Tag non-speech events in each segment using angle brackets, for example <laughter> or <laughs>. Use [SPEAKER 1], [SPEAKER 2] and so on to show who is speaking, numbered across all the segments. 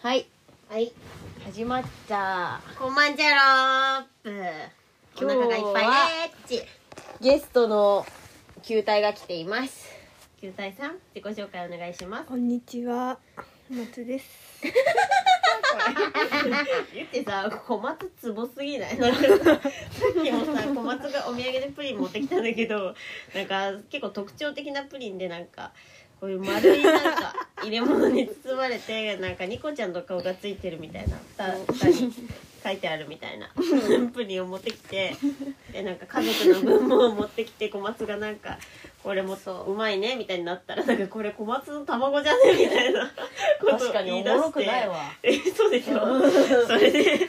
[SPEAKER 1] はい
[SPEAKER 2] はい。
[SPEAKER 1] 始まった
[SPEAKER 2] こんばんじゃろープ。お腹がいっぱいねーっち。
[SPEAKER 1] ゲストの球体が来ています
[SPEAKER 2] 球体さん、自己紹介お願いします。
[SPEAKER 3] こんにちは、松です。
[SPEAKER 2] 言ってさ、小松つぼすぎないなんかさ、さっきもさ、小松がお土産でプリン持ってきたんだけど、なんか結構特徴的なプリンでなんか、こういう丸いなんか入れ物に包まれて、なんかニコちゃんの顔がついてるみたいな、蓋蓋に書いてあるみたいなプリンを持ってきて、で、なんか家族の分も持ってきて、小松がなんか、これもそううまいねみたいになったらなんかこれ小松の卵じゃねみたいなことを言い出して
[SPEAKER 1] わ
[SPEAKER 2] えそうでしょそれで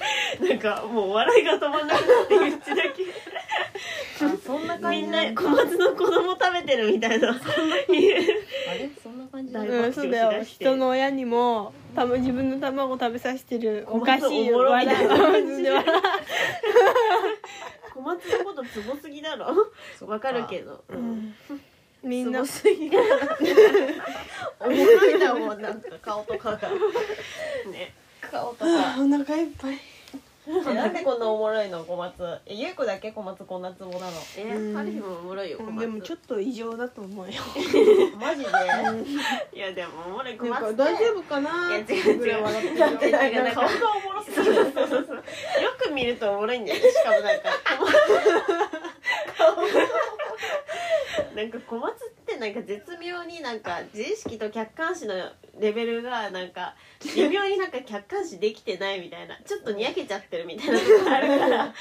[SPEAKER 2] なんかもう笑いが止まんなくなってうちだ
[SPEAKER 1] そんな
[SPEAKER 2] けみ
[SPEAKER 1] 感じ
[SPEAKER 2] んな小松の子供食べてるみたいな言
[SPEAKER 1] あれそんな感じだ
[SPEAKER 2] だい
[SPEAKER 1] よ
[SPEAKER 2] ぶ
[SPEAKER 3] うん、そうだよ。人の親にも、たま、自分の卵食べさせてる。おかしいよ。
[SPEAKER 2] おもろい
[SPEAKER 3] 笑。
[SPEAKER 2] ない
[SPEAKER 3] 笑
[SPEAKER 2] 小松のことつぼすぎだろわかるけど、う、
[SPEAKER 3] うんんみんな。
[SPEAKER 2] すごすぎるおもろいだもんなんか顔とかがね
[SPEAKER 4] 顔と
[SPEAKER 3] あ
[SPEAKER 4] か
[SPEAKER 3] お腹いっぱい。
[SPEAKER 4] えなんでこんなおもろいの小松えゆうこだけ小松こんなツボなの
[SPEAKER 2] え
[SPEAKER 3] うん
[SPEAKER 2] 春日もおもろいよ小松
[SPEAKER 3] でも、ちょっと異常だと思うよ。
[SPEAKER 4] マジで
[SPEAKER 2] いやでもおもろい小
[SPEAKER 3] なん
[SPEAKER 2] 松
[SPEAKER 3] か、
[SPEAKER 2] って
[SPEAKER 3] 大丈夫かない
[SPEAKER 2] や違う
[SPEAKER 3] っていうぐらい笑ってる
[SPEAKER 2] 違
[SPEAKER 3] よ。
[SPEAKER 2] う違う
[SPEAKER 4] 顔がおもろす
[SPEAKER 2] そう
[SPEAKER 4] ぎる
[SPEAKER 2] そうそうそうよく見るとおもろいんだよねしかもなんかなんか小松ってなんか絶妙になんか自意識と客観視のレベルがなんか微妙になんか客観視できてないみたいなちょっとにやけちゃってるみたいなのがあるからよ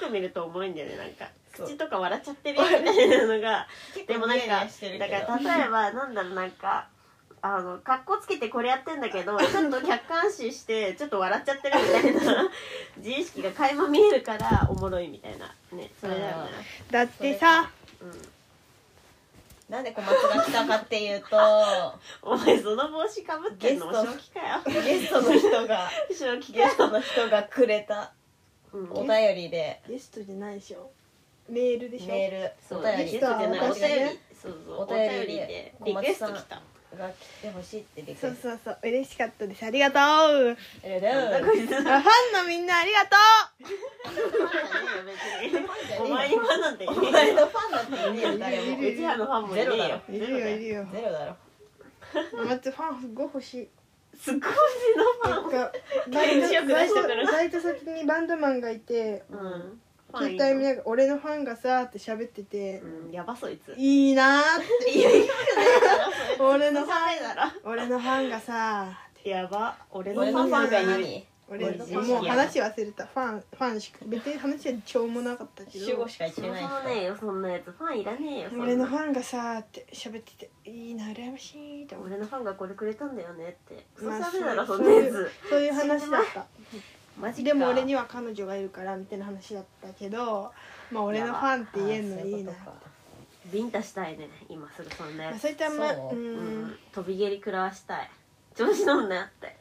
[SPEAKER 2] く見るとおもろいんだよねなんか
[SPEAKER 4] そう
[SPEAKER 2] 口とか笑っちゃってるよ
[SPEAKER 4] <laughs>
[SPEAKER 2] みたいなのがでもなんか
[SPEAKER 4] ニヤニヤしてる
[SPEAKER 2] だ
[SPEAKER 4] け
[SPEAKER 2] か
[SPEAKER 4] ど
[SPEAKER 2] ら例えばなんだろうなんかあの格好つけてこれやってんだ
[SPEAKER 4] <laughs>
[SPEAKER 2] けどちょっと客観視してちょっと笑っちゃってるみたいな <laughs> 自意識が垣間見えるからおもろいみたいなねそれだよね
[SPEAKER 3] だってさ、
[SPEAKER 2] うん
[SPEAKER 4] なんで小松が来たかっていうと
[SPEAKER 2] お前その帽子かぶってんの
[SPEAKER 4] ゲスト
[SPEAKER 2] 正気かよ
[SPEAKER 4] <laughs> ゲストの人が
[SPEAKER 2] 正気か
[SPEAKER 4] ゲ
[SPEAKER 2] よ
[SPEAKER 4] ストの人がくれた
[SPEAKER 2] うん
[SPEAKER 4] お便りで
[SPEAKER 3] ゲストじゃないでしょ。メールでしょ。
[SPEAKER 4] メール
[SPEAKER 2] そ
[SPEAKER 4] お
[SPEAKER 2] うゲ
[SPEAKER 4] 便り
[SPEAKER 2] ストじ
[SPEAKER 4] が
[SPEAKER 2] ゃないお便
[SPEAKER 3] 私がね
[SPEAKER 2] りそうそう
[SPEAKER 4] お
[SPEAKER 2] お
[SPEAKER 4] 便
[SPEAKER 2] 便
[SPEAKER 4] り
[SPEAKER 2] りで
[SPEAKER 4] 小
[SPEAKER 2] リ
[SPEAKER 4] 松
[SPEAKER 2] クエス
[SPEAKER 4] さ
[SPEAKER 2] ト
[SPEAKER 4] ん
[SPEAKER 2] 来
[SPEAKER 4] <laughs>
[SPEAKER 2] た
[SPEAKER 4] 来てほしいってリク
[SPEAKER 3] そ
[SPEAKER 4] エ
[SPEAKER 3] う
[SPEAKER 4] スト
[SPEAKER 3] そうそう。嬉しかったです。ありがとう。
[SPEAKER 4] ありがとう
[SPEAKER 2] なんか別に
[SPEAKER 3] ファンのみんなありがと
[SPEAKER 2] お前にファンなんていね
[SPEAKER 4] お前のファンなんていねえよ誰も
[SPEAKER 2] えようちらのファンもいねえよ
[SPEAKER 3] う。いるよいるよ。
[SPEAKER 4] ゼロだろ
[SPEAKER 3] 松ファンすごい欲し
[SPEAKER 2] <laughs>
[SPEAKER 3] い。
[SPEAKER 2] すっごい
[SPEAKER 3] な
[SPEAKER 2] の
[SPEAKER 3] ん
[SPEAKER 2] ファン
[SPEAKER 3] かバイト
[SPEAKER 2] 強く出してくる
[SPEAKER 3] バイト先にバンドマンがいて
[SPEAKER 2] うんファン
[SPEAKER 3] 携
[SPEAKER 2] いい
[SPEAKER 3] 帯見
[SPEAKER 2] の
[SPEAKER 3] ながら俺のファンがさーって喋ってて
[SPEAKER 2] うんやばそいつ
[SPEAKER 3] いいなー
[SPEAKER 2] <laughs>
[SPEAKER 3] って
[SPEAKER 2] いやいや
[SPEAKER 3] 俺
[SPEAKER 2] そ
[SPEAKER 3] の
[SPEAKER 2] んなないだろ
[SPEAKER 3] 俺のファンがさ
[SPEAKER 2] やば俺の
[SPEAKER 4] 俺
[SPEAKER 2] フ
[SPEAKER 4] の
[SPEAKER 2] ァン
[SPEAKER 4] ファンが
[SPEAKER 2] が
[SPEAKER 4] 何
[SPEAKER 2] 言う
[SPEAKER 3] ー俺
[SPEAKER 4] 俺のファン
[SPEAKER 3] もう話忘れたファンファンしか別に話はしょうもなかったけ
[SPEAKER 4] 集
[SPEAKER 3] ど
[SPEAKER 4] 合しか言ってない
[SPEAKER 2] そうねえよそんなやつファンいらねえよそんな
[SPEAKER 3] 俺のファンがさーって喋ってていいな羨ましいと思って
[SPEAKER 2] 俺のファンがこれくれたんだよねってクソ
[SPEAKER 3] まあ
[SPEAKER 2] 喋るだろ
[SPEAKER 3] そ
[SPEAKER 2] そうそんなやつ
[SPEAKER 3] そういう話だった
[SPEAKER 2] マジか
[SPEAKER 3] でも俺には彼女がいるからみたいな話だったけどまあ俺のファンって言えんのいいな
[SPEAKER 4] あーそううことか
[SPEAKER 2] ビンタしたいね今すぐそんなや
[SPEAKER 3] まあ
[SPEAKER 2] つ
[SPEAKER 3] そういったあんま
[SPEAKER 4] そううん
[SPEAKER 2] うん
[SPEAKER 3] ん
[SPEAKER 2] 飛び蹴り食らわしたい調子乗んなよって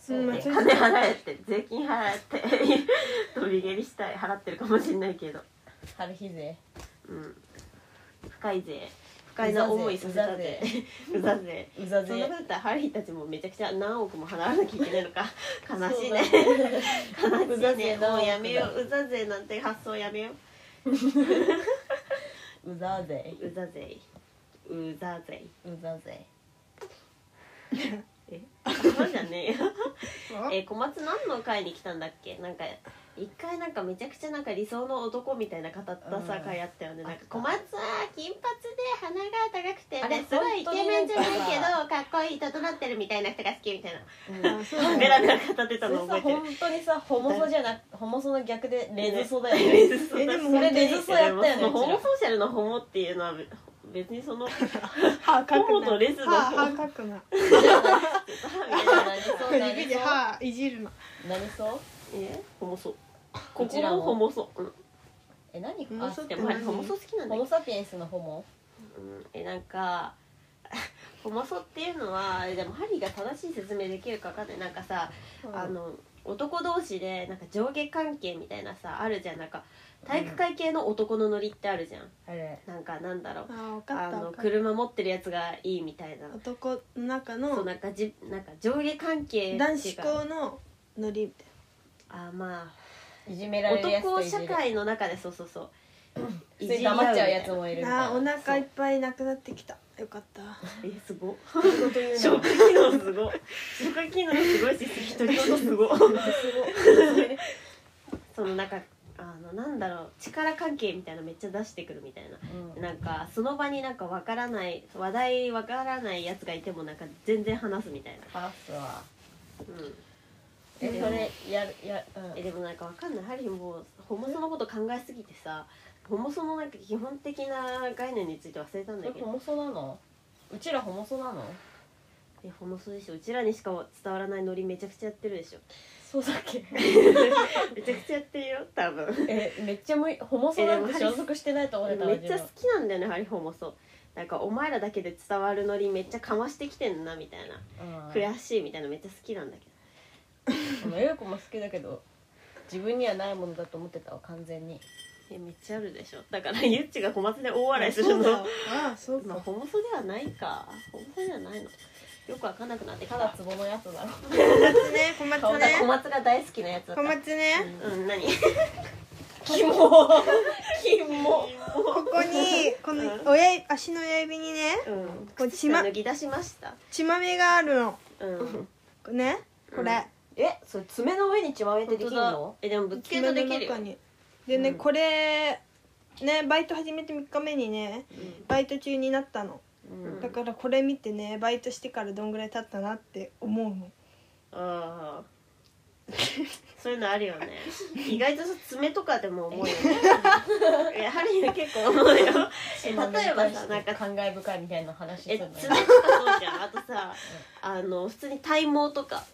[SPEAKER 4] そう
[SPEAKER 3] うん
[SPEAKER 4] ね
[SPEAKER 3] まあそ
[SPEAKER 2] 金
[SPEAKER 3] れ
[SPEAKER 2] 払えって税金払えって <laughs> 飛び蹴りしたい払ってるかもしんないけど
[SPEAKER 4] 春日勢
[SPEAKER 2] うん深いぜ不快な思いさせたぜ <laughs> うざぜ
[SPEAKER 4] うざ
[SPEAKER 2] そんな
[SPEAKER 4] ぜ
[SPEAKER 2] ことだったらハリーたちもめちゃくちゃ何億も払わなきゃいけないのか
[SPEAKER 4] <laughs>
[SPEAKER 2] 悲しいね
[SPEAKER 4] そうだね
[SPEAKER 2] <laughs> 悲
[SPEAKER 4] うざ
[SPEAKER 2] しいね
[SPEAKER 4] ぜ
[SPEAKER 2] もうやめよ
[SPEAKER 4] う
[SPEAKER 2] ううざぜなんて発想やめよ
[SPEAKER 4] うざぜ
[SPEAKER 2] ううざぜいうざぜ
[SPEAKER 4] うざぜ
[SPEAKER 2] そうじゃねえよ
[SPEAKER 3] あ
[SPEAKER 2] え小松何の会に来たんだっけなんか一回なんかめちゃくちゃなんか理想の男みたいな語ったさ
[SPEAKER 4] うん
[SPEAKER 2] 会あったよねなん
[SPEAKER 4] あっ
[SPEAKER 2] か
[SPEAKER 4] た
[SPEAKER 2] 小松は金髪で鼻が高くて
[SPEAKER 4] あれ
[SPEAKER 2] ねすごいイケメンじゃないけ
[SPEAKER 4] 本当にな
[SPEAKER 2] どかっこいい整ってるみたいな人が好きみたいな
[SPEAKER 3] あそうだね
[SPEAKER 2] <laughs> ベラベラ語ってた
[SPEAKER 4] それ
[SPEAKER 2] の
[SPEAKER 4] さ
[SPEAKER 2] 覚えてる
[SPEAKER 4] 本当にさホモソじゃな
[SPEAKER 2] <laughs>
[SPEAKER 4] くホモソの逆でレズソだよね
[SPEAKER 2] レズソ
[SPEAKER 3] えでも
[SPEAKER 4] それレズソやったよね
[SPEAKER 2] でもホモ
[SPEAKER 4] う
[SPEAKER 2] ソーシャルのホモっていうのはべ別
[SPEAKER 4] <laughs>
[SPEAKER 2] にその
[SPEAKER 3] 歯か
[SPEAKER 2] ホモとレズの
[SPEAKER 3] 歯
[SPEAKER 2] 方
[SPEAKER 3] 歯かくな
[SPEAKER 4] ちらなりそう
[SPEAKER 2] <laughs>
[SPEAKER 4] なり
[SPEAKER 3] 指で
[SPEAKER 4] そう
[SPEAKER 3] 歯いじるの
[SPEAKER 4] なりそう
[SPEAKER 2] えホモソこ
[SPEAKER 4] こ
[SPEAKER 2] こ
[SPEAKER 4] ちらも
[SPEAKER 2] もホモソ、うん、
[SPEAKER 4] え何
[SPEAKER 3] ホモソ
[SPEAKER 4] あ
[SPEAKER 3] っ
[SPEAKER 2] で
[SPEAKER 3] て
[SPEAKER 2] もあれホモソ好きなん
[SPEAKER 4] ホ
[SPEAKER 2] だけど
[SPEAKER 4] モサピエンスのホモ
[SPEAKER 2] うんえなんか <laughs> ホモソっていうのはでもハリーが正しい説明できるかわかんないなんかさ、あの男同士でなんか上下関係みたいなさあるじゃんなんか体育会系の男のノリってあるじゃん、
[SPEAKER 4] あれ
[SPEAKER 2] なんかなんだろう
[SPEAKER 3] あー分か
[SPEAKER 2] あ
[SPEAKER 3] った
[SPEAKER 2] の
[SPEAKER 3] 分かった
[SPEAKER 2] 車持ってるやつがいいみたいな、
[SPEAKER 3] 男の中
[SPEAKER 2] そう
[SPEAKER 3] の
[SPEAKER 2] なんかじなんか上下関係
[SPEAKER 3] 男子
[SPEAKER 2] っていうか
[SPEAKER 3] 校のノリみたい
[SPEAKER 2] あま
[SPEAKER 4] いじめ
[SPEAKER 2] あ
[SPEAKER 4] られるやつと
[SPEAKER 2] 男
[SPEAKER 4] いじ
[SPEAKER 2] 社
[SPEAKER 4] る
[SPEAKER 2] 会の中でそうそうそう
[SPEAKER 4] 普通に黙っちゃうやつもいるみたい
[SPEAKER 3] な
[SPEAKER 4] な
[SPEAKER 3] あーお腹いっぱいなくなってきたよかった
[SPEAKER 2] えす
[SPEAKER 4] <laughs>
[SPEAKER 2] ごっ
[SPEAKER 4] 本当にね
[SPEAKER 2] 消化機能すごい消化機能すごいし独り言すごいそのなんかあのなんだろう力関係みたいなのめっちゃ出してくるみたいな
[SPEAKER 4] うん
[SPEAKER 2] なんかその場になんかわからない話題わからないやつがいてもなんか全然話すみたいな、
[SPEAKER 4] パスは
[SPEAKER 2] うん、
[SPEAKER 4] え
[SPEAKER 2] でも
[SPEAKER 4] それやるやうん
[SPEAKER 2] えでもなんかわかんないハリーもうホモソのこと考えすぎてさホモソのなんか基本的な概念について忘れたん
[SPEAKER 4] そ
[SPEAKER 2] だ
[SPEAKER 4] れ
[SPEAKER 2] け
[SPEAKER 4] ホ
[SPEAKER 2] ど
[SPEAKER 4] モソなのうちらホモソなの
[SPEAKER 2] えホモソでしょうちらにしか伝わらないノリめちゃくちゃやってるで
[SPEAKER 4] <laughs>
[SPEAKER 2] しょ
[SPEAKER 4] そうだっけ
[SPEAKER 2] めちゃくちゃやってるよ多
[SPEAKER 4] <laughs>
[SPEAKER 2] 分
[SPEAKER 4] えめっちゃむいホモソなんて所属してないと思ってたわ
[SPEAKER 2] めっちゃ
[SPEAKER 4] 自
[SPEAKER 2] 好
[SPEAKER 4] 分
[SPEAKER 2] きなんだよねハリホもそうなんかお前らだけで伝わるノリめっちゃかましてきてんなみたいな、
[SPEAKER 4] うん
[SPEAKER 2] 悔しいみたいなめっちゃ好きなんだけど
[SPEAKER 4] まあゆうこも好きだけど自分にはないものだと思ってたわ完全に
[SPEAKER 2] えめっちゃあるでしょだからゆっちが小松で大笑いす
[SPEAKER 3] そ
[SPEAKER 2] る
[SPEAKER 3] うだ
[SPEAKER 2] の
[SPEAKER 3] よああそう
[SPEAKER 2] まあ
[SPEAKER 3] か
[SPEAKER 2] ホモソではないかホモソではないのよくわかんなくなってき
[SPEAKER 4] ただ
[SPEAKER 2] た
[SPEAKER 4] ツボのやつだろ
[SPEAKER 3] 小松ね小松
[SPEAKER 4] そうだ
[SPEAKER 2] 小
[SPEAKER 3] ね
[SPEAKER 2] 松が大好きなやつだった
[SPEAKER 3] 小松ね
[SPEAKER 2] うん何
[SPEAKER 4] キモキモ
[SPEAKER 3] ここにこの
[SPEAKER 2] うん
[SPEAKER 3] 親指足の親指にね
[SPEAKER 2] うん
[SPEAKER 3] こう血ま
[SPEAKER 2] 脱ぎ出しました
[SPEAKER 3] 血まみがあるの
[SPEAKER 2] うん
[SPEAKER 3] ねこれ
[SPEAKER 4] えそれ爪の上に血まめて
[SPEAKER 2] 本
[SPEAKER 4] でき
[SPEAKER 2] 当
[SPEAKER 4] る
[SPEAKER 2] だ
[SPEAKER 4] の
[SPEAKER 2] えでもぶつけるとできるよ
[SPEAKER 3] 爪の中にでね
[SPEAKER 4] うん
[SPEAKER 3] これねバイト始めて3日目にねバイト中になったの
[SPEAKER 4] うん
[SPEAKER 3] だからこれ見てねバイトしてからどんぐらい経ったなって思うの
[SPEAKER 2] ああ <laughs> そういうのあるよね意外とさ爪とかでも <laughs> 重いよねいやハリーは結構重いよえ例えばさなんか
[SPEAKER 4] 感慨深いみたいな話す
[SPEAKER 2] え
[SPEAKER 4] る
[SPEAKER 2] 爪
[SPEAKER 4] の
[SPEAKER 2] とか
[SPEAKER 4] よ
[SPEAKER 2] そうじゃんあとさあの普通に体毛とか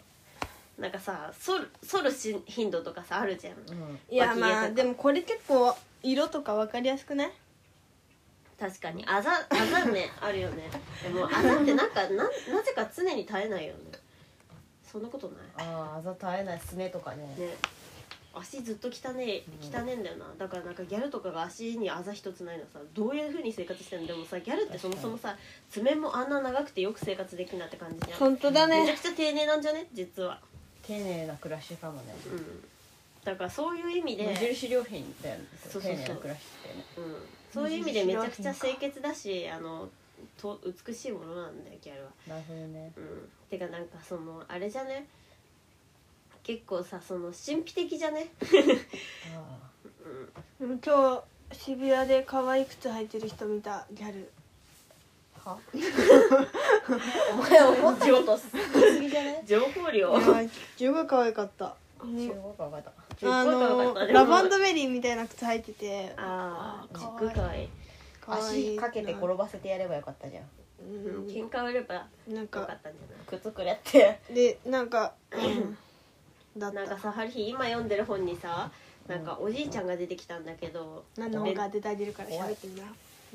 [SPEAKER 2] なんかさ剃る剃るし頻度とかさあるじゃん
[SPEAKER 4] うん
[SPEAKER 3] いや
[SPEAKER 2] 脇毛とか
[SPEAKER 3] まあでもこれ結構色とか分かりやすくない
[SPEAKER 2] 確かにあざあざねあるよねでもあざってなんかななぜか常に耐えないよねそんなことな
[SPEAKER 4] あーあざと会えないすねとかね
[SPEAKER 2] いね足ずっと汚ねえ
[SPEAKER 4] うん
[SPEAKER 2] 汚ねえんだよなだからなんかギャルとかが足にあざ一つないのさどういうふうに生活してんのでもさギャルってそもそもさ爪もあんな長くてよく生活できんなって感じじゃん
[SPEAKER 3] 本当だ
[SPEAKER 2] めちゃ
[SPEAKER 3] ね
[SPEAKER 2] くちゃ丁寧なんじゃね実は
[SPEAKER 4] 丁寧な暮らしかもね
[SPEAKER 2] うんだからそういう意味で、
[SPEAKER 4] 無印良品だよね
[SPEAKER 2] そうそうそう
[SPEAKER 4] 丁寧な暮らしってね
[SPEAKER 2] うん、そういう意味でめちゃくちゃ清潔だしあのと美しいものなんだよギャルは
[SPEAKER 4] なるほどね
[SPEAKER 2] うん、てかなんかそのあれじゃね結構さその神秘的じゃね、
[SPEAKER 4] あ
[SPEAKER 2] うん、
[SPEAKER 3] でも今日渋谷で可愛い靴履いてる人見たギャル
[SPEAKER 4] ーはお前思ったことすすぎじゃね
[SPEAKER 2] 情報量
[SPEAKER 3] いやすごい可愛かった
[SPEAKER 4] 中国はまだ
[SPEAKER 2] すっごい可愛か
[SPEAKER 3] あの
[SPEAKER 2] ったでも
[SPEAKER 3] ラバンドベリーみたいな靴履いてて
[SPEAKER 2] ああ
[SPEAKER 3] あー
[SPEAKER 2] か
[SPEAKER 3] かわいい
[SPEAKER 2] わいいかわいい、
[SPEAKER 3] 可愛
[SPEAKER 4] 足
[SPEAKER 3] い
[SPEAKER 4] かけて転ばせてやればよかったじゃん
[SPEAKER 2] うん、
[SPEAKER 3] う
[SPEAKER 2] 喧嘩売ればよ
[SPEAKER 3] んなん
[SPEAKER 2] か
[SPEAKER 3] か
[SPEAKER 2] ったんじゃ
[SPEAKER 4] 靴くれって
[SPEAKER 3] でなんか、だっ
[SPEAKER 2] ないなん
[SPEAKER 3] た
[SPEAKER 2] かさハリー今読んでる本にさなんかおじいちゃんが出てきたんだけど
[SPEAKER 3] 何の本が出て出るから喋ってみな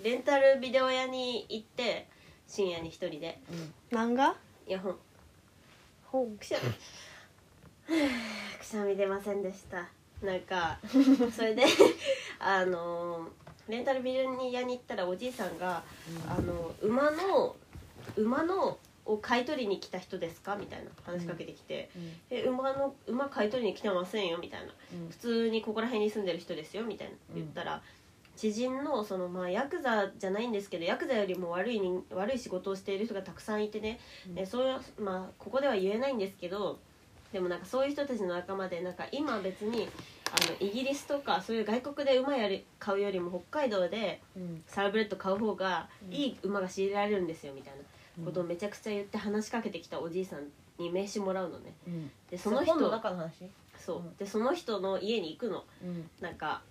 [SPEAKER 2] レンタルビデオ屋に行って深夜に一人で
[SPEAKER 3] 漫画
[SPEAKER 2] いや本
[SPEAKER 3] 本
[SPEAKER 2] くしゃ
[SPEAKER 4] <laughs>
[SPEAKER 2] くしゃみ出ませんでしたなんかそれであのレンタルビルニアに行ったらおじいさんが「あの馬の馬のを買い取りに来た人ですか?」みたいな話しかけてきて
[SPEAKER 4] うん
[SPEAKER 2] 「え馬の馬買い取りに来てませんよ」みたいな
[SPEAKER 4] うん
[SPEAKER 2] 「普通にここら辺に住んでる人ですよ」みたいな言ったら。知人のそのまあヤクザじゃないんですけどヤクザよりも悪い人悪い仕事をしている人がたくさんいてね
[SPEAKER 4] うん
[SPEAKER 2] えそういうまあここでは言えないんですけどでもなんかそういう人たちの仲間でなんか今別にあのイギリスとかそういう外国で馬やる買うよりも北海道で
[SPEAKER 4] うん
[SPEAKER 2] サラブレッド買う方が
[SPEAKER 4] うん
[SPEAKER 2] いい馬が仕入れられるんですよみたいなことをめちゃくちゃ言って話しかけてきたおじいさんに名刺もらうのね
[SPEAKER 4] うん
[SPEAKER 2] で
[SPEAKER 4] そ
[SPEAKER 2] そ
[SPEAKER 4] の
[SPEAKER 2] の
[SPEAKER 4] 人
[SPEAKER 2] 人
[SPEAKER 4] の中の話
[SPEAKER 2] そう
[SPEAKER 4] うん
[SPEAKER 2] でその人の家に行くの
[SPEAKER 4] うん
[SPEAKER 2] なんか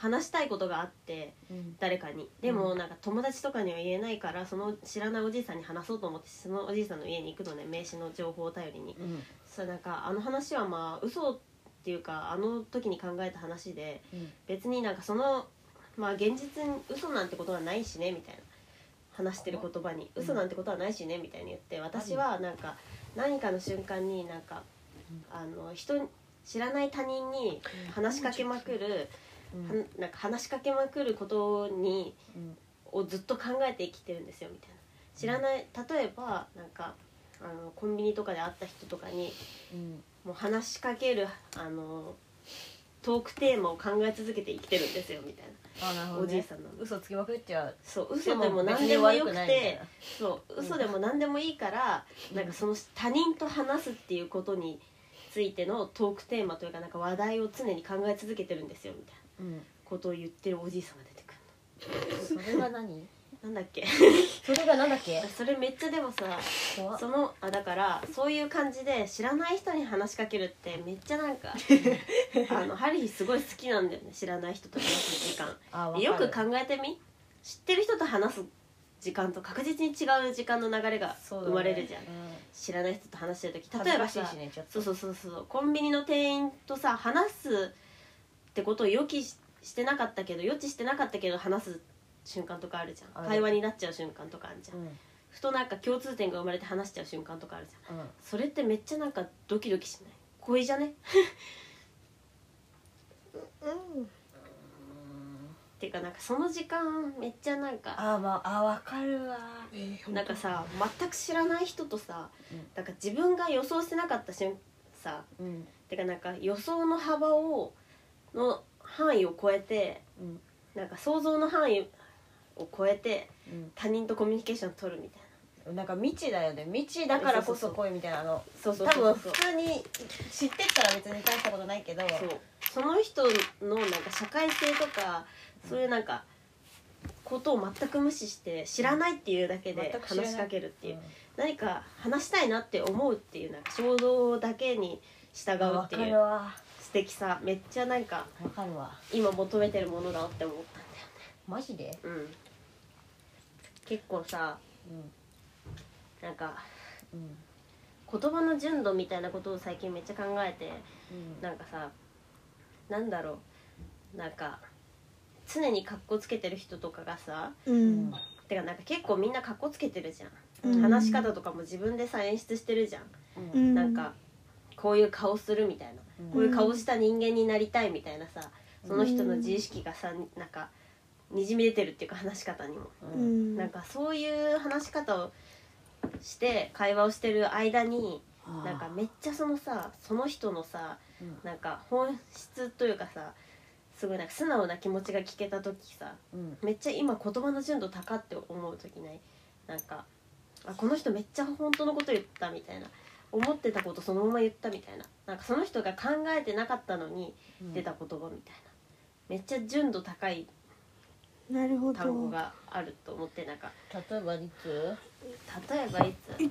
[SPEAKER 2] 話したいことがあって
[SPEAKER 4] うん
[SPEAKER 2] 誰かにでもなんか友達とかには言えないからその知らないおじいさんに話そうと思ってそのおじいさんの家に行くのね名刺の情報を頼りに
[SPEAKER 4] うん
[SPEAKER 2] そうなんかあの話はまあ嘘っていうかあの時に考えた話で
[SPEAKER 4] うん
[SPEAKER 2] 別になんかそのまあ現実に嘘なんてことはないしねみたいな話してる言葉に
[SPEAKER 4] うん
[SPEAKER 2] 嘘なんてことはないしねみたいに言って私はなんか何かの瞬間になんかあの人知らない他人に話しかけまくる、
[SPEAKER 4] うん
[SPEAKER 2] はなんか話しかけまくることに
[SPEAKER 4] うん
[SPEAKER 2] をずっと考えて生きてるんですよみたいな知らない例えばなんかあのコンビニとかで会った人とかに
[SPEAKER 4] うん
[SPEAKER 2] もう話しかけるあのトークテーマを考え続けて生きてるんですよみたい
[SPEAKER 4] あなる
[SPEAKER 2] な、
[SPEAKER 4] ほど、
[SPEAKER 2] お
[SPEAKER 4] ね、
[SPEAKER 2] じいさんなの
[SPEAKER 4] 嘘つきまくっちゃう
[SPEAKER 2] そう嘘でも何でもよくてそう嘘でも何でもいいから、
[SPEAKER 4] うん
[SPEAKER 2] なんかその他人と話すっていうことについてのトークテーマというかなんか話題を常に考え続けてるんですよみたいな
[SPEAKER 4] うん
[SPEAKER 2] ことを言ってるおじいさんが出てくる
[SPEAKER 4] それが何
[SPEAKER 2] のなんだっけ <laughs>
[SPEAKER 4] それがなんだっけ
[SPEAKER 2] それめっちゃでもさ
[SPEAKER 4] 怖っ
[SPEAKER 2] そのあだからそういう感じで知らない人に話しかけるってめっちゃなん
[SPEAKER 4] <laughs>
[SPEAKER 2] かあのハリーすごい好きなんだよね知らない人と話す時間
[SPEAKER 4] あわかる
[SPEAKER 2] よく考えてみ知ってる人と話す時間と確実に違う時間の流れが
[SPEAKER 4] そうだね
[SPEAKER 2] 生まれるじゃん、
[SPEAKER 4] うん
[SPEAKER 2] 知らない人と話してる時
[SPEAKER 4] 恥
[SPEAKER 2] 例え
[SPEAKER 4] ず
[SPEAKER 2] ば
[SPEAKER 4] かし
[SPEAKER 2] さ
[SPEAKER 4] いしねちょっと
[SPEAKER 2] そうそうそうそうコンビニの店員とさ話すってことを予期ししてなかったけど予知してなかったけど話す瞬間とかあるじゃ
[SPEAKER 4] あ
[SPEAKER 2] ん
[SPEAKER 4] る
[SPEAKER 2] 会話になっちゃう瞬間とかあるじゃん、
[SPEAKER 4] うんうん
[SPEAKER 2] ふとなんか共通点が生まれて話しちゃう瞬間とかあるじゃんそれってめっちゃなんかドキドキしない恋じゃね
[SPEAKER 3] うん
[SPEAKER 2] っていうかなんかその時間めっちゃなんか
[SPEAKER 4] あまああわかるわ
[SPEAKER 3] えー
[SPEAKER 2] なんかさ全く知らない人とさ、
[SPEAKER 4] うん
[SPEAKER 2] なんか自分が予想してなかった瞬さ
[SPEAKER 4] うん
[SPEAKER 2] てかなんか予想の幅をの範囲を超えて
[SPEAKER 4] うん
[SPEAKER 2] なんか想像の範囲を超えて
[SPEAKER 4] うん
[SPEAKER 2] 他人とコミュニケーション取るみたいな
[SPEAKER 4] なんか未知だよね未知だからこそ恋みたいなあの
[SPEAKER 2] そうそ
[SPEAKER 4] 多
[SPEAKER 2] うそ
[SPEAKER 4] 分
[SPEAKER 2] うそ
[SPEAKER 4] 普
[SPEAKER 2] う
[SPEAKER 4] 通に知ってたら別に大したことないけど
[SPEAKER 2] そうその人のなんか社会性とかそういうなんかことを全く無視して知らないっていうだけで
[SPEAKER 4] 全く知らない
[SPEAKER 2] 話しかけるっていう
[SPEAKER 4] うん
[SPEAKER 2] 何か話したいなって思うっていうなんか衝動だけに従
[SPEAKER 4] あ
[SPEAKER 2] う
[SPEAKER 4] わ
[SPEAKER 2] って
[SPEAKER 4] か
[SPEAKER 2] い
[SPEAKER 4] る
[SPEAKER 2] う
[SPEAKER 4] わ
[SPEAKER 2] 素敵さめっちゃなんか
[SPEAKER 4] わかるわ
[SPEAKER 2] 今求めてるものだって思っ
[SPEAKER 4] マジで
[SPEAKER 2] たんだよねうん結構さ
[SPEAKER 4] うん
[SPEAKER 2] なんか
[SPEAKER 4] うん
[SPEAKER 2] 言葉の純度みたいなことを最近めっちゃ考えて
[SPEAKER 4] うん
[SPEAKER 2] なんかさなんだろうなんか常に格好つけてる人とかがさ
[SPEAKER 3] うん
[SPEAKER 2] てかなんか結構みんな格好つけてるじゃん、
[SPEAKER 3] うん
[SPEAKER 2] 話し方とかも自分でさ演出してるじゃん、
[SPEAKER 4] うん
[SPEAKER 3] うん
[SPEAKER 2] なんかこういう顔するみたいな
[SPEAKER 4] うん
[SPEAKER 2] こういう顔した人間になりたいみたいなさその人の自意識がさなんかにじみ出てるっていうか話し方にも
[SPEAKER 3] う
[SPEAKER 4] うん
[SPEAKER 3] ん
[SPEAKER 2] なんかそういう話し方をして会話をしてる間になんかめっちゃそのさその人のさ
[SPEAKER 4] うん
[SPEAKER 2] なんか本質というかさすごいなんか素直な気持ちが聞けた時さ
[SPEAKER 4] うん
[SPEAKER 2] めっちゃ今言葉の純度高って思う時ないなんかあこの人めっちゃ本当のこと言ったみたいな思ってたことそのまま言ったみたいななんかその人が考えてなかったのに出た言葉みたいなめっちゃ純度高い
[SPEAKER 3] なるほど
[SPEAKER 2] 単語があると思ってなんか
[SPEAKER 4] 例えばいつ
[SPEAKER 2] 例えばいつ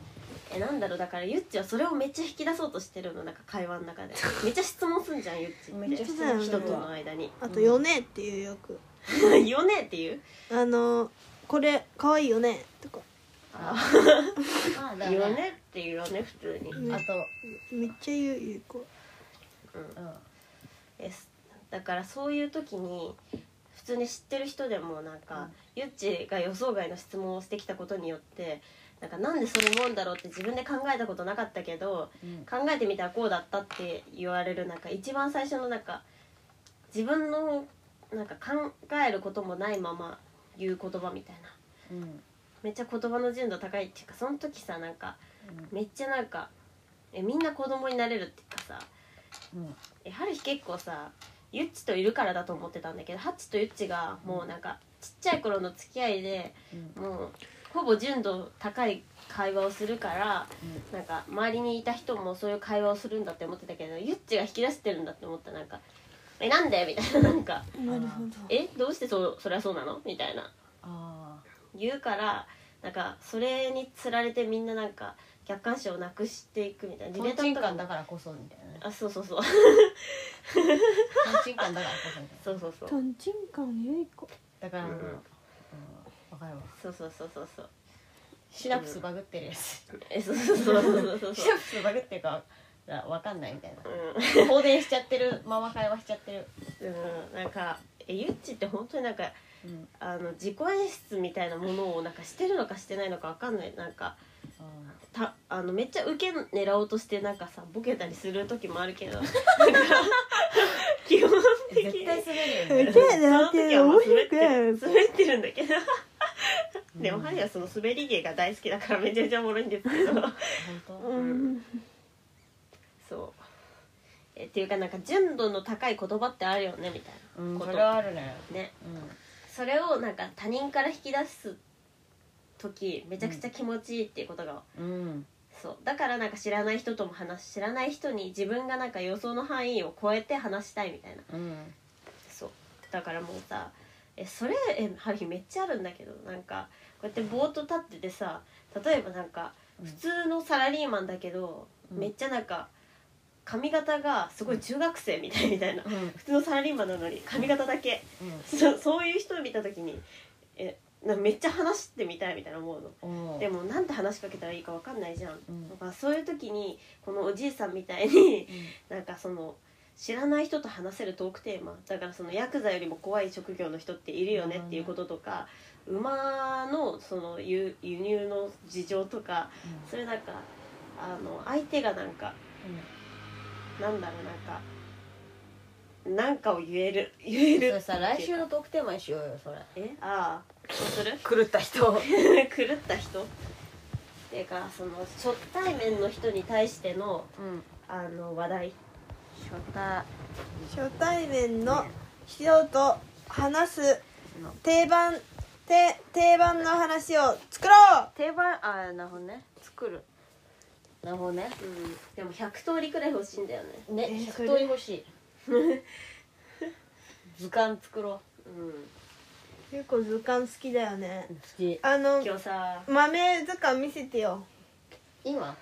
[SPEAKER 2] えなんだろうだからゆっちはそれをめっちゃ引き出そうとしてるのなんか会話の中でめっちゃ質問すんじゃんゆっち
[SPEAKER 4] めっち
[SPEAKER 2] っ
[SPEAKER 4] ゃ
[SPEAKER 2] て
[SPEAKER 4] 質問
[SPEAKER 3] 質
[SPEAKER 2] 人
[SPEAKER 3] 問
[SPEAKER 2] との間に
[SPEAKER 3] あと「よね」っていうよく
[SPEAKER 2] 「 <laughs> よね」っていう
[SPEAKER 3] 「あのこれ可愛いよね」とか
[SPEAKER 2] あ
[SPEAKER 4] あ
[SPEAKER 2] 「
[SPEAKER 4] だ
[SPEAKER 2] よね」っていうよね普通に、
[SPEAKER 3] ね
[SPEAKER 4] あと
[SPEAKER 3] めっちゃ言うゆう子
[SPEAKER 2] うん
[SPEAKER 4] うん
[SPEAKER 2] えすだからそういう時に普通に知ってる人でもなんか、
[SPEAKER 4] うん
[SPEAKER 2] ゆっちが予想外の質問をしてきたことによってなんかなんでそう思うんだろうって自分で考えたことなかったけど
[SPEAKER 4] うん
[SPEAKER 2] 考えてみたらこうだったって言われるなんか一番最初のなんか自分のなんか考えることもないまま言う言葉みたいな
[SPEAKER 4] うん
[SPEAKER 2] めっちゃ言葉の純度高いっていうかその時さなんかめっちゃなんかえみんな子供になれるっていうかさ
[SPEAKER 4] うん
[SPEAKER 2] え春日結構さゆっちといるからだと思ってたんだけどハッチとゆっちがもうなんかちっちゃい頃の付き合いで
[SPEAKER 4] うん
[SPEAKER 2] もうほぼ純度高い会話をするから、
[SPEAKER 4] う
[SPEAKER 2] なんか周りにいた人もそういう会話をするんだって思ってたけどゆっちが引き出してるんだって思ったなんか「えなんで?」みたいななんか
[SPEAKER 3] なるほど
[SPEAKER 2] 「えどうしてそうそれはそうなの?」みたいな
[SPEAKER 4] あ
[SPEAKER 2] 言うからなんかそれにつられてみんななんか客観視をなくしていくみた
[SPEAKER 4] あ
[SPEAKER 2] いな
[SPEAKER 4] トンチン
[SPEAKER 2] とか
[SPEAKER 4] カン
[SPEAKER 2] も
[SPEAKER 4] だからこそみたいなね
[SPEAKER 2] あそうそう <laughs> そう
[SPEAKER 4] トンチンカンだからこそみたいな
[SPEAKER 2] そうそうそう
[SPEAKER 3] とんちんかんゆい子
[SPEAKER 4] だからあの
[SPEAKER 2] うん
[SPEAKER 4] う
[SPEAKER 2] うん
[SPEAKER 4] んわかるわ
[SPEAKER 2] そうそうそうそうそう
[SPEAKER 4] シナプスバグってるやつ
[SPEAKER 2] えそうそうそうそうそ
[SPEAKER 4] <laughs>
[SPEAKER 2] う
[SPEAKER 4] シ
[SPEAKER 2] そ
[SPEAKER 4] ナ
[SPEAKER 3] <laughs>
[SPEAKER 2] う
[SPEAKER 4] プスバグってるかわかんないみたいな
[SPEAKER 2] うん
[SPEAKER 4] 放電しちゃってるまま会話しちゃってる
[SPEAKER 2] うんなんかえゆっちって本当になんか
[SPEAKER 4] うん
[SPEAKER 2] あの自己演出みたいなものをなんかしてるのかしてないのかわかんないなんかたあのめっちゃ受け狙おうとしてなんかさボケたりする時もあるけどなんか <laughs> 基本的
[SPEAKER 4] 絶
[SPEAKER 2] に
[SPEAKER 4] 対滑 <laughs> るよ
[SPEAKER 3] 受
[SPEAKER 4] ね
[SPEAKER 2] その時はもう滑
[SPEAKER 3] け狙って面白
[SPEAKER 2] っ
[SPEAKER 3] く
[SPEAKER 2] て
[SPEAKER 3] ない
[SPEAKER 2] る滑ってるんだけどでもハリはその滑り芸が大好きだからめちゃめちゃおもろいんですけど
[SPEAKER 4] 本
[SPEAKER 2] うんそうえっていうかなんか純度の高い言葉ってあるよねみたい
[SPEAKER 4] 当うん
[SPEAKER 2] こ
[SPEAKER 4] ことれはあるね
[SPEAKER 2] なね
[SPEAKER 4] うん
[SPEAKER 2] それをなんか他人から引き出す時めちゃくちゃ気持ちいいっていうことが、
[SPEAKER 4] うん
[SPEAKER 2] そうだからなんか知らない人とも話す知らない人に自分がなんか予想の範囲を超えて話したいみたいな
[SPEAKER 4] うん
[SPEAKER 2] そうだからもうさえそれえハルヒめっちゃあるんだけどなんかこうやってぼーっと立っててさ例えばなんか
[SPEAKER 4] うん
[SPEAKER 2] 普通のサラリーマンだけど、
[SPEAKER 4] うん
[SPEAKER 2] めっちゃなんか髪型がすごい中学生みたいみたいな、
[SPEAKER 4] うん
[SPEAKER 2] 普通のサラリーマンなのに髪型だけ
[SPEAKER 4] うん
[SPEAKER 2] そそういう人を見た時にえなんかめっちゃ話してみたいみたいな思うの。
[SPEAKER 4] おー
[SPEAKER 2] でもなんて話しかけたらいいかわかんないじゃん、
[SPEAKER 4] うん
[SPEAKER 2] なんかそういう時にこのおじいさんみたいに <laughs>
[SPEAKER 4] うん
[SPEAKER 2] なんかその知らない人と話せるトークテーマだからそのヤクザよりも怖い職業の人っているよねっていうこととか、馬のその輸輸入の事情とかそれなんかあの相手がなんかなんだろうなんかなんかを言える <laughs> 言え
[SPEAKER 4] うんそれさ
[SPEAKER 2] る
[SPEAKER 4] 来週のトークテーマにしようよそれ
[SPEAKER 2] えああそうする
[SPEAKER 4] 狂った人
[SPEAKER 2] <laughs> 狂った人っていうかその初対面の人に対しての
[SPEAKER 4] うん
[SPEAKER 2] あの話題
[SPEAKER 4] 初対
[SPEAKER 3] 初対面の人と話す
[SPEAKER 4] の
[SPEAKER 3] 定番て定番の話を作ろう
[SPEAKER 4] 定番あーなるほどね作るなるほどね
[SPEAKER 2] うんでも100通りくらい欲しいんだよね
[SPEAKER 4] ね
[SPEAKER 3] えそれ
[SPEAKER 4] 100通り欲しい図鑑作ろ
[SPEAKER 2] う
[SPEAKER 3] 結構図鑑好きだよね
[SPEAKER 4] う好き
[SPEAKER 3] あの
[SPEAKER 2] ん今日さ
[SPEAKER 3] 豆図鑑見せてよ
[SPEAKER 4] 今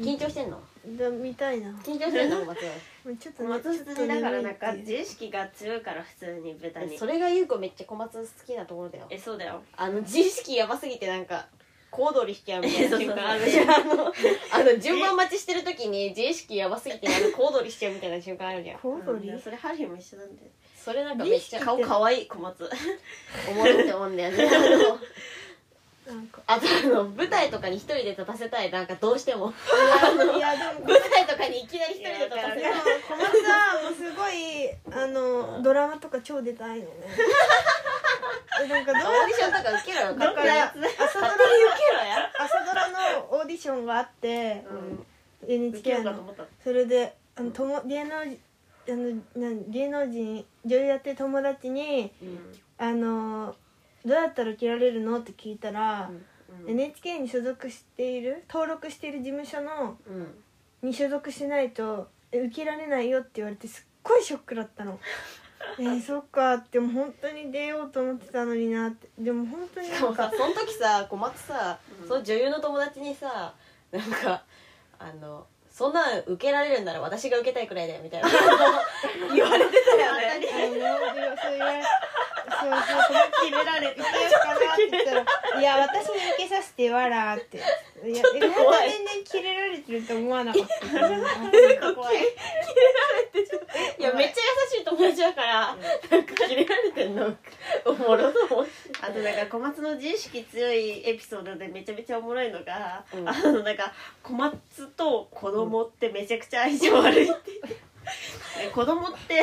[SPEAKER 4] 緊張してんの
[SPEAKER 3] で見たいな
[SPEAKER 4] 緊張してんの松原
[SPEAKER 3] もうちょっとね
[SPEAKER 2] 松
[SPEAKER 3] ちょっ
[SPEAKER 2] 筋
[SPEAKER 3] と
[SPEAKER 2] だ
[SPEAKER 3] 眠
[SPEAKER 2] か
[SPEAKER 3] い
[SPEAKER 2] らない
[SPEAKER 3] ってうん
[SPEAKER 2] か自意識が強いから普通にベタ
[SPEAKER 1] <laughs>
[SPEAKER 2] に
[SPEAKER 4] それが優子めっちゃ小松好きなところだよ
[SPEAKER 2] えそうだよ
[SPEAKER 1] あの自意識やばすぎてなんか小躍りしちゃうみたいな瞬間あるじゃんあの
[SPEAKER 4] <laughs>
[SPEAKER 1] あの順番待ちしてる時に自意識やばすぎてあの小躍りしちゃうみたいな瞬間あるじゃん
[SPEAKER 3] 小
[SPEAKER 2] う
[SPEAKER 3] 踊
[SPEAKER 2] んい
[SPEAKER 3] り
[SPEAKER 2] やそれハリーも一緒なんで
[SPEAKER 1] それなんかめっちゃ
[SPEAKER 2] 顔かわいい小松
[SPEAKER 1] おもろって思うんだよねあの
[SPEAKER 3] なんか
[SPEAKER 1] あとあの舞台とかに一人で立たせたいなんかどうして <laughs> も
[SPEAKER 3] いやでも
[SPEAKER 1] 舞台とかにいきなり一人で立たせた
[SPEAKER 3] いや
[SPEAKER 1] い
[SPEAKER 3] でも小松はもうすごいあのドラマとか超出たいの
[SPEAKER 2] <laughs>
[SPEAKER 3] ねなんかどう
[SPEAKER 1] オーディションとか受けろよ
[SPEAKER 3] だから朝ドラ朝ドラのオーディションがあって、
[SPEAKER 2] 受け
[SPEAKER 3] NHK
[SPEAKER 2] るかと
[SPEAKER 3] の
[SPEAKER 2] 思った
[SPEAKER 3] それであのとも芸能人あのなん芸能人女優やってる友達に
[SPEAKER 2] うん
[SPEAKER 3] あのどうやったら受けられるのって聞いたら、
[SPEAKER 2] うん
[SPEAKER 3] NHK に所属している登録している事務所の
[SPEAKER 2] うん
[SPEAKER 3] に所属しないとえ受けられないよって言われてすっごいショックだ <laughs> ったのえー、そっかってもう本当に出ようと思ってたのになってでも本当に
[SPEAKER 1] し
[SPEAKER 3] な
[SPEAKER 1] か
[SPEAKER 3] ん
[SPEAKER 1] も
[SPEAKER 3] か
[SPEAKER 1] さその時さ小松さ、
[SPEAKER 2] うん
[SPEAKER 1] その女優の友達にさなんかあのそんなん受けられるんなら私が受けたいくらいだよみたいな <laughs> 言われてたよね
[SPEAKER 3] あのね、そういう、そうそう、
[SPEAKER 2] 決められて <laughs>
[SPEAKER 3] 受けようかなって言ったら、いや、私に受けさせてわらって。いや、ちょっと
[SPEAKER 1] 怖い
[SPEAKER 3] 全然キレられてると思わ <laughs> なかったけど。
[SPEAKER 2] なんか怖い
[SPEAKER 1] いやめっちゃ優しい友達だからなんか切れられてんのおもろと思って
[SPEAKER 2] あとなんか小松の自意識強いエピソードでめちゃめちゃおもろいのが、
[SPEAKER 1] うん
[SPEAKER 2] あのなんか小松と子供ってめちゃくちゃ相性悪いって言って。で子供って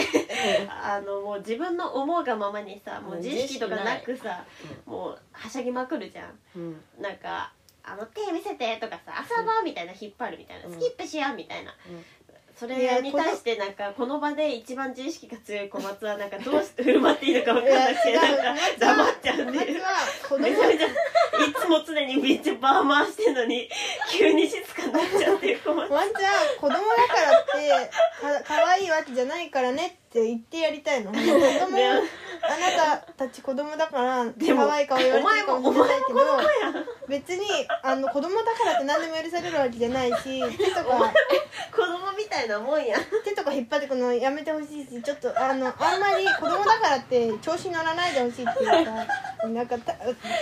[SPEAKER 2] あのもう自分の思うがままにさもう自意識とかなくさもうはしゃぎまくるじゃん
[SPEAKER 1] うん
[SPEAKER 2] なんか「あの手見せて」とかさ「遊ぼう」みたいな引っ張るみたいな、
[SPEAKER 1] うん
[SPEAKER 2] スキップしようみたいな、
[SPEAKER 1] うん
[SPEAKER 2] そ
[SPEAKER 3] いや
[SPEAKER 2] れに対してなんかこの場で一番自意識が強い小松はなんかどうして振る舞っていいのか分かんなくて
[SPEAKER 3] いや
[SPEAKER 2] な
[SPEAKER 3] 違うん
[SPEAKER 2] か黙っちゃうって
[SPEAKER 3] まず
[SPEAKER 2] いう
[SPEAKER 3] は、子供
[SPEAKER 2] めちゃめ <laughs> ちゃいつも常にめっちゃバー回してんのに急に静かになっちゃうっていう小松
[SPEAKER 3] ワンちゃん、子供だからって、か、可愛いわけじゃないからねって言ってやりたい <laughs> の。子供、あなたたち子供だから、
[SPEAKER 2] でも
[SPEAKER 3] 可愛い顔言われてるかもしれないけど。別に、あの、子供だからって何でも許されるわけじゃないし、手とか。
[SPEAKER 2] 子供みたいなもんや
[SPEAKER 3] 手とか引っ張ってくのやめてほしいしちょっとあのあんまり子供だからって調子に乗らないでほしいっていうかなんかた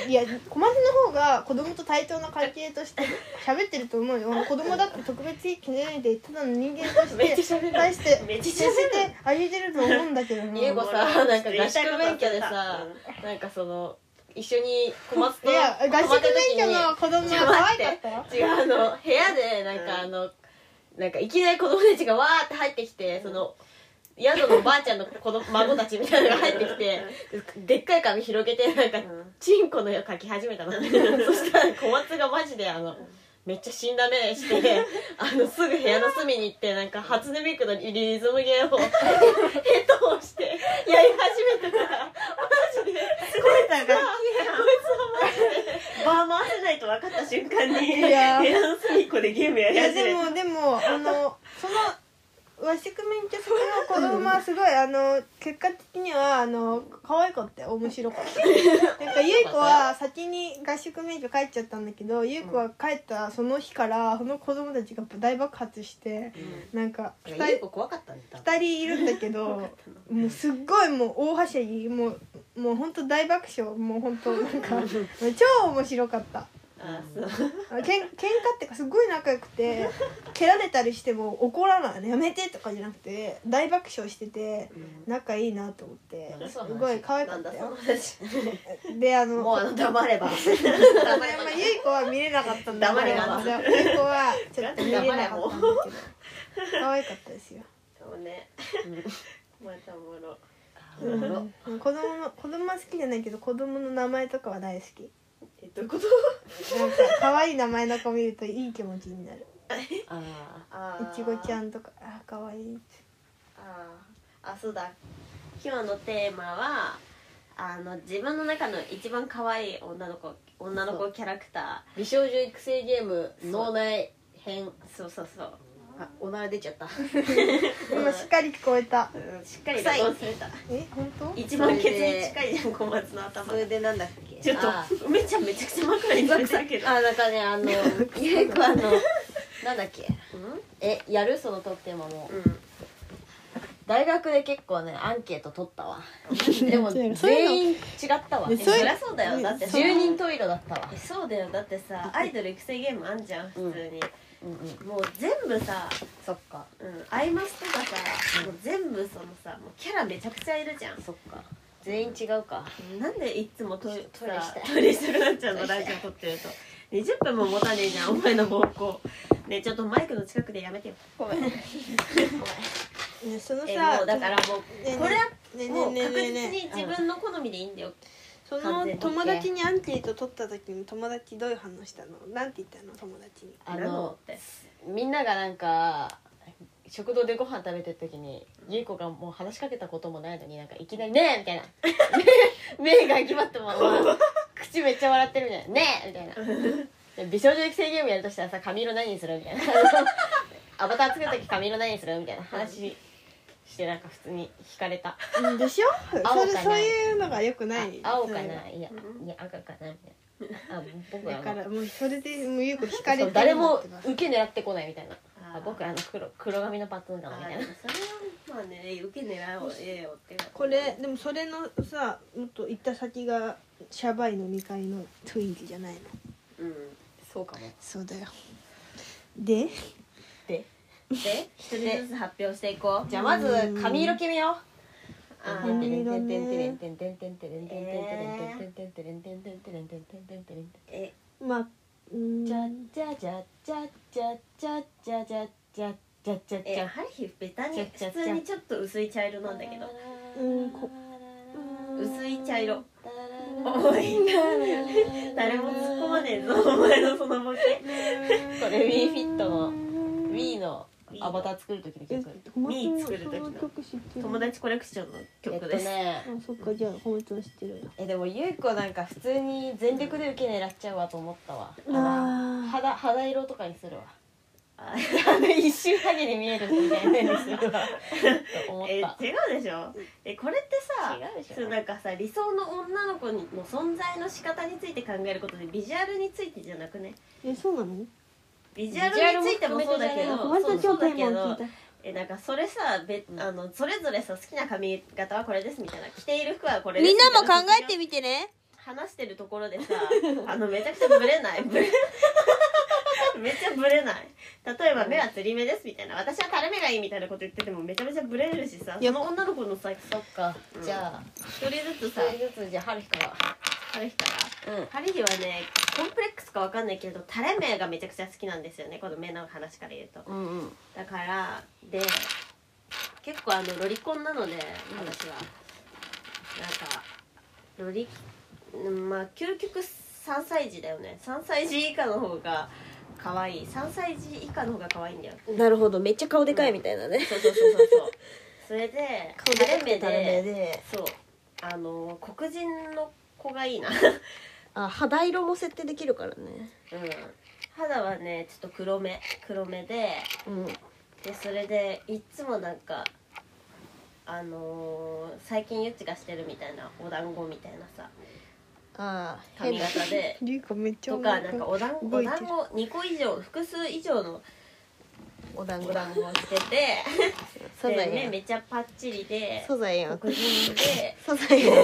[SPEAKER 3] いや小松の方が子供と対等な関係として喋ってると思うよ子供だって特別気に入れてただの人間とし
[SPEAKER 1] めってちゃ喋る
[SPEAKER 3] 対して
[SPEAKER 2] めっちゃ
[SPEAKER 3] 接
[SPEAKER 2] 喋る
[SPEAKER 3] してあげてると思うんだけども
[SPEAKER 1] ゆう
[SPEAKER 3] い
[SPEAKER 1] ごさなんか合宿免許でさなんかその一緒に小松と
[SPEAKER 3] や
[SPEAKER 1] 泊
[SPEAKER 3] 合
[SPEAKER 1] まっ
[SPEAKER 3] 宿
[SPEAKER 1] た時に
[SPEAKER 3] 免許の子供
[SPEAKER 1] ちょっ
[SPEAKER 3] は
[SPEAKER 1] と待
[SPEAKER 3] 可
[SPEAKER 1] っ
[SPEAKER 3] 愛
[SPEAKER 1] て
[SPEAKER 3] かったよ
[SPEAKER 1] 違うあの部屋でなんかあ
[SPEAKER 2] う
[SPEAKER 1] の、なんかいきなり子供たちがわーって入ってきてその宿のおばあちゃんの子供孫たちみたいなのが入ってきてでっかい紙広げてなんか
[SPEAKER 2] うん
[SPEAKER 1] チンコの絵を描き始めたのそしたら小松がマジであのめっちゃ死んだ目してあのすぐ部屋の隅に行ってなんか初音ミクのリズムゲームをヘッドホンしてやり始めたからマジで
[SPEAKER 2] バー回せないと分かった瞬間に
[SPEAKER 3] いやー
[SPEAKER 2] 部屋の隅っこでゲームや
[SPEAKER 3] い
[SPEAKER 2] り
[SPEAKER 3] や
[SPEAKER 2] 始め
[SPEAKER 3] で
[SPEAKER 2] た
[SPEAKER 3] もでもあのその和食免許制の子供はすごいあの結果的にはあの可愛かったよ面白かったなんかゆい子は先に合宿免許帰っちゃったんだけどゆい子は帰ったその日からその子供たちが大爆発してなんか
[SPEAKER 4] ゆ
[SPEAKER 3] 2
[SPEAKER 4] う
[SPEAKER 3] 人
[SPEAKER 4] こ怖かったんだ
[SPEAKER 3] 二人いるんだけどもうすっごいもう大はしゃぎもうもう本当大爆笑もう本当なん
[SPEAKER 4] <laughs>
[SPEAKER 3] か超面白かった
[SPEAKER 1] あそう
[SPEAKER 3] あけん喧嘩ってかすごい仲良くて蹴られたりしても怒らないのやめてとかじゃなくて大爆笑してて仲いいなと思って
[SPEAKER 4] なんだ
[SPEAKER 3] す
[SPEAKER 4] その話
[SPEAKER 3] ごい可愛
[SPEAKER 1] な
[SPEAKER 3] か
[SPEAKER 1] ん
[SPEAKER 3] っ
[SPEAKER 1] だ
[SPEAKER 3] た
[SPEAKER 1] その
[SPEAKER 3] よ
[SPEAKER 1] 話
[SPEAKER 3] であの
[SPEAKER 4] もうあの黙れば
[SPEAKER 3] <laughs> あんまりゆい子は見れなかったんだ
[SPEAKER 4] 黙れ
[SPEAKER 3] ま
[SPEAKER 4] が
[SPEAKER 3] あでもゆい子はちょっと見れなかったんだ
[SPEAKER 4] 黙
[SPEAKER 3] けど可愛かったですよ
[SPEAKER 2] そうね <laughs> またおもろ
[SPEAKER 3] うん子供の子供は好きじゃないけど子供の名前とかは大好き
[SPEAKER 2] えどういうこと
[SPEAKER 3] なんか可愛い名前の子見るといい気持ちになる
[SPEAKER 1] あ
[SPEAKER 2] あー
[SPEAKER 3] いちごちゃんとかあ可愛いって
[SPEAKER 2] あーあそうだ今日のテーマはあの自分の中の一番可愛い女の子女の子キャラクタ
[SPEAKER 1] ー美少女育成ゲーム脳内編
[SPEAKER 2] ーそうそうそう、
[SPEAKER 1] あおなら出ちゃ <laughs> った
[SPEAKER 3] 今しっかり聞こえた
[SPEAKER 2] うん、しっかり
[SPEAKER 4] 臭い
[SPEAKER 2] 録音された
[SPEAKER 3] え本当
[SPEAKER 2] 一番ケツに近いじゃん小松の頭
[SPEAKER 4] それでなんだっけ
[SPEAKER 2] ちょっ
[SPEAKER 1] あ
[SPEAKER 2] と梅ちゃんめちゃくちゃ枕にされてるけど
[SPEAKER 1] あなんかね <laughs> あのゆいこあのなんだっけえやるそのとってももう
[SPEAKER 2] うん
[SPEAKER 1] 大学で結構ねアンケート取ったわでも
[SPEAKER 3] そういうの
[SPEAKER 1] 全員違ったわ
[SPEAKER 3] ね
[SPEAKER 1] え
[SPEAKER 2] え
[SPEAKER 3] そ
[SPEAKER 2] そう
[SPEAKER 3] いう
[SPEAKER 2] りゃそうだよだって
[SPEAKER 3] そう
[SPEAKER 1] 10人トイレだったわ
[SPEAKER 2] えそうだよだってさアイドル育成ゲームあんじゃん普通に、
[SPEAKER 1] うんうん
[SPEAKER 2] もう全部さ
[SPEAKER 1] そっか
[SPEAKER 2] 「うん、アイマス」とかさもう全部そのさもうキャラめちゃくちゃいるじゃん
[SPEAKER 1] そっか全員違うか
[SPEAKER 2] なんでいつもトイ
[SPEAKER 1] トイレしたい
[SPEAKER 2] トイレしたくなっちゃうのラジオ撮ってると20分も持たねえじゃんお前の方向ねえちょっとマイクの近くでやめてよ
[SPEAKER 4] ごめん
[SPEAKER 3] ねその
[SPEAKER 2] え
[SPEAKER 3] さ
[SPEAKER 2] もうだからも
[SPEAKER 3] ねえ
[SPEAKER 2] うこれは
[SPEAKER 3] ねえね
[SPEAKER 2] もう
[SPEAKER 3] え
[SPEAKER 2] 確
[SPEAKER 3] ねえ
[SPEAKER 2] 実
[SPEAKER 3] ねえ
[SPEAKER 2] に自分の好みでいいんだよ
[SPEAKER 3] そ
[SPEAKER 2] 完
[SPEAKER 3] の
[SPEAKER 2] 全に
[SPEAKER 3] 友達にアンケート取った時に友達どういう反応したのなんて言ったの友達に
[SPEAKER 1] あ
[SPEAKER 2] な
[SPEAKER 1] の
[SPEAKER 2] って
[SPEAKER 1] みんながなんか食堂でご飯食べてる時にゆい子がもう話しかけたこともないのになんかいきなり「ねえ!」みたいな目目が決まっても口めっちゃ笑ってるみたいな「ねえ!」みたいなで美少女育成ゲームやるとしたらさ髪色何にするみたいなアバター作る時髪色何にするみたいな話してなんか普通に惹かれた
[SPEAKER 3] うんでしょそ
[SPEAKER 1] 青
[SPEAKER 3] れ
[SPEAKER 1] かな
[SPEAKER 3] そういうのがよくない
[SPEAKER 1] あ青か
[SPEAKER 3] そういうの
[SPEAKER 1] ないやいや赤かなみたいなあ僕は
[SPEAKER 3] だ
[SPEAKER 1] あの
[SPEAKER 3] からもうそれでもうゆうこ惹かれて
[SPEAKER 1] そう
[SPEAKER 3] る
[SPEAKER 1] 誰も受け狙ってこないみたいな
[SPEAKER 2] あ
[SPEAKER 1] あ僕あの黒黒髪のパトゥーン
[SPEAKER 2] あ
[SPEAKER 1] なのみたいな
[SPEAKER 2] ーでもそれはまあね受け狙おうええよって
[SPEAKER 3] これでもそれのさもっと行った先がシャバイの2階のトゥインキじゃないの
[SPEAKER 2] うん
[SPEAKER 1] そうかも
[SPEAKER 3] そうだよで
[SPEAKER 1] で
[SPEAKER 2] で一人ずつ発表していこう
[SPEAKER 1] じゃあまず髪色決めよう
[SPEAKER 2] あ
[SPEAKER 1] あ
[SPEAKER 2] ー
[SPEAKER 3] 髪色ね
[SPEAKER 2] え
[SPEAKER 3] まあうん
[SPEAKER 1] じゃじゃじゃじゃじゃじゃじゃじゃじゃじゃじゃじ
[SPEAKER 2] え
[SPEAKER 1] ゃ
[SPEAKER 2] ハリヒベタに
[SPEAKER 1] ちゃ
[SPEAKER 2] 普
[SPEAKER 1] っちゃ
[SPEAKER 2] 通にちょっと薄い茶色なんだけど
[SPEAKER 3] うんこ
[SPEAKER 2] 薄い茶色おい誰も突っ込まねえぞお前のそのボケ
[SPEAKER 1] これ WeFit の We のアバター作る時の曲
[SPEAKER 2] ミー作る時の友
[SPEAKER 3] 友達
[SPEAKER 2] 達コレクションの
[SPEAKER 1] えっ
[SPEAKER 2] 曲
[SPEAKER 1] と
[SPEAKER 2] です、
[SPEAKER 1] ね
[SPEAKER 3] あそっかじゃあ本当知ってる
[SPEAKER 1] えでもゆい子なんか普通に全力で受け狙っちゃうわと思ったわ
[SPEAKER 3] あ
[SPEAKER 1] 肌肌色とかにするわ
[SPEAKER 2] あ
[SPEAKER 1] あの <laughs> 一瞬だけに見えるみたいなのにす <laughs> るわと思っ
[SPEAKER 2] え違
[SPEAKER 1] た
[SPEAKER 2] うでしょえこれってさ
[SPEAKER 1] 違うでしょ
[SPEAKER 2] そうなんかさ理想の女の子の存在の仕方について考えることでビジュアルについてじゃなくね
[SPEAKER 3] えそうなの
[SPEAKER 2] ビジュアルについてもそうだけ
[SPEAKER 1] ビジュアル
[SPEAKER 2] ど
[SPEAKER 1] も含
[SPEAKER 3] 小松
[SPEAKER 2] そう
[SPEAKER 3] の
[SPEAKER 2] そ
[SPEAKER 3] 超
[SPEAKER 2] う
[SPEAKER 3] テ
[SPEAKER 2] だ
[SPEAKER 3] ー
[SPEAKER 2] け
[SPEAKER 3] マを聞い
[SPEAKER 2] ど
[SPEAKER 3] た
[SPEAKER 2] えなんかそれさべ
[SPEAKER 1] うん
[SPEAKER 2] あのそれぞれさ好きな髪型はこれですみたいな着ている服はこれです
[SPEAKER 3] みんなも考え
[SPEAKER 2] み
[SPEAKER 3] てみてね
[SPEAKER 2] た話してるところでさ <laughs> あのめちゃくちゃブレないブレ <laughs> めっちゃブレない例えば目はつり目ですみたいな私は垂れ目がいいみたいなこと言っててもめちゃめちゃブレるしさ
[SPEAKER 3] いや
[SPEAKER 2] その女の子のさ一
[SPEAKER 1] そっか、
[SPEAKER 2] うん
[SPEAKER 1] じゃあ
[SPEAKER 2] 人ずつさ
[SPEAKER 1] 一人ずつじゃあ春日から
[SPEAKER 2] 春日から
[SPEAKER 1] うん
[SPEAKER 2] ハリヒはねコンプレックスかわかんないけど垂れ目がめちゃくちゃ好きなんですよねこの目の話から言うと
[SPEAKER 1] うんうん
[SPEAKER 2] だからで結構あのロリコンなので私は、なんかロリうんまあ究極3歳児だよね3歳児以下の方が可愛い3歳児以下の方が可愛いんだよ
[SPEAKER 4] なるほどめっちゃ顔でかいみたいなね、
[SPEAKER 2] そうそうそうそうそうそれで垂れ目で
[SPEAKER 4] で
[SPEAKER 2] そうあの黒人の子がいいな
[SPEAKER 4] あ肌色も設定できるからね
[SPEAKER 2] うん肌はねちょっと黒目黒目で
[SPEAKER 4] うん
[SPEAKER 2] でそれでいっつもなんかあのー最近ゆっちがしてるみたいなお団子みたいなさ
[SPEAKER 4] ああ
[SPEAKER 2] 髪
[SPEAKER 4] 変だ
[SPEAKER 2] 型で
[SPEAKER 3] リュウコめっちゃ
[SPEAKER 2] と
[SPEAKER 3] お
[SPEAKER 2] か
[SPEAKER 3] 腹
[SPEAKER 2] なんかお団子
[SPEAKER 3] 動
[SPEAKER 2] お
[SPEAKER 3] いて
[SPEAKER 2] 団
[SPEAKER 3] る
[SPEAKER 2] 子2個以上複数以上の
[SPEAKER 4] お団
[SPEAKER 2] お
[SPEAKER 4] 子だ
[SPEAKER 2] 団子をしてて
[SPEAKER 4] サザ
[SPEAKER 2] で
[SPEAKER 4] エ
[SPEAKER 2] 目
[SPEAKER 4] や
[SPEAKER 2] めっちゃパッチリで
[SPEAKER 4] サザエや
[SPEAKER 2] 黒人で
[SPEAKER 4] サザエや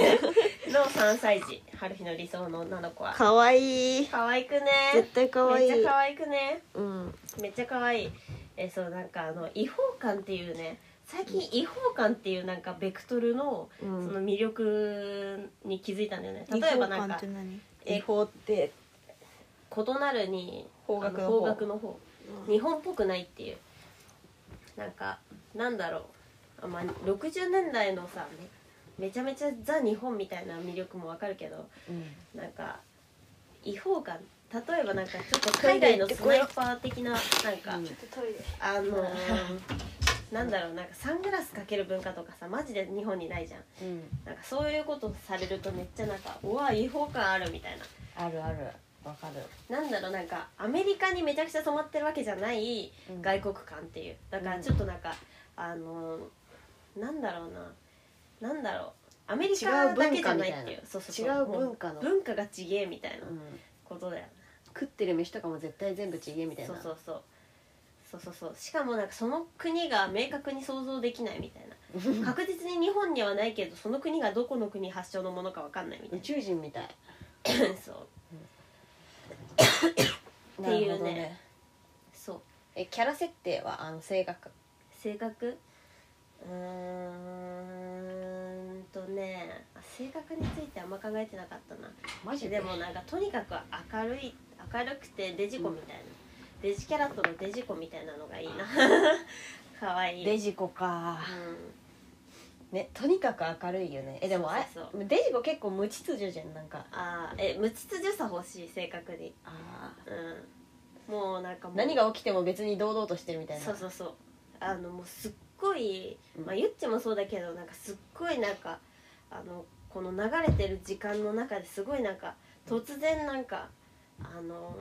[SPEAKER 2] の3歳児春日の理想の女の子は
[SPEAKER 4] かわいい
[SPEAKER 2] 可愛くね
[SPEAKER 4] 絶対かわい
[SPEAKER 2] めっ
[SPEAKER 4] い
[SPEAKER 2] ちゃ可愛くね
[SPEAKER 4] うん
[SPEAKER 2] めっちゃ可愛いえそうなんかあの違法感っていうね最近違法感っていうなんかベクトルの
[SPEAKER 4] う
[SPEAKER 2] そ
[SPEAKER 4] ん
[SPEAKER 2] の魅力に気づいたんだよね例えばなんか
[SPEAKER 3] 日本館って何
[SPEAKER 2] え
[SPEAKER 4] 違法って
[SPEAKER 2] 異なるに
[SPEAKER 4] 方角
[SPEAKER 2] あ
[SPEAKER 4] の
[SPEAKER 2] の
[SPEAKER 4] 方
[SPEAKER 2] 方角の方
[SPEAKER 4] うん
[SPEAKER 2] 日本っぽくないっていうなんかなんだろうあまあ60年代のさめめちゃめちゃザ日本みたいな魅力もわかるけどなんか違法感例えばなんかちょっと海外のスナイパー的ななんか、
[SPEAKER 4] うん
[SPEAKER 2] あのー <laughs> なんだろうなんかサングラスかける文化とかさマジで日本にないじゃん
[SPEAKER 1] うん
[SPEAKER 2] なんかそういうことされるとめっちゃなんかうわ違法感あるみたい
[SPEAKER 1] あるあるわかる
[SPEAKER 2] ななんだろうなんかアメリカにめちゃくちゃ染まってるわけじゃない
[SPEAKER 1] うん
[SPEAKER 2] 外国感っていうだからちょっとなんか、あのーなんだろうななんだろうアメリカだけじゃないっていう
[SPEAKER 1] 違う文化みたいな
[SPEAKER 2] そうそう
[SPEAKER 1] 違
[SPEAKER 2] そうも
[SPEAKER 1] 文化の
[SPEAKER 2] 文化がちげえみたいな
[SPEAKER 1] うん
[SPEAKER 2] ことだよね
[SPEAKER 1] 食ってる飯とかも絶対全部ちげえみたい
[SPEAKER 2] そう
[SPEAKER 1] な
[SPEAKER 2] そうそうそうそうそうしかもなんかその国が明確に想像できないみたい
[SPEAKER 1] <laughs>
[SPEAKER 2] な確実に日本にはないけどその国がどこの国発祥のものかわかんないみた
[SPEAKER 1] 宇
[SPEAKER 2] い
[SPEAKER 1] 宙人みたい
[SPEAKER 2] な <laughs> そう
[SPEAKER 1] って
[SPEAKER 2] いうねそう
[SPEAKER 1] えキャラ設定はあの性格
[SPEAKER 2] 性格うーんとねあ性格についてあんま考えてなかったな
[SPEAKER 1] マジで
[SPEAKER 2] でもなんかとにかく明るい明るくてデジコみたいな、デジキャラットのデジコみたいなのがいいな <laughs> 可愛い
[SPEAKER 1] デジコか
[SPEAKER 2] うん
[SPEAKER 1] ねとにかく明るいよねえでもあれ
[SPEAKER 2] そうそ
[SPEAKER 1] デジコ結構無秩序じゃんなんか
[SPEAKER 2] あーえ無秩序さ欲しい正確に
[SPEAKER 1] あ
[SPEAKER 2] うんもうなんかもう
[SPEAKER 1] 何が起きても別に堂々としてるみたいな
[SPEAKER 2] そうそうそうあのもうすっごい、
[SPEAKER 1] うん
[SPEAKER 2] まあ、ゆっちもそうだけどなんかすっごいなんかあのこの流れてる時間の中ですごいなんか突然なんかあの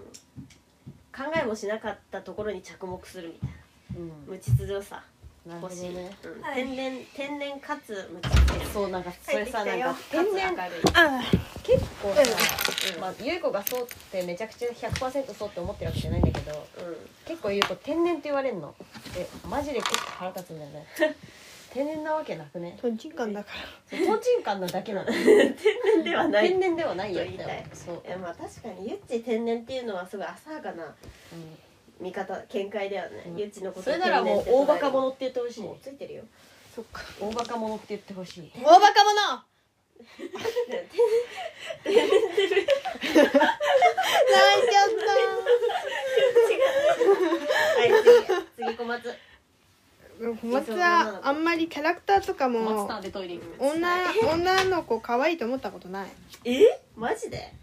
[SPEAKER 2] 考えもしなかったところに着目するみたいな
[SPEAKER 1] うん
[SPEAKER 2] 無秩序さ
[SPEAKER 1] なるほ
[SPEAKER 2] 欲
[SPEAKER 1] ど
[SPEAKER 2] しい、
[SPEAKER 1] ね
[SPEAKER 2] うん
[SPEAKER 3] はい
[SPEAKER 2] 天然天然かつ無秩序
[SPEAKER 1] そうなんかそれさ
[SPEAKER 3] 帰っ
[SPEAKER 1] な
[SPEAKER 3] て
[SPEAKER 1] ん
[SPEAKER 3] きた
[SPEAKER 1] か
[SPEAKER 3] よ
[SPEAKER 1] 天然
[SPEAKER 2] かつ明るい
[SPEAKER 3] あ
[SPEAKER 1] 結構さ
[SPEAKER 2] うん
[SPEAKER 1] まあ優子がそうってめちゃくちゃ100%そうって思ってるわけじゃないんだけど
[SPEAKER 2] うん
[SPEAKER 1] 結構優子天然って言われんのえマジで結構腹立つんだよ
[SPEAKER 2] <laughs>
[SPEAKER 1] ね天然なわけなくね
[SPEAKER 3] とんちんかんだか
[SPEAKER 1] とんちんかんなだけなの
[SPEAKER 2] 天然では <laughs> ない
[SPEAKER 1] 天然ではないよっ
[SPEAKER 2] と
[SPEAKER 1] て
[SPEAKER 2] 言いたい
[SPEAKER 1] そう、
[SPEAKER 2] いやまあ確かにゆっち天然っていうのはすごい浅はかな見方見解だよね、
[SPEAKER 1] うん
[SPEAKER 2] ゆっちのこ
[SPEAKER 1] うん
[SPEAKER 2] と
[SPEAKER 1] それならもう大バカ者って言ってほしい
[SPEAKER 2] もうついてるよ
[SPEAKER 1] そっか大バカ者って言ってほしい
[SPEAKER 3] ら大バカ者
[SPEAKER 2] 天
[SPEAKER 3] 泣いちゃっ
[SPEAKER 2] 然はい次次小松
[SPEAKER 3] た小松はあんまりキャラクターとかも
[SPEAKER 1] でトイレ行
[SPEAKER 3] 女女の子可愛いと思ったことない
[SPEAKER 2] えマジで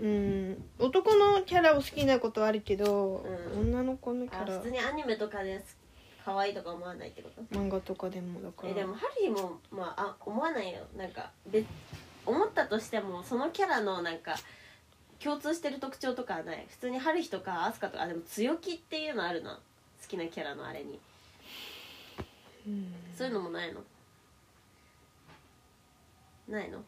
[SPEAKER 3] うん男のキャラを好きになることはあるけど、
[SPEAKER 2] う
[SPEAKER 3] 女の子のキ
[SPEAKER 2] あ
[SPEAKER 3] ャラ
[SPEAKER 2] 普通にアニメとかです可愛いとか思わないってこと
[SPEAKER 3] 漫画とかでもだから
[SPEAKER 2] えでもハリーもまああ思わないよなんか別思ったとしてもそのキャラのなんか共通してる特徴とかはない普通にハルヒとかアスカとかあでも強気っていうのあるな好きなキャラのあれに
[SPEAKER 3] うん
[SPEAKER 2] そういうのもないのないの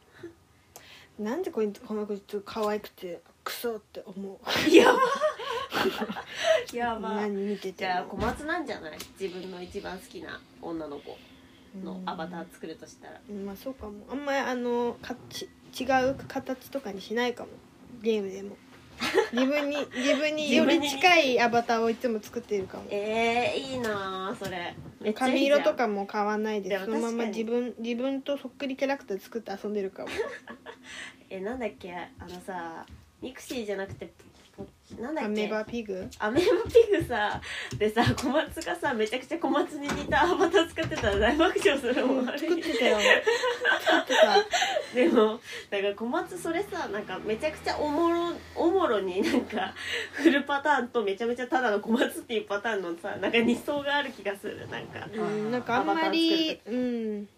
[SPEAKER 3] なんでこいつこの子ちょっと可愛くてクソって思う
[SPEAKER 2] や <laughs> ばやば
[SPEAKER 3] 何見てて
[SPEAKER 2] じゃあ
[SPEAKER 3] も
[SPEAKER 2] 小松なんじゃない自分の一番好きな女の子のアバター作るとしたら、
[SPEAKER 3] まあそうかもあんまりあのかち違う形とかにしないかもゲーム
[SPEAKER 2] <laughs>
[SPEAKER 3] でも自分に自分により近いアバターをいつも作っているかも
[SPEAKER 2] えー、いいなーそれめっちゃいい
[SPEAKER 3] 髪
[SPEAKER 2] じゃん
[SPEAKER 3] 色とかも変わんないで
[SPEAKER 2] ですも
[SPEAKER 3] そのまま
[SPEAKER 2] 確か
[SPEAKER 3] 自
[SPEAKER 2] に
[SPEAKER 3] 分自分とそっくりキャラクター作って遊んでるかも
[SPEAKER 2] えなんだっけあのさミクシーじゃなくてポなんだ
[SPEAKER 3] ア
[SPEAKER 2] っけ
[SPEAKER 3] メーバピ
[SPEAKER 2] <laughs>
[SPEAKER 3] グ
[SPEAKER 2] アメーバピグさでさ小松がさめちゃくちゃ小松に似たアバター使ってたら大爆笑するもん、あれ
[SPEAKER 3] 作ってたよ作ってた
[SPEAKER 2] でもなんか小松それさなんかめちゃくちゃおもろおもろになんかフルパターンとめちゃめちゃただの小松っていうパターンのさなんか二層がある気がするなんか
[SPEAKER 3] うん、なんかあんまり、うん、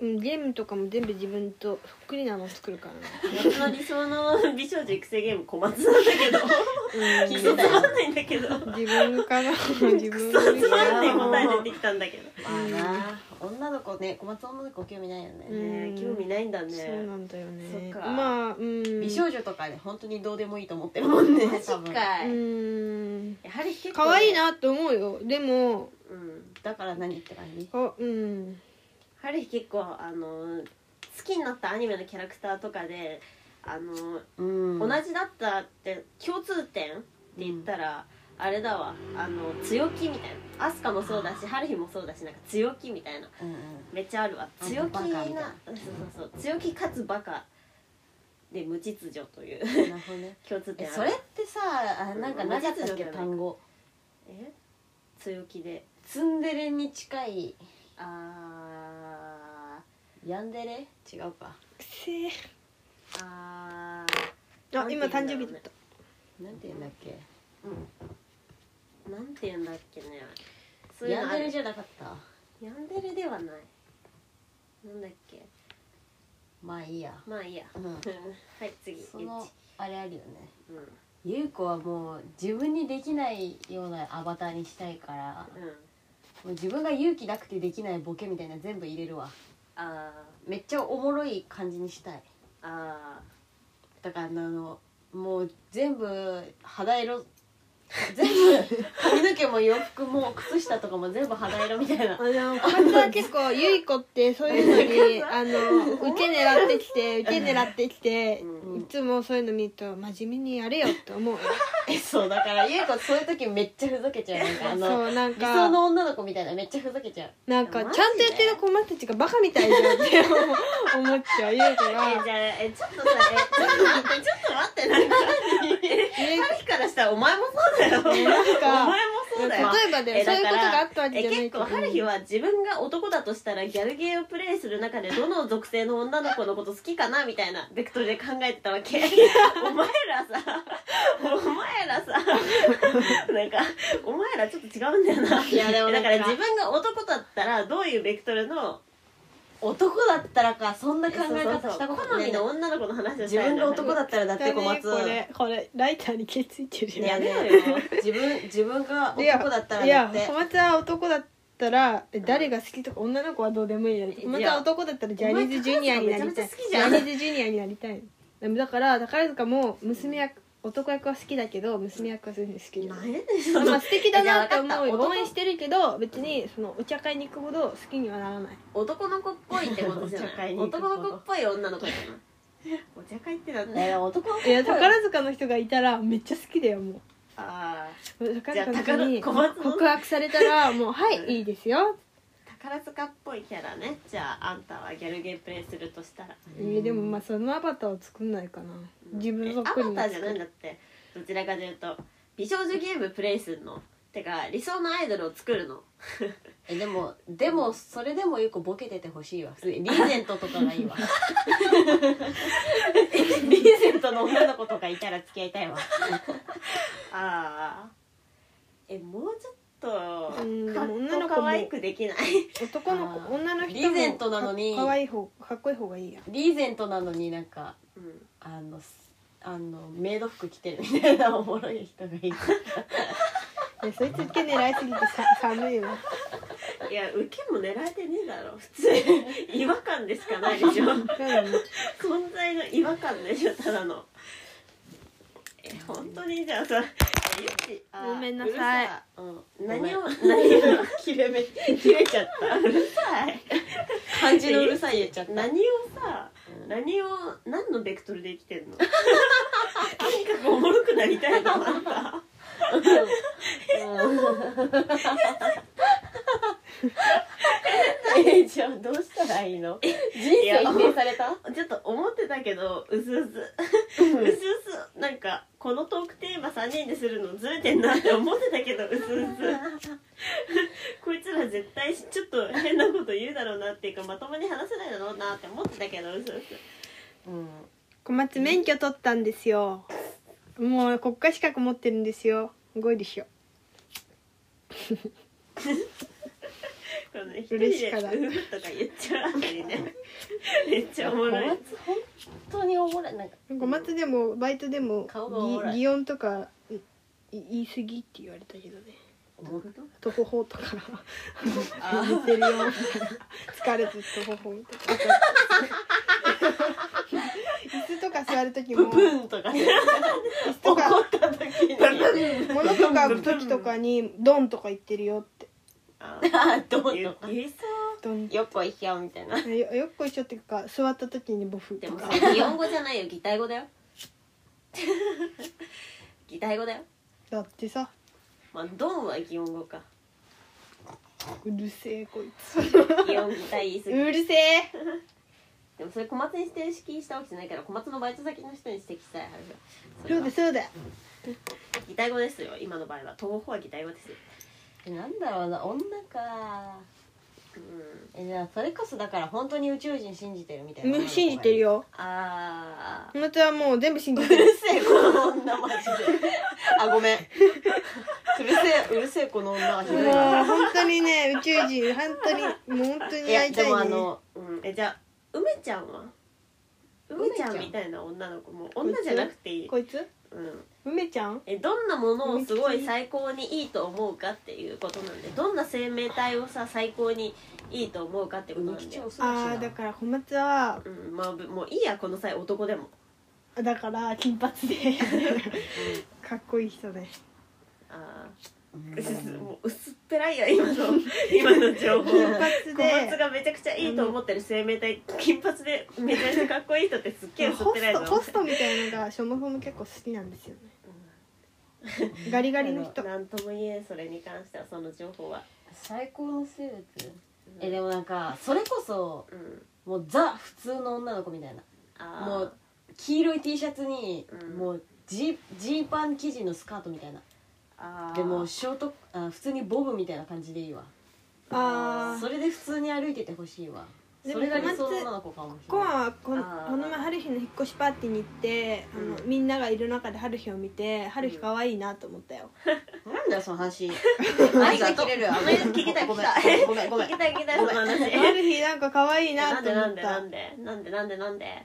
[SPEAKER 3] うん、ゲームとかも全部自分とそっくりなの作るからな。
[SPEAKER 2] 私の理想の美少女育成ゲーム小松なんだけど <laughs>
[SPEAKER 3] うん、 <laughs>
[SPEAKER 1] 聞い
[SPEAKER 2] 気
[SPEAKER 1] て
[SPEAKER 2] に
[SPEAKER 1] た
[SPEAKER 2] ならないんだけど
[SPEAKER 3] 自分か
[SPEAKER 2] <laughs>
[SPEAKER 3] ら自分の
[SPEAKER 2] つまんねえ答え出てきたんだけど
[SPEAKER 1] まあな女の子ね小松女の子興味ないよね、
[SPEAKER 3] うん
[SPEAKER 2] ねえ興味ないんだね
[SPEAKER 3] そうなんだよね。
[SPEAKER 2] そっか
[SPEAKER 3] まあ、うん。
[SPEAKER 1] 美少女とかね本当にどうでもいいと思ってるもんね
[SPEAKER 2] マジ
[SPEAKER 1] 多分
[SPEAKER 2] かい、
[SPEAKER 3] うん。
[SPEAKER 2] やはり結構
[SPEAKER 3] 可愛い、なと思うよ。でも、
[SPEAKER 2] うん、
[SPEAKER 1] だから何って感じ
[SPEAKER 3] あ、うん。
[SPEAKER 2] 春日結構あの好きになったアニメのキャラクターとかであの、
[SPEAKER 1] うん
[SPEAKER 2] 同じだったって共通点って言ったら、あれだわあの強気みたいなアスカもそうだし春日もそうだしなんか強気みたいな
[SPEAKER 1] うんうん
[SPEAKER 2] めっちゃあるわ強気
[SPEAKER 1] バ
[SPEAKER 2] な
[SPEAKER 1] カみたいな
[SPEAKER 2] そうそうそう強気かつバカで無秩序という <laughs>
[SPEAKER 1] なるほど <laughs> ね
[SPEAKER 2] 共通点
[SPEAKER 1] え
[SPEAKER 2] ある
[SPEAKER 1] それってさあなんかなかったっけ単語
[SPEAKER 2] え強気で
[SPEAKER 1] ツンデレに近い
[SPEAKER 2] あ
[SPEAKER 1] ヤンデレ違うか
[SPEAKER 3] くせ
[SPEAKER 2] ー
[SPEAKER 3] え
[SPEAKER 2] あ
[SPEAKER 3] あ、今誕生日だった。
[SPEAKER 1] なんて言うんだっけ
[SPEAKER 2] ーなんて言うんだっけねそういう
[SPEAKER 1] ヤ
[SPEAKER 2] の
[SPEAKER 1] ン
[SPEAKER 2] ある
[SPEAKER 1] デレじゃなかった
[SPEAKER 2] ヤンデレではないなんだっけ
[SPEAKER 1] まあいいや
[SPEAKER 2] まあいいや
[SPEAKER 1] うん
[SPEAKER 2] はい次
[SPEAKER 1] そのあれあるよね
[SPEAKER 2] ゆっち
[SPEAKER 1] ゆう子はもう自分にできないようなアバターにしたいから
[SPEAKER 2] うん、うん、
[SPEAKER 1] もう自分が勇気なくてできないボケみたいな全部入れるわ
[SPEAKER 2] あ
[SPEAKER 1] めっちゃおもろい感じにしたい
[SPEAKER 2] ーあ
[SPEAKER 1] だからあのもう全部肌色全部髪の毛も洋服も靴下とかも全部肌色みたいな
[SPEAKER 3] あの、こいつは結構、ゆい子ってそ
[SPEAKER 2] <laughs>
[SPEAKER 3] ういうのに、あの、受け狙ってきて、受け狙ってきて、
[SPEAKER 2] う
[SPEAKER 3] いつもそういうの見ると、真面目にやれよって思う。
[SPEAKER 1] えそうだからゆう子そういう時めっちゃふざけちゃうなんかあの
[SPEAKER 3] そう、な
[SPEAKER 1] 理
[SPEAKER 3] ん
[SPEAKER 1] 想
[SPEAKER 3] か、
[SPEAKER 1] の女の子みたいなめっちゃふざけちゃう
[SPEAKER 3] なんか、
[SPEAKER 2] マジ
[SPEAKER 3] ち
[SPEAKER 2] で
[SPEAKER 3] ゃんとやってる子マたちがバカみたいじゃんって思う思っちゃう。ゆう子
[SPEAKER 2] ーえ
[SPEAKER 3] が
[SPEAKER 2] じ、ゃあえちょっとさえちょっと待ってちょっと待ってなんか
[SPEAKER 3] え
[SPEAKER 2] 春日からしたらお前もそうだよお前も
[SPEAKER 3] なんか、
[SPEAKER 2] そうだよ
[SPEAKER 3] 例えばだ
[SPEAKER 2] え
[SPEAKER 3] よ、そういうこと
[SPEAKER 2] だから
[SPEAKER 3] があったわけじゃない
[SPEAKER 2] え結
[SPEAKER 3] けど。
[SPEAKER 2] 構春日は自分が男だとしたらギャルゲーをプレイする中でどの属性の女の子のこと好きかなみたいなベクトルで考えてたわけお前らさお前らさなんかお前らちょっと違うんだよない
[SPEAKER 1] やでもな
[SPEAKER 2] だ
[SPEAKER 1] ん
[SPEAKER 2] か
[SPEAKER 1] から
[SPEAKER 2] 自分が男だったらどういうベクトルの
[SPEAKER 1] 男だったらかそんな考え方したこと
[SPEAKER 2] 好
[SPEAKER 1] な
[SPEAKER 2] み
[SPEAKER 1] い
[SPEAKER 2] の女の子の話をし
[SPEAKER 1] 自
[SPEAKER 2] たい
[SPEAKER 1] 分
[SPEAKER 2] の
[SPEAKER 1] が男だったらだって小
[SPEAKER 3] だね
[SPEAKER 1] 松
[SPEAKER 3] これ、これ、ライターに気ついてるよ。
[SPEAKER 2] やめろよ
[SPEAKER 1] 自分自分が
[SPEAKER 3] いや
[SPEAKER 1] 男だったら
[SPEAKER 3] い
[SPEAKER 1] だっ
[SPEAKER 3] や
[SPEAKER 1] て
[SPEAKER 3] 小松は男だったら誰が好きとか女の子はどうでもいいよ小松は男だったらジャニーズジュニアになりた
[SPEAKER 2] お
[SPEAKER 3] い
[SPEAKER 2] 前宝塚めちゃめちゃ好き
[SPEAKER 3] ジ
[SPEAKER 2] じゃ
[SPEAKER 3] ャ
[SPEAKER 2] ん
[SPEAKER 3] ニーズジュニアになりたいだから宝塚も娘役男役は好きだけど娘役は全然好きじゃ
[SPEAKER 2] な
[SPEAKER 3] なんい
[SPEAKER 2] やねんその
[SPEAKER 3] まあ素敵だなって
[SPEAKER 1] じゃあ分
[SPEAKER 3] 思
[SPEAKER 1] かっ
[SPEAKER 3] う
[SPEAKER 1] た
[SPEAKER 3] 応援してるけど別にそのお茶会に行くほど好きにはならない
[SPEAKER 2] 男の子っぽいってことじ
[SPEAKER 1] お
[SPEAKER 2] ゃ
[SPEAKER 1] 茶
[SPEAKER 2] な
[SPEAKER 1] 会
[SPEAKER 2] い
[SPEAKER 1] に行くこと
[SPEAKER 2] 男の子っぽい女の子じゃないお茶会ってなんだよ
[SPEAKER 1] ね男の子
[SPEAKER 3] いや宝塚の人がいたらめっちゃ好きだよも
[SPEAKER 2] あー
[SPEAKER 3] う宝塚の人に
[SPEAKER 2] じゃあ宝小松の
[SPEAKER 3] 告白されたらもう「はいいいですよ
[SPEAKER 2] 宝塚っぽいキャラねじゃああんたはギャルゲープレイするとしたら」
[SPEAKER 3] えでもまあそのアバターを作んないかな自分
[SPEAKER 2] え
[SPEAKER 3] の
[SPEAKER 2] アバ
[SPEAKER 3] そっくり
[SPEAKER 2] タ
[SPEAKER 3] な
[SPEAKER 2] ーじゃないんだってどちらかというと美少女ゲームプレイするのてか理想のアイドルを作るの
[SPEAKER 1] えでもでもそれでもよくボケててほしいわリーゼントとかがいいわ <laughs> リーゼントの女の子とかいたら付き合いたいわ
[SPEAKER 2] ああえもうちょっと
[SPEAKER 3] うん
[SPEAKER 2] か
[SPEAKER 3] でも女の
[SPEAKER 2] っ
[SPEAKER 3] 子
[SPEAKER 2] と可
[SPEAKER 3] も
[SPEAKER 2] 愛くできない
[SPEAKER 3] 男の子
[SPEAKER 1] あー
[SPEAKER 3] 女の人
[SPEAKER 1] リー
[SPEAKER 3] も
[SPEAKER 1] ゼントなのに
[SPEAKER 3] か可愛い方かっこいい方がいいや
[SPEAKER 1] リーゼントなのになんか
[SPEAKER 2] うん
[SPEAKER 1] あのすあのメイド服着てるみたいなおもろい人がいる
[SPEAKER 3] いやそいつ受け狙いすぎてさ寒いわ
[SPEAKER 2] いや受けも狙えてねえだろ普
[SPEAKER 3] <laughs>
[SPEAKER 2] 通に違和感でしかないでしょ
[SPEAKER 3] そうだね
[SPEAKER 2] 存在の違和感でしょただのえ本当にじゃあさゆっち
[SPEAKER 3] ごめんなさい。
[SPEAKER 2] うん何を何を切れめ切れちゃったうるさい
[SPEAKER 1] 漢字の <laughs> うるさい言っちゃった
[SPEAKER 2] 何をさ何を何のベクトルで生きてんのとにかくおもろくなりたいのあんた
[SPEAKER 1] えじゃあどうしたらいいの人生否定された
[SPEAKER 2] ちょっと思ってたけどうすうすうすうすなんかこのトークテーマ3人でするのずれてんなって思ってたけどうすうすこいつら絶対ちょっと変なこと言うだろうなっていうかまともに話せないだろうなって思ってたけどうすうす
[SPEAKER 1] うん
[SPEAKER 3] 小松免許取ったんですよもう国家資格持ってるんですよすごいでしょ
[SPEAKER 2] このね一人で
[SPEAKER 3] 嬉しかった
[SPEAKER 2] うふとか言っちゃうあたりねめっちゃおもろ
[SPEAKER 1] 小
[SPEAKER 2] い
[SPEAKER 1] 松本当におもろいなんか
[SPEAKER 3] 小松でもバイトでも
[SPEAKER 1] 顔がおもろい
[SPEAKER 3] ぎ擬音とかい言い過ぎって言われたけどねとほほとか似てるよみたいな疲れてとほほみたいな椅子とか座る時も
[SPEAKER 1] ブンとかね
[SPEAKER 3] 椅子とか
[SPEAKER 1] 怒った時に
[SPEAKER 3] 物とか時とかにドンとか言ってるよって
[SPEAKER 2] あ
[SPEAKER 1] あ <laughs> どうと
[SPEAKER 2] 言う
[SPEAKER 1] か
[SPEAKER 2] 言いそう
[SPEAKER 3] ドン
[SPEAKER 1] よっこいひょみたいな
[SPEAKER 3] よよっこいしょっていうか座った時にボフ
[SPEAKER 2] で
[SPEAKER 3] と
[SPEAKER 2] も
[SPEAKER 3] か
[SPEAKER 2] さ擬音語じゃないよ擬態語だよ擬態語だよ
[SPEAKER 3] だってさ
[SPEAKER 2] まあドンは擬音語か
[SPEAKER 3] うるせえこい
[SPEAKER 1] <laughs>
[SPEAKER 3] つ
[SPEAKER 2] 擬音擬態言い過
[SPEAKER 3] う
[SPEAKER 2] ぎ
[SPEAKER 3] るせえ
[SPEAKER 2] でもそれ小松に指定式したわけじゃないから小松のバイト先の人に指摘したいはずだそれ
[SPEAKER 3] そう
[SPEAKER 2] は
[SPEAKER 3] だそうだ
[SPEAKER 2] 擬態語ですよ今の場合は東方は擬態語ですよ
[SPEAKER 1] えなんだろうな女か
[SPEAKER 2] うん
[SPEAKER 1] えじゃあそれこそだから本当に宇宙人信じてるみたいな
[SPEAKER 3] うん信じてるよ
[SPEAKER 2] あー
[SPEAKER 3] 本当はもう全部信じて
[SPEAKER 1] う
[SPEAKER 3] る
[SPEAKER 1] るせえこの女マジであごめんうるせえうるせえこの女はひ
[SPEAKER 3] も
[SPEAKER 1] どいうな
[SPEAKER 3] 本当にね宇宙人本当にもう本当
[SPEAKER 1] い
[SPEAKER 3] に会
[SPEAKER 1] や
[SPEAKER 3] い
[SPEAKER 1] で
[SPEAKER 3] たい
[SPEAKER 1] もあ
[SPEAKER 3] ね
[SPEAKER 1] の
[SPEAKER 2] うんえじゃあ梅ちゃんは梅ちゃんみたいな女の子も女じゃなくていい、
[SPEAKER 3] こいつ
[SPEAKER 2] うん、
[SPEAKER 3] 梅ちゃん
[SPEAKER 2] えどんなものをすごい最高にいいと思うかっていうことなんでどんな生命体をさ最高にいいと思うかってことなんだよ、
[SPEAKER 3] ああだから小松は
[SPEAKER 2] うんまあ、ぶもういいやこの際男でも
[SPEAKER 3] だから金髪で <laughs> かっこいい人ね
[SPEAKER 2] あーうすすもう薄っぺらいや今の今の情報
[SPEAKER 3] 金
[SPEAKER 2] 小
[SPEAKER 3] 髪
[SPEAKER 2] 松
[SPEAKER 3] で
[SPEAKER 2] がめちゃくちゃいいと思ってる生命体金髪でめちゃめちゃかっこいい人ってすっげえ薄っ
[SPEAKER 3] ホ
[SPEAKER 2] ぺらい
[SPEAKER 3] ス
[SPEAKER 2] の
[SPEAKER 3] トホストみたいなのがショモフも結構好きなんですよねガリガリの人
[SPEAKER 2] <laughs> なんとも言えんそれに関してはその情報は、
[SPEAKER 1] 最高の生物えでもなんかそれこそ
[SPEAKER 2] うん、
[SPEAKER 1] もうザ普通の女の子みたいな
[SPEAKER 2] あー
[SPEAKER 1] もう黄色い T シャツに、
[SPEAKER 2] うん
[SPEAKER 1] もうジージーパン生地のスカートみたいな
[SPEAKER 2] あー
[SPEAKER 1] でもうショートあ普通にボブみたいな感じでいいわ
[SPEAKER 3] あ
[SPEAKER 1] それで普通に歩いててほしいわ
[SPEAKER 3] で
[SPEAKER 1] そ
[SPEAKER 3] も
[SPEAKER 1] れが理想の女の子かもし
[SPEAKER 3] コ
[SPEAKER 1] れ
[SPEAKER 3] ア
[SPEAKER 1] ない
[SPEAKER 3] はこの
[SPEAKER 2] あー
[SPEAKER 3] この前春日の引っ越しパーティーに行ってあの、
[SPEAKER 2] うん
[SPEAKER 3] みんながいる中で春日を見て春日可愛いなと思ったよ、
[SPEAKER 1] なんだよその話愛が切れるあごめん
[SPEAKER 2] 聞きたい
[SPEAKER 1] ごめん
[SPEAKER 2] 聞きたい
[SPEAKER 1] ごめんごめん
[SPEAKER 2] 聞きたい聞きたいその話
[SPEAKER 3] <laughs> 春日なんか可愛い
[SPEAKER 2] な
[SPEAKER 3] なんと
[SPEAKER 2] で
[SPEAKER 3] 思
[SPEAKER 2] なん
[SPEAKER 3] っ
[SPEAKER 2] でな
[SPEAKER 3] た
[SPEAKER 2] んでなんでなんでなんで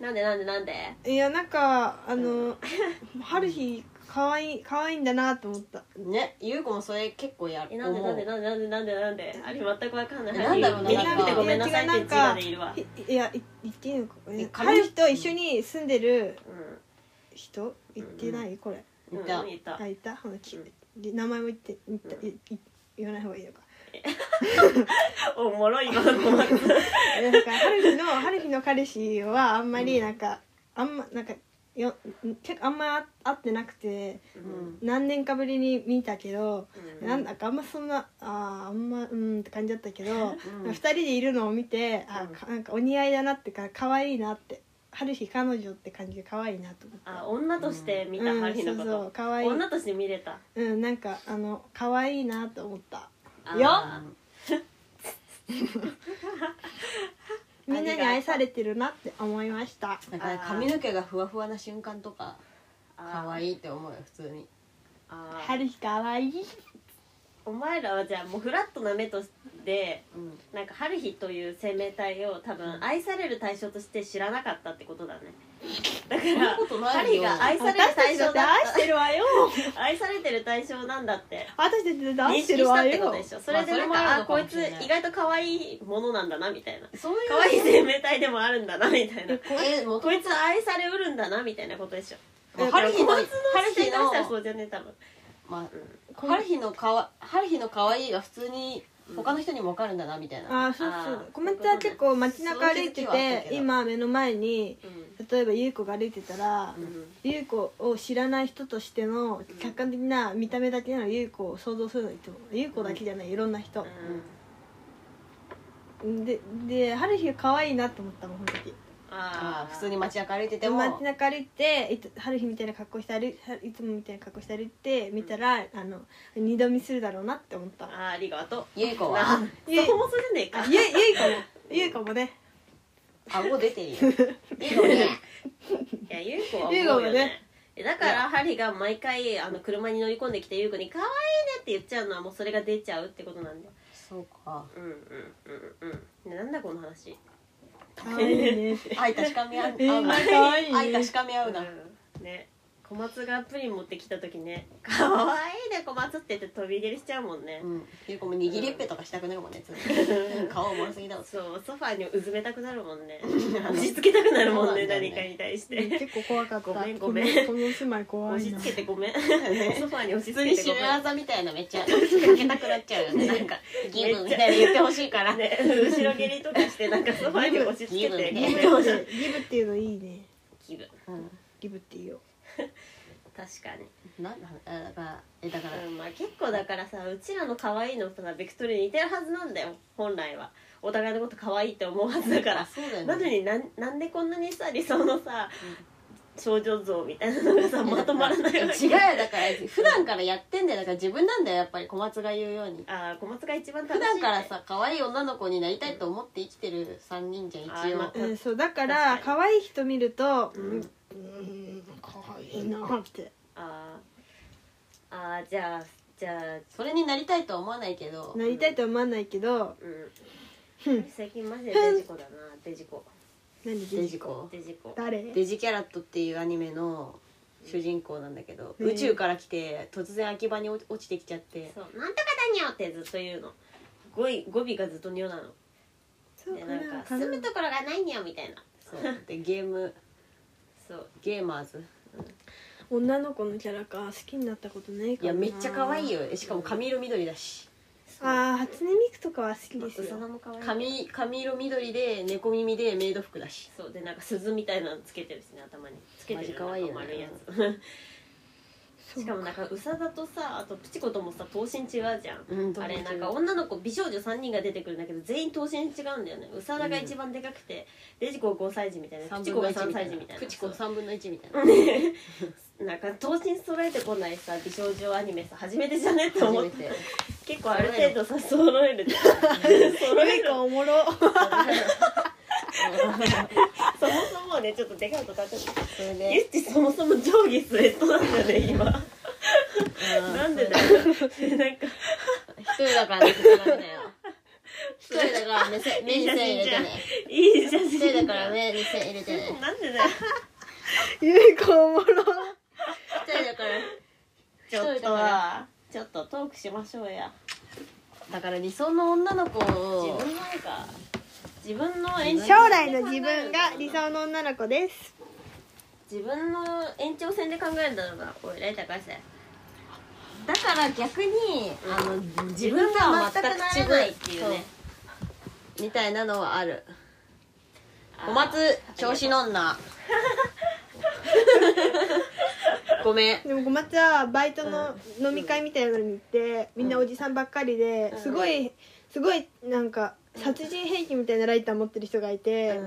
[SPEAKER 2] なんでなんでなんで
[SPEAKER 3] いやなんかあの <laughs> 春日可愛い可愛いんだなと思った
[SPEAKER 1] ねゆう子もそれ結構やる
[SPEAKER 2] えなんでなんでなんでなんでなんでなんであれ全くわかんない
[SPEAKER 1] なんだろうな
[SPEAKER 2] 見にくくてごめんなさいって言
[SPEAKER 3] なん
[SPEAKER 2] っ
[SPEAKER 3] か
[SPEAKER 2] がでいるわ
[SPEAKER 3] いいやい言っていいのか
[SPEAKER 1] え
[SPEAKER 3] 春日と一緒に住んでる
[SPEAKER 2] う
[SPEAKER 3] 人言ってない、これ
[SPEAKER 2] ん
[SPEAKER 1] いた
[SPEAKER 2] うんいた
[SPEAKER 3] あいたほらき
[SPEAKER 2] うん
[SPEAKER 3] 名前も言って言ったいい言わない方がいいのか
[SPEAKER 2] おもろい今の子は
[SPEAKER 3] なんか春日の <laughs> 春日の彼氏はあんまりなんか、あんまなんかよ結構あんま会ってなくて
[SPEAKER 2] うん
[SPEAKER 3] 何年かぶりに見たけど、
[SPEAKER 2] うん
[SPEAKER 3] なんだかあんまそんなあーあんまうんって感じだったけど、
[SPEAKER 1] ん
[SPEAKER 3] 二2人でいるのを見てあかなんかお似合いだなってか可愛いなって春日彼女って感じで可愛いなと思って
[SPEAKER 2] あ女として見た
[SPEAKER 3] うん
[SPEAKER 2] ハリーの
[SPEAKER 3] そう
[SPEAKER 2] こ
[SPEAKER 3] そう可愛
[SPEAKER 2] と
[SPEAKER 3] い
[SPEAKER 2] 女として見れた
[SPEAKER 3] うんなんかあの可愛いなと思った
[SPEAKER 2] あー
[SPEAKER 3] よ
[SPEAKER 2] あ
[SPEAKER 3] みんなに愛されてるなって思いました
[SPEAKER 1] なんかね髪の毛がふわふわな瞬間とか
[SPEAKER 2] ー
[SPEAKER 1] 可愛いって思うよ普通に
[SPEAKER 2] あー
[SPEAKER 3] 春日可愛い
[SPEAKER 2] お前らはじゃあもうフラットな目として
[SPEAKER 1] うん
[SPEAKER 2] なんか春日という生命体を多分愛される対象として知らなかったってことだねだか
[SPEAKER 1] そんな
[SPEAKER 2] ら
[SPEAKER 1] ことない
[SPEAKER 2] 春日
[SPEAKER 1] よ
[SPEAKER 2] が愛される
[SPEAKER 3] 私た
[SPEAKER 2] 対
[SPEAKER 3] ちだ
[SPEAKER 2] 象
[SPEAKER 3] って
[SPEAKER 2] だ
[SPEAKER 3] 愛してるわよ
[SPEAKER 2] 愛されてる対象なんだって
[SPEAKER 3] 私たちだっ
[SPEAKER 2] 認
[SPEAKER 3] て愛して
[SPEAKER 2] 識し
[SPEAKER 3] る
[SPEAKER 2] た
[SPEAKER 3] わ
[SPEAKER 2] ってこ
[SPEAKER 3] よ
[SPEAKER 2] とでしょそれでなんか,、
[SPEAKER 1] まあそれもあ
[SPEAKER 2] あ
[SPEAKER 1] るのか
[SPEAKER 2] こ
[SPEAKER 1] も
[SPEAKER 2] い
[SPEAKER 1] し
[SPEAKER 2] つ
[SPEAKER 1] れない
[SPEAKER 2] 意外と可愛いものなんだなみたいな
[SPEAKER 1] そういう
[SPEAKER 2] 可愛い生命体でもあるんだなみたいな
[SPEAKER 3] えこ
[SPEAKER 1] えもう
[SPEAKER 2] こいつ愛されうるんだなみたいなことでしょまあ
[SPEAKER 1] だか
[SPEAKER 2] 春
[SPEAKER 1] ら
[SPEAKER 2] 日
[SPEAKER 1] 小
[SPEAKER 2] の春
[SPEAKER 1] 松の
[SPEAKER 2] 日
[SPEAKER 1] 正解したらそ
[SPEAKER 2] の
[SPEAKER 1] う
[SPEAKER 2] そうじゃね多分
[SPEAKER 1] まあ
[SPEAKER 2] こ
[SPEAKER 1] 春日のかわ春日の可愛いは普通に他の人にも分かるんだなみたいな、
[SPEAKER 3] あーそうそ
[SPEAKER 2] あ
[SPEAKER 3] う
[SPEAKER 2] ー
[SPEAKER 3] コメントは結構街中歩いて
[SPEAKER 1] その気づきはあった
[SPEAKER 3] て
[SPEAKER 1] けど
[SPEAKER 3] 今目の前に例えば優子が歩いてたら
[SPEAKER 2] うんうん
[SPEAKER 3] 優子を知らない人としての客観的な見た目だけの優子を想像するのいつも優子だけじゃないいろんな人
[SPEAKER 2] うん
[SPEAKER 3] でで春日が可愛いなと思ったのこの時
[SPEAKER 1] あー
[SPEAKER 2] ああ
[SPEAKER 1] 普通に街中歩いてても
[SPEAKER 3] 街中歩いていつ春日みたいな格好して歩いいつもみたいな格好して歩いて見たら、あの二度見するだろうなって思った
[SPEAKER 2] あーありがとう
[SPEAKER 1] ゆいこ
[SPEAKER 2] な
[SPEAKER 1] は
[SPEAKER 3] ゆい
[SPEAKER 2] そうもそれねえか
[SPEAKER 3] あゆゆいかもゆいかもね
[SPEAKER 1] 顎出てるよ <laughs> いいのね
[SPEAKER 2] いや、ゆうこは
[SPEAKER 3] ゆうこ
[SPEAKER 2] 思う
[SPEAKER 3] は
[SPEAKER 2] よ
[SPEAKER 3] ね
[SPEAKER 2] ね。えだから、ハリが毎回、あの、車に乗り込んできて、ゆうこに、可愛いねって言っちゃうのは、もうそれが出ちゃうってことなんだよ。
[SPEAKER 1] そうか
[SPEAKER 2] うんうんうんうん。ねなんだこの話。
[SPEAKER 3] 可愛い
[SPEAKER 2] <laughs>
[SPEAKER 3] ねって
[SPEAKER 1] 愛確かめ合う
[SPEAKER 3] みんな
[SPEAKER 1] 愛
[SPEAKER 3] 可愛い
[SPEAKER 1] 愛
[SPEAKER 3] ね
[SPEAKER 1] 確かめ合うな、
[SPEAKER 2] うんね。小松がプリン持ってきた時ね、可愛いね、小松って言って飛び入れしちゃうもんね
[SPEAKER 1] う。ん、ゆいこも握りっぺとかしたくなるも <laughs> んねつって顔おもろすぎだろ
[SPEAKER 2] そう、ソファーにうずめたくなるもんね。押し付けたくなるも
[SPEAKER 1] そ
[SPEAKER 2] んね、
[SPEAKER 1] うなんだよね
[SPEAKER 2] 何かに対して。
[SPEAKER 3] 結構怖かった
[SPEAKER 2] ごめんごめん
[SPEAKER 3] このこの住まい怖
[SPEAKER 2] 押
[SPEAKER 3] い
[SPEAKER 2] し
[SPEAKER 3] な
[SPEAKER 2] 付けてご
[SPEAKER 1] <laughs>
[SPEAKER 2] めん。ソファーに押し
[SPEAKER 1] 普通
[SPEAKER 2] 付け
[SPEAKER 1] に
[SPEAKER 2] てご
[SPEAKER 1] 締
[SPEAKER 2] め
[SPEAKER 1] め
[SPEAKER 2] ん。
[SPEAKER 1] 技みたいなめっちゃかけたくなっちゃうよねなんかギブみたいな言ってほしいから、
[SPEAKER 2] ね、後ろ蹴りとかしてなんかソファーに押し付けて
[SPEAKER 1] ギブね
[SPEAKER 2] ごめん
[SPEAKER 3] ギブっていうのいいね
[SPEAKER 2] 気分
[SPEAKER 1] うん、
[SPEAKER 3] ギブっていうよ
[SPEAKER 2] 確かに、
[SPEAKER 1] なんだあだからえだから
[SPEAKER 2] うんまあ、結構だからさうちらの可愛いのとさビクトリーに似てるはずなんだよ本来はお互いのこと可愛いって思うはずだか
[SPEAKER 1] あ
[SPEAKER 2] ら
[SPEAKER 1] そうだよね
[SPEAKER 2] なのになんなんでこんなにさ理想のさ、少女像みたいなのが <laughs> さまとまらないわけ
[SPEAKER 1] 違うよだから普段からやってんだよだから自分なんだよやっぱり小松が言うように
[SPEAKER 2] あー小松が一番楽しい
[SPEAKER 1] 普
[SPEAKER 2] ね
[SPEAKER 1] 段からさ可愛い女の子になりたいと思って生きてる3人じゃん
[SPEAKER 2] あー
[SPEAKER 1] 一
[SPEAKER 2] ま
[SPEAKER 1] 応
[SPEAKER 2] あ
[SPEAKER 3] うん、そうだから
[SPEAKER 2] 確か
[SPEAKER 3] 可愛い人見ると、
[SPEAKER 2] う
[SPEAKER 3] うんん、うん、可愛いなって。
[SPEAKER 2] あーあーじゃあじゃあ
[SPEAKER 1] それになりたいとは思わないけど
[SPEAKER 3] なりたいとは思わないけど、
[SPEAKER 2] うん最近マジでデジコだなデジコ
[SPEAKER 3] 何
[SPEAKER 1] デジコ
[SPEAKER 2] デジコ
[SPEAKER 3] 誰？
[SPEAKER 1] デジキャラットっていうアニメの主人公なんだけど、
[SPEAKER 3] うん
[SPEAKER 1] 宇宙から来て突然秋葉に落ちてきちゃって
[SPEAKER 2] そうなんとかだにょってずっと言うの語彙語尾がずっとにょなの
[SPEAKER 3] そう
[SPEAKER 2] で
[SPEAKER 3] か
[SPEAKER 2] なん
[SPEAKER 3] な
[SPEAKER 2] か
[SPEAKER 3] かな
[SPEAKER 2] 住むところがないにゃみたいな
[SPEAKER 1] <laughs> そうでゲーム
[SPEAKER 2] そう
[SPEAKER 1] ゲーマーズ
[SPEAKER 3] 女の子のキャラか好きになったことないか
[SPEAKER 1] いや
[SPEAKER 3] らな
[SPEAKER 1] めっちゃ可愛いよえしかも髪色緑だし
[SPEAKER 3] ああ初音ミクとかは好き
[SPEAKER 2] まあ
[SPEAKER 3] です
[SPEAKER 2] 薄
[SPEAKER 3] よ
[SPEAKER 2] 野も可愛い
[SPEAKER 1] 髪髪色緑で猫耳でメイド服だし
[SPEAKER 2] そうでなんか鈴みたいなのつけてるしね頭につけて
[SPEAKER 1] マジ
[SPEAKER 2] る
[SPEAKER 1] 可愛いよね
[SPEAKER 2] なんか丸いや
[SPEAKER 1] <laughs>
[SPEAKER 2] つ
[SPEAKER 3] そう
[SPEAKER 2] しかもなんかうさだとさあとプチコともさ頭身違うじゃん
[SPEAKER 1] うん
[SPEAKER 2] あれなんか
[SPEAKER 1] どう
[SPEAKER 2] 女の子美少女3人が出てくるんだけど全員頭身違うんだよねうさだが一番でかくて、レジコ5歳児みたいなプ
[SPEAKER 1] 三
[SPEAKER 2] チ
[SPEAKER 1] 分
[SPEAKER 2] コ
[SPEAKER 1] の
[SPEAKER 2] が
[SPEAKER 1] 一
[SPEAKER 2] 3
[SPEAKER 1] みたいな
[SPEAKER 2] 歳児みたいな
[SPEAKER 1] プチコ3分の1みたいな
[SPEAKER 2] なんか頭身揃えてこないさ美少女アニメさ初めてじゃねって思
[SPEAKER 1] 初
[SPEAKER 2] っ
[SPEAKER 1] め
[SPEAKER 2] て
[SPEAKER 1] て
[SPEAKER 2] 結構ある程度さ揃える <laughs> じゃん揃え
[SPEAKER 3] ゆい
[SPEAKER 2] る
[SPEAKER 3] かおもろ
[SPEAKER 2] そもそもねちょっとでかいこと立てて
[SPEAKER 1] それ
[SPEAKER 2] ゆ
[SPEAKER 1] で
[SPEAKER 2] っちそもそも上下スウェットなんだよね今なんでだよなん <laughs> か
[SPEAKER 1] 一人だから見せちゃダメだよ一人だから目せ目に線入れてね
[SPEAKER 2] いい写
[SPEAKER 1] <laughs> 一
[SPEAKER 2] 真
[SPEAKER 1] 人だから目に線入れてね
[SPEAKER 2] なんでだよ
[SPEAKER 3] ゆいかおもろ
[SPEAKER 1] 一人だから
[SPEAKER 2] <laughs> ちょっとはちょっとトークしましょうや
[SPEAKER 1] だから理想の女の子
[SPEAKER 2] 自
[SPEAKER 1] を
[SPEAKER 2] 分なんか自分の延長
[SPEAKER 3] 将来の自分が理想の女の子です
[SPEAKER 2] 自分の延長線で考えるんだろうなおいライター返せ
[SPEAKER 1] だから逆にあの自分と
[SPEAKER 2] が
[SPEAKER 1] は
[SPEAKER 2] 全
[SPEAKER 1] 全く
[SPEAKER 2] くな
[SPEAKER 1] 違
[SPEAKER 2] ら
[SPEAKER 1] う
[SPEAKER 2] ないっていう
[SPEAKER 1] そ
[SPEAKER 2] ね
[SPEAKER 1] うみたいなのはある小松調子の <laughs> 女ごめん
[SPEAKER 3] でも小松はバイトの飲み会みたいなのに行って、みんなおじさんばっかりで、すごいすごいなんか殺人兵器みたいなライター持ってる人がいて、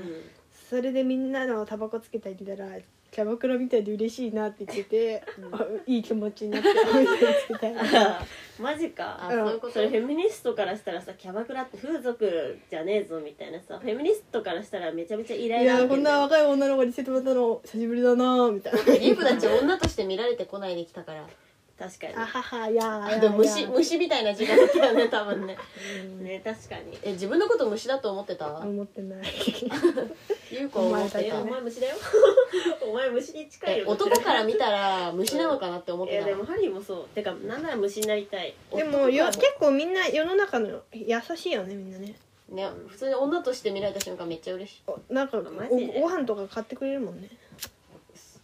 [SPEAKER 3] それでみんなのタバコつけてあげたらキャバクラみたいで嬉しいなって言ってて、あいい気持ちに
[SPEAKER 1] <laughs>
[SPEAKER 3] なってつけた
[SPEAKER 2] <laughs>
[SPEAKER 3] いな
[SPEAKER 2] マジか
[SPEAKER 1] あそういうこと
[SPEAKER 2] それフェミニストからしたらさキャバクラって風俗じゃねえぞみたいなさフェミニストからしたらめちゃめちゃイラ
[SPEAKER 3] い
[SPEAKER 2] イラ
[SPEAKER 3] や
[SPEAKER 2] 受
[SPEAKER 3] こ
[SPEAKER 2] けて
[SPEAKER 3] んな若い女の子にしてもらったの久しぶりだなみたいな
[SPEAKER 1] リープたち女として見られてこないできたから
[SPEAKER 2] 確か
[SPEAKER 3] あははいやー
[SPEAKER 1] あ
[SPEAKER 3] や
[SPEAKER 1] で
[SPEAKER 3] ー
[SPEAKER 1] も虫虫みたいな時間だったよね <laughs> 多分ね
[SPEAKER 2] にね確かに
[SPEAKER 1] え自分のこと虫だと思ってた
[SPEAKER 3] 思ってない
[SPEAKER 1] 優子は思って
[SPEAKER 3] い
[SPEAKER 2] い
[SPEAKER 1] た
[SPEAKER 2] や
[SPEAKER 3] や
[SPEAKER 2] お前虫だ
[SPEAKER 3] <laughs>
[SPEAKER 2] よお前虫に近い
[SPEAKER 1] え
[SPEAKER 2] よ
[SPEAKER 1] 男から見たら虫なのかなって思っ
[SPEAKER 2] い
[SPEAKER 1] て
[SPEAKER 2] や
[SPEAKER 1] た
[SPEAKER 2] でもハリーもそうてかなんなら虫になりたい
[SPEAKER 3] でもよ結構みんな世の中の優しいよねみんなね
[SPEAKER 1] ね普通に女として見られた瞬間めっちゃ嬉しい
[SPEAKER 3] おなんか
[SPEAKER 2] マ
[SPEAKER 3] お
[SPEAKER 2] ジで
[SPEAKER 3] ご飯とか買ってくれるもんね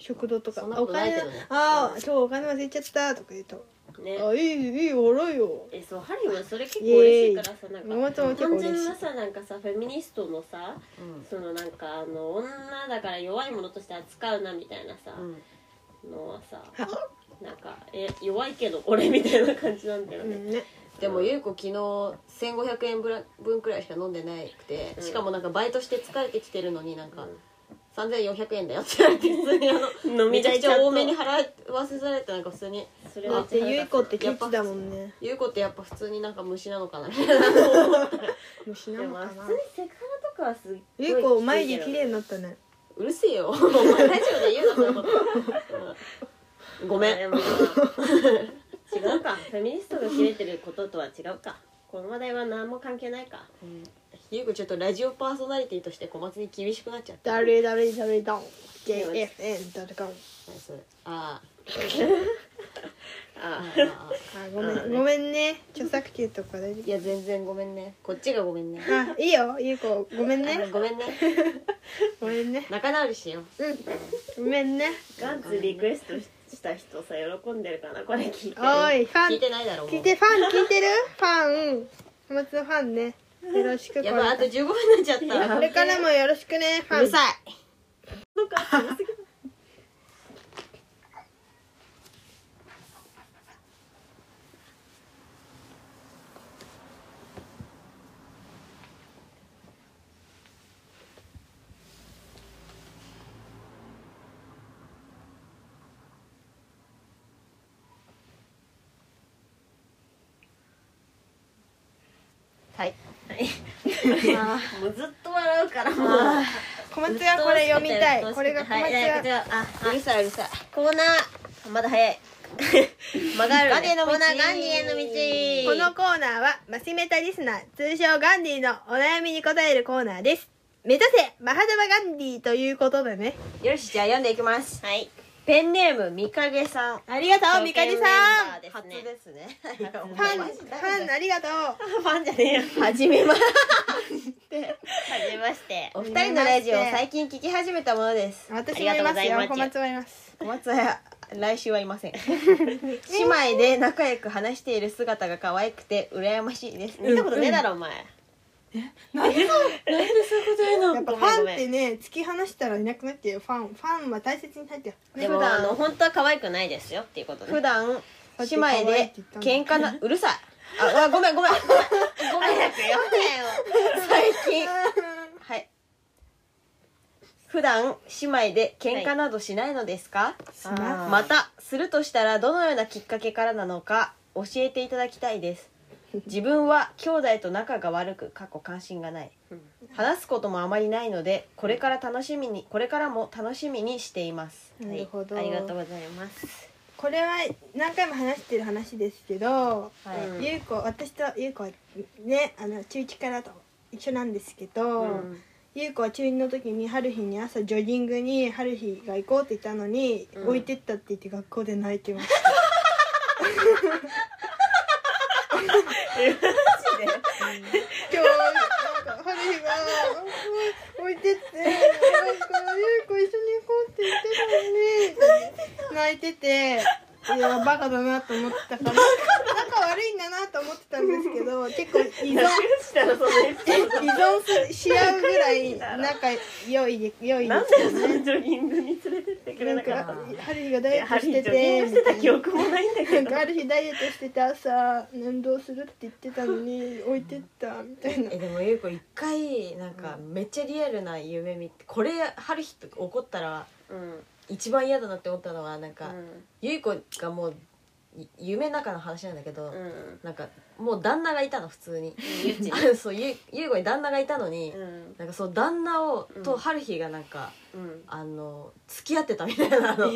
[SPEAKER 3] 食堂とか
[SPEAKER 1] そんな
[SPEAKER 3] あ
[SPEAKER 1] こ
[SPEAKER 3] お
[SPEAKER 1] とない
[SPEAKER 3] 金
[SPEAKER 1] け
[SPEAKER 3] な
[SPEAKER 1] どね
[SPEAKER 3] あー今日お金忘れちゃったとか言うと
[SPEAKER 2] ね
[SPEAKER 3] あいいいい笑いよ
[SPEAKER 2] えそうハリーはそれ結構嬉しいからさなん
[SPEAKER 3] ママ
[SPEAKER 2] か
[SPEAKER 3] 友結構
[SPEAKER 2] 単
[SPEAKER 3] 嬉し
[SPEAKER 2] 純
[SPEAKER 3] い
[SPEAKER 2] なさなんかさフェミニストのさそのなんかあの女だから弱いものとして扱うなみたいなさ、
[SPEAKER 1] うん、うん、
[SPEAKER 2] のはさ
[SPEAKER 3] は
[SPEAKER 2] なんかえ弱いけど俺みたいな感じなんだよ
[SPEAKER 3] う
[SPEAKER 2] ね、
[SPEAKER 3] んね
[SPEAKER 1] でもゆうこ昨日1500円ぶら分くらいしか飲んでなくて、
[SPEAKER 2] うん
[SPEAKER 1] しかもなんかバイトして疲れてきてるのになんか、
[SPEAKER 2] うん
[SPEAKER 1] 3400円だよって言われて普通にあ <laughs> の
[SPEAKER 2] 飲
[SPEAKER 1] め
[SPEAKER 2] み
[SPEAKER 1] ちゃ
[SPEAKER 2] 代
[SPEAKER 1] くち
[SPEAKER 2] ちゃん
[SPEAKER 1] ゃ
[SPEAKER 2] と
[SPEAKER 1] 多めに払わせられてなんか普通に
[SPEAKER 2] それ
[SPEAKER 3] だ
[SPEAKER 2] は
[SPEAKER 3] ってゆい子ってケチだもんね
[SPEAKER 1] ゆうこってやっぱ普通になんか虫なのかなみたいな
[SPEAKER 3] 虫な
[SPEAKER 2] で
[SPEAKER 3] の
[SPEAKER 2] も
[SPEAKER 3] か
[SPEAKER 2] 普
[SPEAKER 3] な
[SPEAKER 2] 通にセクハラとかはすっごい
[SPEAKER 3] ゆい子眉毛綺
[SPEAKER 2] い
[SPEAKER 3] 麗になったね
[SPEAKER 1] うるせえ <laughs> よお前ラジオで言うなそんなこと、うんごめん
[SPEAKER 2] でもまあ違うかフェミニストが切れてることとは違うかこの話題は何も関係ないか
[SPEAKER 1] ゆうこちょっとラジオパーソナリティとして小松に厳しくなっちゃった
[SPEAKER 3] 誰誰誰だん JFN 誰かん
[SPEAKER 1] 何それあああ
[SPEAKER 2] あ
[SPEAKER 1] あああ
[SPEAKER 3] あごめんごめんね著作権とか大丈
[SPEAKER 1] いや全然ごめんねこっちがごめんね
[SPEAKER 3] 夫あいいよゆい子ごめんね
[SPEAKER 1] あごめんね
[SPEAKER 3] ごめんね
[SPEAKER 1] 仲直りしよう
[SPEAKER 3] ごめんね
[SPEAKER 2] ガンツリクエストしした人さ喜んでるかなこれ聞いて
[SPEAKER 3] おいファン
[SPEAKER 1] 聞いてないだろうもう
[SPEAKER 3] 聞いてファン聞いてるファン小松のファンねよろしくこれ
[SPEAKER 1] やばいあと15分になっちゃった
[SPEAKER 3] これからもよろしくねファン
[SPEAKER 1] うるさいはい
[SPEAKER 2] <laughs> もうずっと笑うからもう
[SPEAKER 3] 小松がこれ読みた
[SPEAKER 2] うっと
[SPEAKER 3] い
[SPEAKER 2] しくて
[SPEAKER 3] うこれが小松
[SPEAKER 2] はいいやこち
[SPEAKER 3] が
[SPEAKER 2] らあ
[SPEAKER 1] うるさいうるさい
[SPEAKER 2] コーナーまだ
[SPEAKER 1] <laughs>
[SPEAKER 2] 早い曲がる、ね、
[SPEAKER 1] ガンディへの道
[SPEAKER 2] コーナーガンディへの
[SPEAKER 3] こ
[SPEAKER 2] 道
[SPEAKER 3] のコーナーはマシメタリスナー通称ガンディのお悩みに答えるコーナーです目指せマハダバガンディということでね
[SPEAKER 1] よしじゃあ読んでいきます
[SPEAKER 2] はい
[SPEAKER 1] ペンネームみかげさん
[SPEAKER 3] ありがとうみかりさん
[SPEAKER 2] 初
[SPEAKER 1] 初
[SPEAKER 2] で
[SPEAKER 1] ですね
[SPEAKER 3] ファン
[SPEAKER 1] <laughs>
[SPEAKER 3] ファンありがとう
[SPEAKER 2] ファンじゃねえよ
[SPEAKER 1] はじめまして
[SPEAKER 2] はじめまして
[SPEAKER 1] お二人のラジオを最近聞き始めたものです
[SPEAKER 3] 私もいますよ小松もいます
[SPEAKER 1] 小松は来週はいま <laughs> せん姉妹で仲良く話している姿が可愛くて羨ましいです
[SPEAKER 2] 見たことねえだろお前
[SPEAKER 3] やっぱファンってね突き放したらいなくなっちゃうよファンファンは大切に入ってよ
[SPEAKER 2] でも
[SPEAKER 1] 普段
[SPEAKER 2] あの本当は可愛くないですよっていうことね
[SPEAKER 1] 普段姉妹で喧嘩なうるさいああごめんごめんごめん
[SPEAKER 2] <laughs> 早くやめ
[SPEAKER 1] 最近
[SPEAKER 3] <laughs>
[SPEAKER 1] はい普段姉妹で喧嘩などしないのですか、
[SPEAKER 2] なよ
[SPEAKER 3] あ
[SPEAKER 1] またするとしたらどのようなきっかけからなのか教えていただきたい
[SPEAKER 2] <laughs>
[SPEAKER 1] です自分は兄弟と仲が悪く過去関心がない
[SPEAKER 2] うん
[SPEAKER 1] 話すこともあまりないのでこれから楽しみにこれからも楽しみにしています
[SPEAKER 3] なるほど、
[SPEAKER 2] はいありがとうございます
[SPEAKER 3] これは何回も話してる話ですけど、
[SPEAKER 1] はい
[SPEAKER 2] うん
[SPEAKER 3] ゆうこ私とゆうこはねあの中1からと一緒なんですけど、
[SPEAKER 2] うん
[SPEAKER 3] ゆうこは中2の時に春日に朝ジョギングに春日が行こうって言ったのに、
[SPEAKER 2] うん
[SPEAKER 3] 置いてったって言って学校で泣いてました今日なんか春日がうん置いてってなんかゆうこ一緒に行こうって言ってたのに泣いてて。いやバカだなと思ってたから仲悪いんだなと思ってたんですけど結構依存
[SPEAKER 2] したらそのエピソー
[SPEAKER 3] 依存し合うぐらい仲良いで良い
[SPEAKER 2] ドな
[SPEAKER 3] で
[SPEAKER 2] ん
[SPEAKER 3] す
[SPEAKER 2] でそのジョギングに連れてってくれ
[SPEAKER 3] なん
[SPEAKER 2] なかった
[SPEAKER 3] か
[SPEAKER 2] の
[SPEAKER 3] 春日がダ
[SPEAKER 2] い
[SPEAKER 3] イエ
[SPEAKER 2] や
[SPEAKER 3] ット
[SPEAKER 2] ハリ
[SPEAKER 3] し
[SPEAKER 2] ージ
[SPEAKER 3] て
[SPEAKER 2] ョギング
[SPEAKER 3] て
[SPEAKER 2] してた記憶もないんだけど
[SPEAKER 3] なんかある日ダイエットしてて朝運動するって言ってたのに置いてったみたいな
[SPEAKER 1] えでもゆう子一回なんかめっちゃリアルな夢見てこれ春日と怒ったら
[SPEAKER 2] うん
[SPEAKER 1] 一番嫌だなって思ったのはなん
[SPEAKER 2] う
[SPEAKER 1] か、
[SPEAKER 2] ん
[SPEAKER 1] ゆい子がもうい夢の中の話なんだけど、
[SPEAKER 2] うん
[SPEAKER 1] なんかもう旦那がいたの普通に
[SPEAKER 2] ゆっち
[SPEAKER 1] あそうゆゆい子に旦那がいたのに、
[SPEAKER 2] うん
[SPEAKER 1] なんかそう旦那を
[SPEAKER 2] うん
[SPEAKER 1] と春日がなんか、
[SPEAKER 2] うん
[SPEAKER 1] あの付き合ってたみたいなの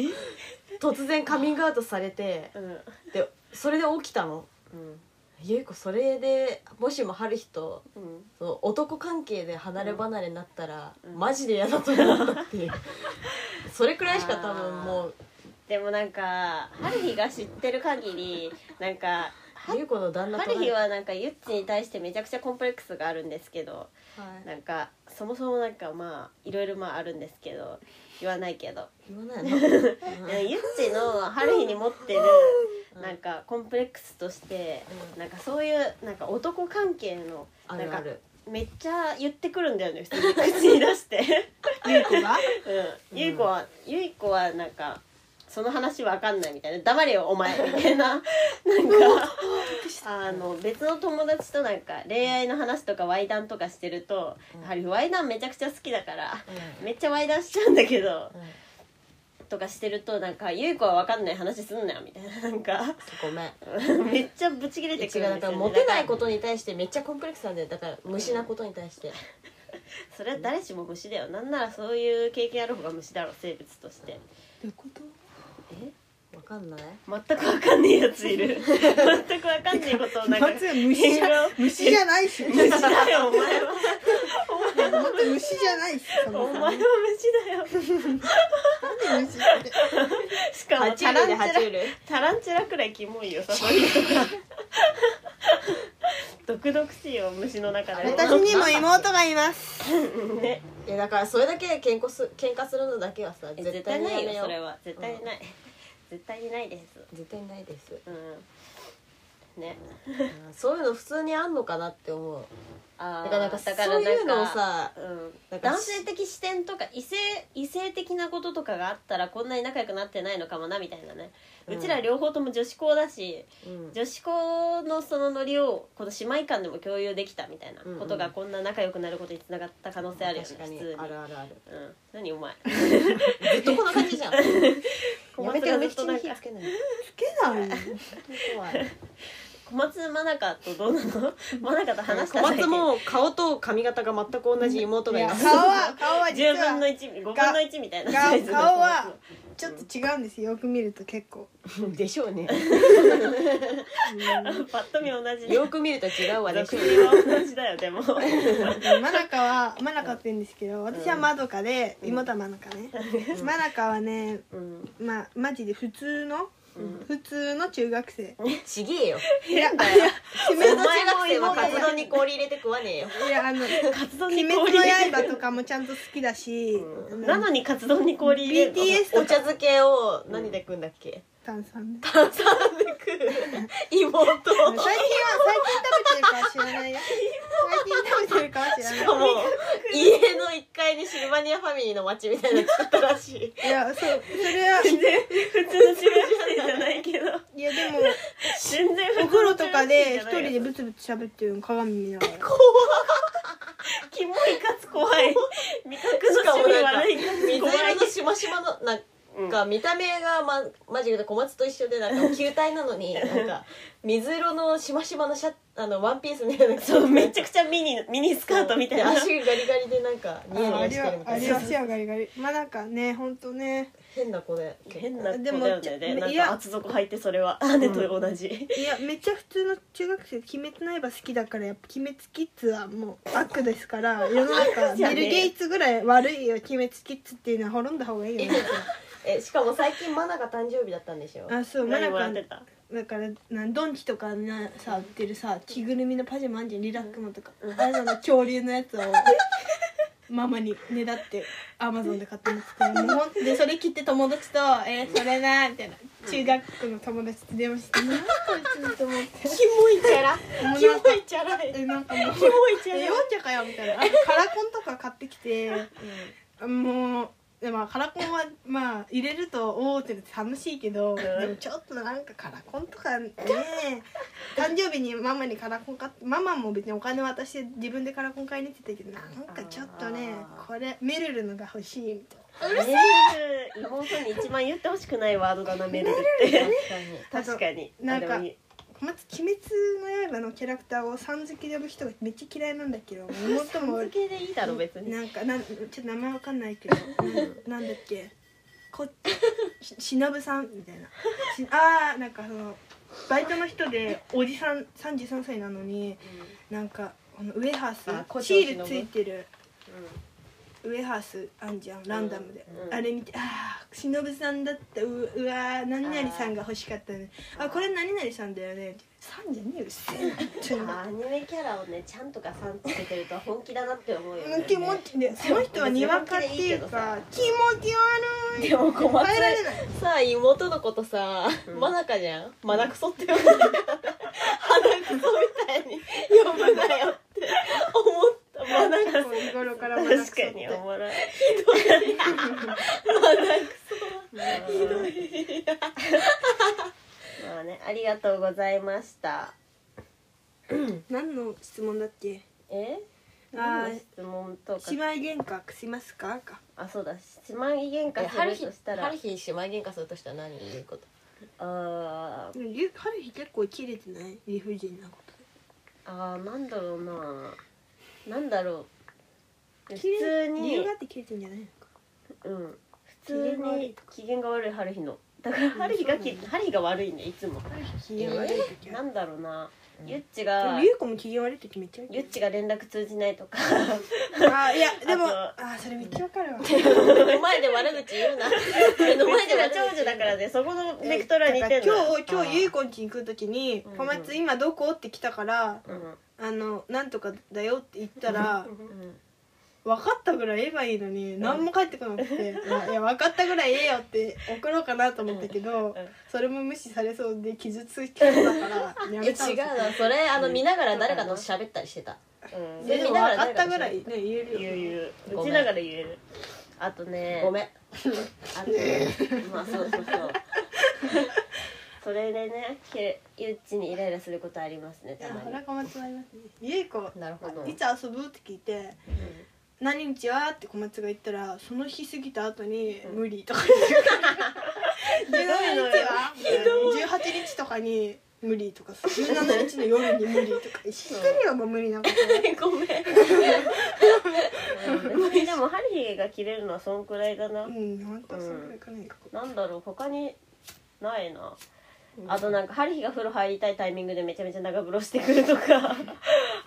[SPEAKER 1] 突然カミングアウトされて
[SPEAKER 2] うん
[SPEAKER 1] でそれで起きたの
[SPEAKER 2] うん
[SPEAKER 1] ゆい子それでもしも春日と
[SPEAKER 2] うん
[SPEAKER 1] その男関係で離れ離れになったら、
[SPEAKER 2] うん
[SPEAKER 1] マジで嫌だと思ったっていうそれくらいしか多分もう
[SPEAKER 2] でもなんか春日が知ってる限りなんか
[SPEAKER 1] ゆい子の旦那と
[SPEAKER 2] 春日はなんかゆっちに対してめちゃくちゃコンプレックスがあるんですけど
[SPEAKER 1] はい
[SPEAKER 2] なんかそもそもなんかまあいろいろまああるんですけど言わないけど、
[SPEAKER 1] 言わないの、うん
[SPEAKER 2] ゆっちの春日に持ってる
[SPEAKER 1] うん
[SPEAKER 2] なんかコンプレックスとして
[SPEAKER 1] う
[SPEAKER 2] なんかそういうなんか男関係の
[SPEAKER 1] あるある
[SPEAKER 2] めっちゃ言ってくるんだよね普通に口に出して、
[SPEAKER 3] ゆいこが
[SPEAKER 2] うん、ゆい子はゆい子はなんかその話わかんないみたいな黙れよお前み
[SPEAKER 1] <laughs>
[SPEAKER 2] たいななんかあの別の友達となんか恋愛の話とかワイダンとかしてると
[SPEAKER 1] うん
[SPEAKER 2] やはりワイダンめちゃくちゃ好きだから
[SPEAKER 1] うん
[SPEAKER 2] めっちゃワイダンしちゃうんだけど
[SPEAKER 1] うん
[SPEAKER 2] とかしてるとなんかゆい子はわかんない話すんなよみたいななんか
[SPEAKER 1] ごめん
[SPEAKER 2] めっちゃブチ切れて
[SPEAKER 1] う
[SPEAKER 2] く
[SPEAKER 1] ち
[SPEAKER 2] る
[SPEAKER 1] が
[SPEAKER 2] ん
[SPEAKER 1] だ
[SPEAKER 2] ですよ、ね、
[SPEAKER 1] からモテない
[SPEAKER 2] だか
[SPEAKER 1] ことに対してめっちゃコンプレックスなんだよだから虫なことに対して
[SPEAKER 2] らそれは誰しも虫だよなんならそういう経験ある方が虫だろ生物として
[SPEAKER 3] どういうこと
[SPEAKER 2] え
[SPEAKER 1] わかんない
[SPEAKER 2] 全くわかんねえやついる全くわかんねえことをなんか
[SPEAKER 3] 松屋虫じゃ虫じゃないし
[SPEAKER 2] 虫だよお前は
[SPEAKER 3] 本当虫じゃないしそ
[SPEAKER 2] お
[SPEAKER 3] もそ
[SPEAKER 2] 前
[SPEAKER 3] も
[SPEAKER 2] は虫だよ
[SPEAKER 3] なんで虫って
[SPEAKER 2] しかもタランチ
[SPEAKER 1] 爬虫類
[SPEAKER 2] ラタランチラくらいキモいよさそういう人が毒々しいよ虫の中で
[SPEAKER 3] 私にも妹がいます
[SPEAKER 2] ね
[SPEAKER 1] いやだからそれだけ喧嘩す喧嘩するのだけはさ
[SPEAKER 2] え
[SPEAKER 1] 絶対にや
[SPEAKER 2] ない
[SPEAKER 1] め
[SPEAKER 2] よ
[SPEAKER 1] よ
[SPEAKER 2] それ
[SPEAKER 1] う
[SPEAKER 2] は絶対にない、絶対にないです
[SPEAKER 1] 絶対にないです <laughs>
[SPEAKER 2] うんね
[SPEAKER 1] うんそういうの普通にあんのかなって思う
[SPEAKER 2] あ
[SPEAKER 1] だか
[SPEAKER 2] ー
[SPEAKER 1] らなんか
[SPEAKER 2] だから
[SPEAKER 1] そういうのを
[SPEAKER 2] なんか
[SPEAKER 1] さ
[SPEAKER 2] うん
[SPEAKER 1] なんか
[SPEAKER 2] 男性的視点とか異性異性的なこととかがあったらこんなに仲良くなってないのかもなみたいなね、う
[SPEAKER 1] うん
[SPEAKER 2] ちら両方とも女子校だし
[SPEAKER 1] うん
[SPEAKER 2] 女子校のそのノリをこの姉妹間でも共有できたみたいな
[SPEAKER 1] うんうん
[SPEAKER 2] ことがこんな仲良くなることにつながった可能性あるよね
[SPEAKER 1] 確
[SPEAKER 2] 普
[SPEAKER 1] かに
[SPEAKER 2] 通に
[SPEAKER 1] あるあるある
[SPEAKER 2] うん、何
[SPEAKER 1] <laughs>
[SPEAKER 2] お前
[SPEAKER 1] ずっとこんな感じ
[SPEAKER 2] <laughs>
[SPEAKER 1] じゃんやめて
[SPEAKER 2] 小松がず
[SPEAKER 1] 梅
[SPEAKER 2] っと
[SPEAKER 1] 吉
[SPEAKER 2] な
[SPEAKER 1] に
[SPEAKER 2] んか
[SPEAKER 1] 火つけない
[SPEAKER 3] つけないよ
[SPEAKER 1] 怖い
[SPEAKER 2] 小松真中とどうなの <laughs> 真中と話した
[SPEAKER 1] 小松も顔と髪型が全く同じ妹
[SPEAKER 3] い
[SPEAKER 1] がい
[SPEAKER 3] や
[SPEAKER 1] ます
[SPEAKER 3] 顔は顔は実
[SPEAKER 2] 10分の
[SPEAKER 3] は
[SPEAKER 2] 1 5分の1みたいなサイズの
[SPEAKER 3] 顔はちょっと違うんですよよく見ると結構
[SPEAKER 1] でしょうね
[SPEAKER 2] うん <laughs> パッと見同じね
[SPEAKER 1] よく見ると違うわでし
[SPEAKER 2] 俗
[SPEAKER 1] ょう
[SPEAKER 2] には同じだよで <laughs> も
[SPEAKER 3] マナカはマナカって言うんですけど私はマドカで妹はマナカねマナカはね
[SPEAKER 2] うん
[SPEAKER 3] まあマジで普通の普通の中学生
[SPEAKER 1] ちげえよ
[SPEAKER 3] いや
[SPEAKER 1] お前の中学生は
[SPEAKER 3] 妹
[SPEAKER 1] カ
[SPEAKER 3] が
[SPEAKER 1] ツ丼に氷入れて食わねえよ
[SPEAKER 3] いやあの
[SPEAKER 2] カツ丼
[SPEAKER 3] 鬼
[SPEAKER 2] に
[SPEAKER 3] 滅
[SPEAKER 2] 氷
[SPEAKER 3] の
[SPEAKER 2] 入れ
[SPEAKER 3] 刃とかもちゃんと好きだし、
[SPEAKER 2] る
[SPEAKER 3] あ
[SPEAKER 2] な
[SPEAKER 3] の
[SPEAKER 2] のにカツ丼に氷入れるの
[SPEAKER 3] BTS
[SPEAKER 1] お茶漬けを何で食うんだっけ
[SPEAKER 3] 炭酸で
[SPEAKER 1] 炭酸で食う妹
[SPEAKER 3] 最近は最近食べてるかは知らないよ最近食べてるかは知らない
[SPEAKER 1] しかも家の1階にシルバニアファミリーの街みたいなの作ったらしい
[SPEAKER 3] いやそうそれは
[SPEAKER 2] 全然普通の中学生じゃないけ <laughs> ど
[SPEAKER 3] いやでも
[SPEAKER 2] 全然
[SPEAKER 3] お
[SPEAKER 2] 普
[SPEAKER 3] 風
[SPEAKER 2] 通
[SPEAKER 3] 呂
[SPEAKER 2] の
[SPEAKER 3] と
[SPEAKER 2] 中
[SPEAKER 3] か
[SPEAKER 2] 学
[SPEAKER 3] で
[SPEAKER 2] 生
[SPEAKER 3] 一
[SPEAKER 2] じゃない
[SPEAKER 3] 人でブツブツ喋ってるの鏡見ながら
[SPEAKER 2] キモいかつ怖い味覚
[SPEAKER 1] しか
[SPEAKER 2] の
[SPEAKER 1] も
[SPEAKER 2] 趣味
[SPEAKER 1] なんか
[SPEAKER 2] 悪いか
[SPEAKER 1] 水
[SPEAKER 2] つ
[SPEAKER 1] 色
[SPEAKER 2] 怖い
[SPEAKER 1] のしましまのなんか見た目が、ま、マジで小松と一緒でなんか球体なのになんか水色のしましまのシャあのワンピースみたいな
[SPEAKER 2] そうめちゃくちゃミニミニスカートみたいな
[SPEAKER 1] で足ガリガリでなんかニヤニ
[SPEAKER 3] あ
[SPEAKER 1] ヤ
[SPEAKER 3] り
[SPEAKER 1] してるみ
[SPEAKER 3] は
[SPEAKER 1] た
[SPEAKER 3] あ
[SPEAKER 1] い
[SPEAKER 3] り
[SPEAKER 1] な
[SPEAKER 3] はしやがりがりまあなんかね本当ね
[SPEAKER 1] 変な子で
[SPEAKER 2] 変な子だ
[SPEAKER 3] でも
[SPEAKER 2] よ
[SPEAKER 3] ちょ
[SPEAKER 2] ねでなんか
[SPEAKER 3] いや
[SPEAKER 2] 厚底履いてそれは姉と同じ
[SPEAKER 3] いやめっちゃ普通の中学生「鬼滅の刃」好きだからやっぱ「鬼滅キッズ」はもう悪ですから世の
[SPEAKER 2] <laughs>
[SPEAKER 3] 中
[SPEAKER 2] じゃあ
[SPEAKER 3] ビ
[SPEAKER 2] ね
[SPEAKER 3] ル・ゲイツぐらい悪いよ「鬼滅キッズ」っていうのは滅んだ方がいいよね
[SPEAKER 1] えしかも最近マナが誕生日だったんでしょ
[SPEAKER 3] あそうマ
[SPEAKER 2] 何
[SPEAKER 3] ナ
[SPEAKER 2] もらっ
[SPEAKER 3] カ
[SPEAKER 2] てた
[SPEAKER 3] だからなんドンキとかなさ売ってるさ着ぐるみのパジャマあんじゃんリラックマとかあれの恐竜の
[SPEAKER 2] <laughs>
[SPEAKER 3] やつをママにねだってアマゾンで買ったんですけどもうほんでそれ着て友達と「えーそれな」みたいな中学校の友達と電話して「なんかこいつ」と思って。
[SPEAKER 1] キモいチャラ
[SPEAKER 3] もう
[SPEAKER 1] キ
[SPEAKER 3] なんか
[SPEAKER 1] モいチャラい
[SPEAKER 3] えなんかもう
[SPEAKER 1] キモいチャ
[SPEAKER 3] え
[SPEAKER 1] ラい
[SPEAKER 3] 読んじゃかよみたいなあとカラコンとか買ってきて、もうでもカラコンはまあ入れるとおおってなって楽しいけど、でもちょっとなんかカラコンとかね誕生日にママにカラコン買ってママも別にお金渡して自分でカラコン買いに行ってたけどなんかちょっとね
[SPEAKER 2] あー
[SPEAKER 3] これメルルのが欲しいみたいな。
[SPEAKER 2] うるせえ妹に一番言ってほしくないワードだなメルルって
[SPEAKER 1] 確かに
[SPEAKER 2] 確かに
[SPEAKER 3] なんか
[SPEAKER 2] あでも
[SPEAKER 3] まず「鬼滅の刃」のキャラクターをさん付けで呼ぶ人がめっちゃ嫌いなんだけど妹も
[SPEAKER 2] 続けでいいだろ別に
[SPEAKER 3] なんかなんちょっと名前わかんないけどなんなんだっけこししのぶさんみたいなしあーなんかそのバイトの人でおじさん33歳なのになんかこのウエハース
[SPEAKER 1] あ胡蝶
[SPEAKER 3] シールついてるウエハースあんじゃんランダムで、
[SPEAKER 4] うん
[SPEAKER 3] あれ見てああしのぶさんだったううわー何々さんが欲しかったねあこれ何々さんだよねさんじゃねえようっせえなって
[SPEAKER 2] あアニメキャラをねちゃんとかさんつけてると本気だなって思うよね
[SPEAKER 3] 気持ちねその人はにわかっていうか気持ち悪い
[SPEAKER 4] でも小松
[SPEAKER 3] 耐えら <laughs> れない
[SPEAKER 4] さ妹のことさ、
[SPEAKER 2] うん
[SPEAKER 4] まなかじゃんまなくそって呼んでる鼻くそみたいに呼ぶなよって思ったまな
[SPEAKER 3] 結構日頃からまだ
[SPEAKER 2] 確かにおもろいひどいまなくそひどいまあねありがとうございました
[SPEAKER 3] 何の質問だっけ
[SPEAKER 2] え
[SPEAKER 3] あー
[SPEAKER 2] 質問とか
[SPEAKER 3] 姉妹喧嘩しますかか
[SPEAKER 2] あそうだ姉妹喧
[SPEAKER 1] え
[SPEAKER 2] 嘩す
[SPEAKER 1] 春
[SPEAKER 2] る
[SPEAKER 1] 日
[SPEAKER 2] とした
[SPEAKER 1] 春
[SPEAKER 2] ら
[SPEAKER 1] 日姉妹喧嘩するとしたら何言うこと
[SPEAKER 2] あー
[SPEAKER 3] ゆ春日結構切れてない理不尽なこ
[SPEAKER 2] あーなんだろうななんだろう
[SPEAKER 3] と
[SPEAKER 2] 普
[SPEAKER 3] 切れ
[SPEAKER 2] 通に
[SPEAKER 3] 理由があって切れてんじゃないのか
[SPEAKER 2] うん普
[SPEAKER 3] 機嫌
[SPEAKER 2] 通
[SPEAKER 3] が悪い
[SPEAKER 2] に機嫌が悪い春日のだから春日がき春日が悪いねいつも
[SPEAKER 3] 春日機嫌悪い時は
[SPEAKER 2] なんだろうな
[SPEAKER 1] うん
[SPEAKER 2] ゆっち
[SPEAKER 3] で
[SPEAKER 2] が
[SPEAKER 3] もゆうこも機嫌悪い時めっちゃ悪い
[SPEAKER 2] ゆっちが連絡通じないとか
[SPEAKER 3] あーいやでもあ
[SPEAKER 2] あ
[SPEAKER 3] ーそれめっちゃわかるわ
[SPEAKER 2] 目の前で悪口言う <laughs> な目の前では長女だからねそこのベクトルは似てんのよ
[SPEAKER 3] 今日今日ゆいこんちに来る時に
[SPEAKER 2] うん
[SPEAKER 3] 「小松今どこ?」って来たから
[SPEAKER 2] うん
[SPEAKER 3] 「あのなんとかだよ」って言ったら
[SPEAKER 1] うん
[SPEAKER 3] 「分かったぐらい言えばいいのに何も返ってこなくて「いやいや分かったぐらい言えよ」って送ろうかなと思ったけど
[SPEAKER 2] うん
[SPEAKER 3] それも無視されそうで傷つきそうだからや
[SPEAKER 1] え違
[SPEAKER 3] め
[SPEAKER 1] う
[SPEAKER 3] たんですよ
[SPEAKER 1] なそれあの見ながら誰かと喋ったりしてた
[SPEAKER 2] うん
[SPEAKER 3] ででも分かったぐらいね言え
[SPEAKER 2] 言う
[SPEAKER 3] るよ
[SPEAKER 2] 言う
[SPEAKER 1] ご
[SPEAKER 2] う
[SPEAKER 1] めん
[SPEAKER 2] ちだから言えるあとね
[SPEAKER 1] ごめん
[SPEAKER 2] あとまあそう <laughs> そうそうそれでねけゆっちにイライラすることありますね
[SPEAKER 3] いや
[SPEAKER 2] たま
[SPEAKER 3] そ
[SPEAKER 2] に
[SPEAKER 3] れは小松もありますねゆいこ
[SPEAKER 1] なるほど
[SPEAKER 3] いつ遊ぶって聞いて「何日は?」って小松が言ったらその日過ぎた後に「無理」とか <laughs> 言うから「17日は?」みたいな18日とかに「無理」とかさ17日の夜に「無理」とか「知ってるよもう無理なこと」
[SPEAKER 2] ごめん別にでもハリーが切れるのはそんくらいだな
[SPEAKER 3] うん本当そんくらいかないか
[SPEAKER 2] なんだろう他にないなあとなんかハリーが風呂入りたいタイミングでめちゃめちゃ長風呂してくるとか